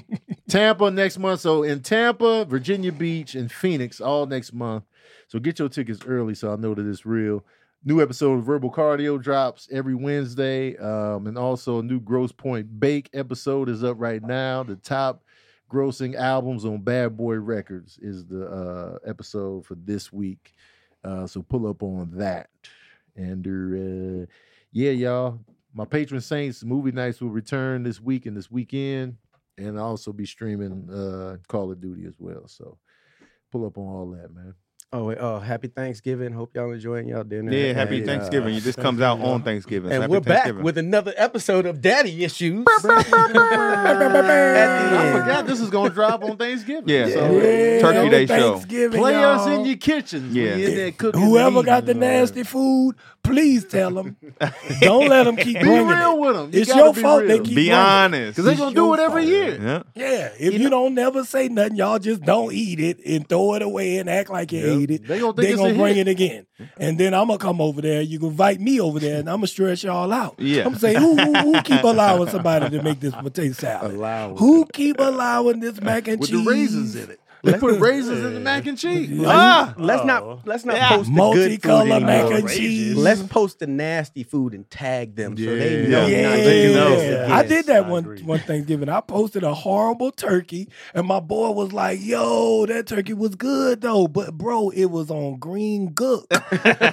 S1: Tampa next month. So in Tampa, Virginia Beach, and Phoenix all next month. So get your tickets early so I know that it's real. New episode of Verbal Cardio drops every Wednesday. Um, and also a new Gross Point Bake episode is up right now. The top grossing albums on Bad Boy Records is the uh, episode for this week. Uh, so pull up on that. And uh, yeah, y'all, my patron saints movie nights will return this week and this weekend, and I'll also be streaming uh, Call of Duty as well. So pull up on all that, man.
S3: Oh, wait, oh, happy Thanksgiving. Hope y'all enjoying y'all dinner.
S2: Yeah, happy
S3: And, uh,
S2: Thanksgiving. This comes out on Thanksgiving.
S3: And
S2: Happy
S3: we're back
S2: Thanksgiving.
S3: with another episode of Daddy [laughs] Issues.
S1: I
S3: At the end.
S1: forgot this is gonna drop on Thanksgiving.
S2: Yeah.
S1: so
S2: Turkey Day show.
S5: Thanksgiving,
S1: play us
S5: y'all.
S1: in your kitchens. Yeah,
S2: Yeah.
S1: when you in there cooking.
S5: Whoever
S1: and
S5: got the
S1: eating and all
S5: nasty food, please
S1: [laughs]
S5: tell them. Don't let them keep
S1: that. Be
S5: bringing
S1: real
S5: it.
S1: with them.
S5: It's your fault they keep-
S2: Be
S5: Right.
S2: honest.
S1: because they're gonna do it every
S5: your
S1: year.
S2: Yeah.
S5: Yeah, if you, don't never say nothing, y'all just don't eat it and throw it away and act like you
S1: Yep.
S5: ate it.
S1: They gonna think
S5: They
S1: it's
S5: gonna
S1: a
S5: bring
S1: hit.
S5: it again, and then I'm gonna come over there. You can invite me over there, and I'm gonna stress y'all out.
S2: Yeah.
S5: I'm gonna say
S2: [laughs]
S5: who, who
S1: [laughs]
S5: who keep allowing somebody to make this potato salad?
S3: Allowing.
S5: Who keep allowing this mac and
S1: With
S5: cheese
S1: the raisins in it, they put raisins in the mac and cheese.
S5: Yeah.
S2: Ah.
S3: Let's
S8: Oh.
S3: not let's not
S2: Yeah.
S3: post the good food
S5: Multicolor mac
S3: anymore.
S5: and cheese.
S3: Let's post the nasty food and tag them so they
S1: Yeah.
S3: know
S5: yeah,
S3: not to do this
S2: Yeah.
S3: again.
S5: I did that
S8: I
S5: one
S8: agree.
S5: one Thanksgiving. I posted a horrible turkey, and my boy was like, "Yo, that turkey was good though, but bro, it was on green gook,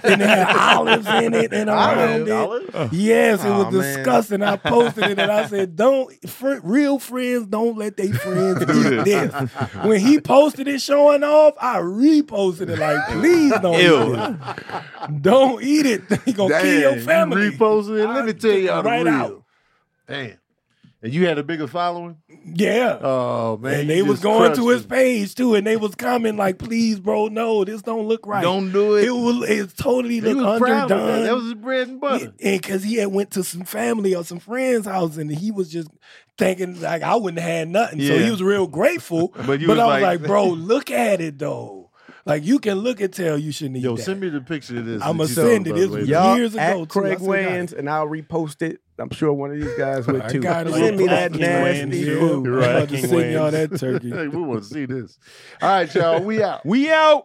S5: and it had olives in it and around
S3: Olive,
S5: it.
S3: olive.
S5: Yes, it
S3: Aw,
S5: was
S3: man.
S5: disgusting. I posted it, and I said, "Don't fr- real friends don't let their friends
S2: Do
S5: eat this." When he posted it, showing off, I reposted it like, "Please don't
S2: Ew.
S5: eat this. Don't eat it. You gonna kill your family."
S1: Reposing it. Let me tell you all the
S5: Right
S1: real.
S5: out.
S1: Damn. And you had a bigger following?
S5: yeah.
S1: Oh man.
S5: and
S1: you
S5: they was
S1: just
S5: going to
S1: crushed
S5: his
S1: it.
S5: page too, and they was commenting like, "Please, bro, no, this don't look right.
S2: Don't do
S5: it
S2: it.
S5: will. It totally
S1: He
S5: look
S1: was proud of that.
S5: underdone."
S1: That was his bread and butter.
S5: and because he had went to some family or some friend's house, and he was just thinking like, "I wouldn't have had nothing," so
S2: Yeah.
S5: he was real grateful.
S1: [laughs]
S2: But you was
S5: I was
S2: like-
S5: like, "Bro, look at it though. Like you can look and tell you shouldn't eat
S1: Yo,
S5: that."
S1: send me the picture of this.
S5: I'ma
S1: that you talking
S5: send it.
S1: about
S5: It's
S1: later.
S5: Yeah.
S3: Y'all
S5: Years
S3: at
S5: ago, too, I
S3: Craig
S5: still got it.
S3: Wayans, and I'll repost it. I'm sure one of these guys would
S5: I
S3: too.
S5: got a
S3: Send me
S5: little
S3: that
S8: King
S3: nasty
S8: Wayans,
S5: yeah.
S3: food.
S8: You're
S5: I'm
S8: right,
S5: about to
S8: King
S1: [laughs]
S5: send y'all
S8: Wayans.
S5: that turkey.
S1: Hey, we want to see this. All right, y'all. We out.
S2: We out.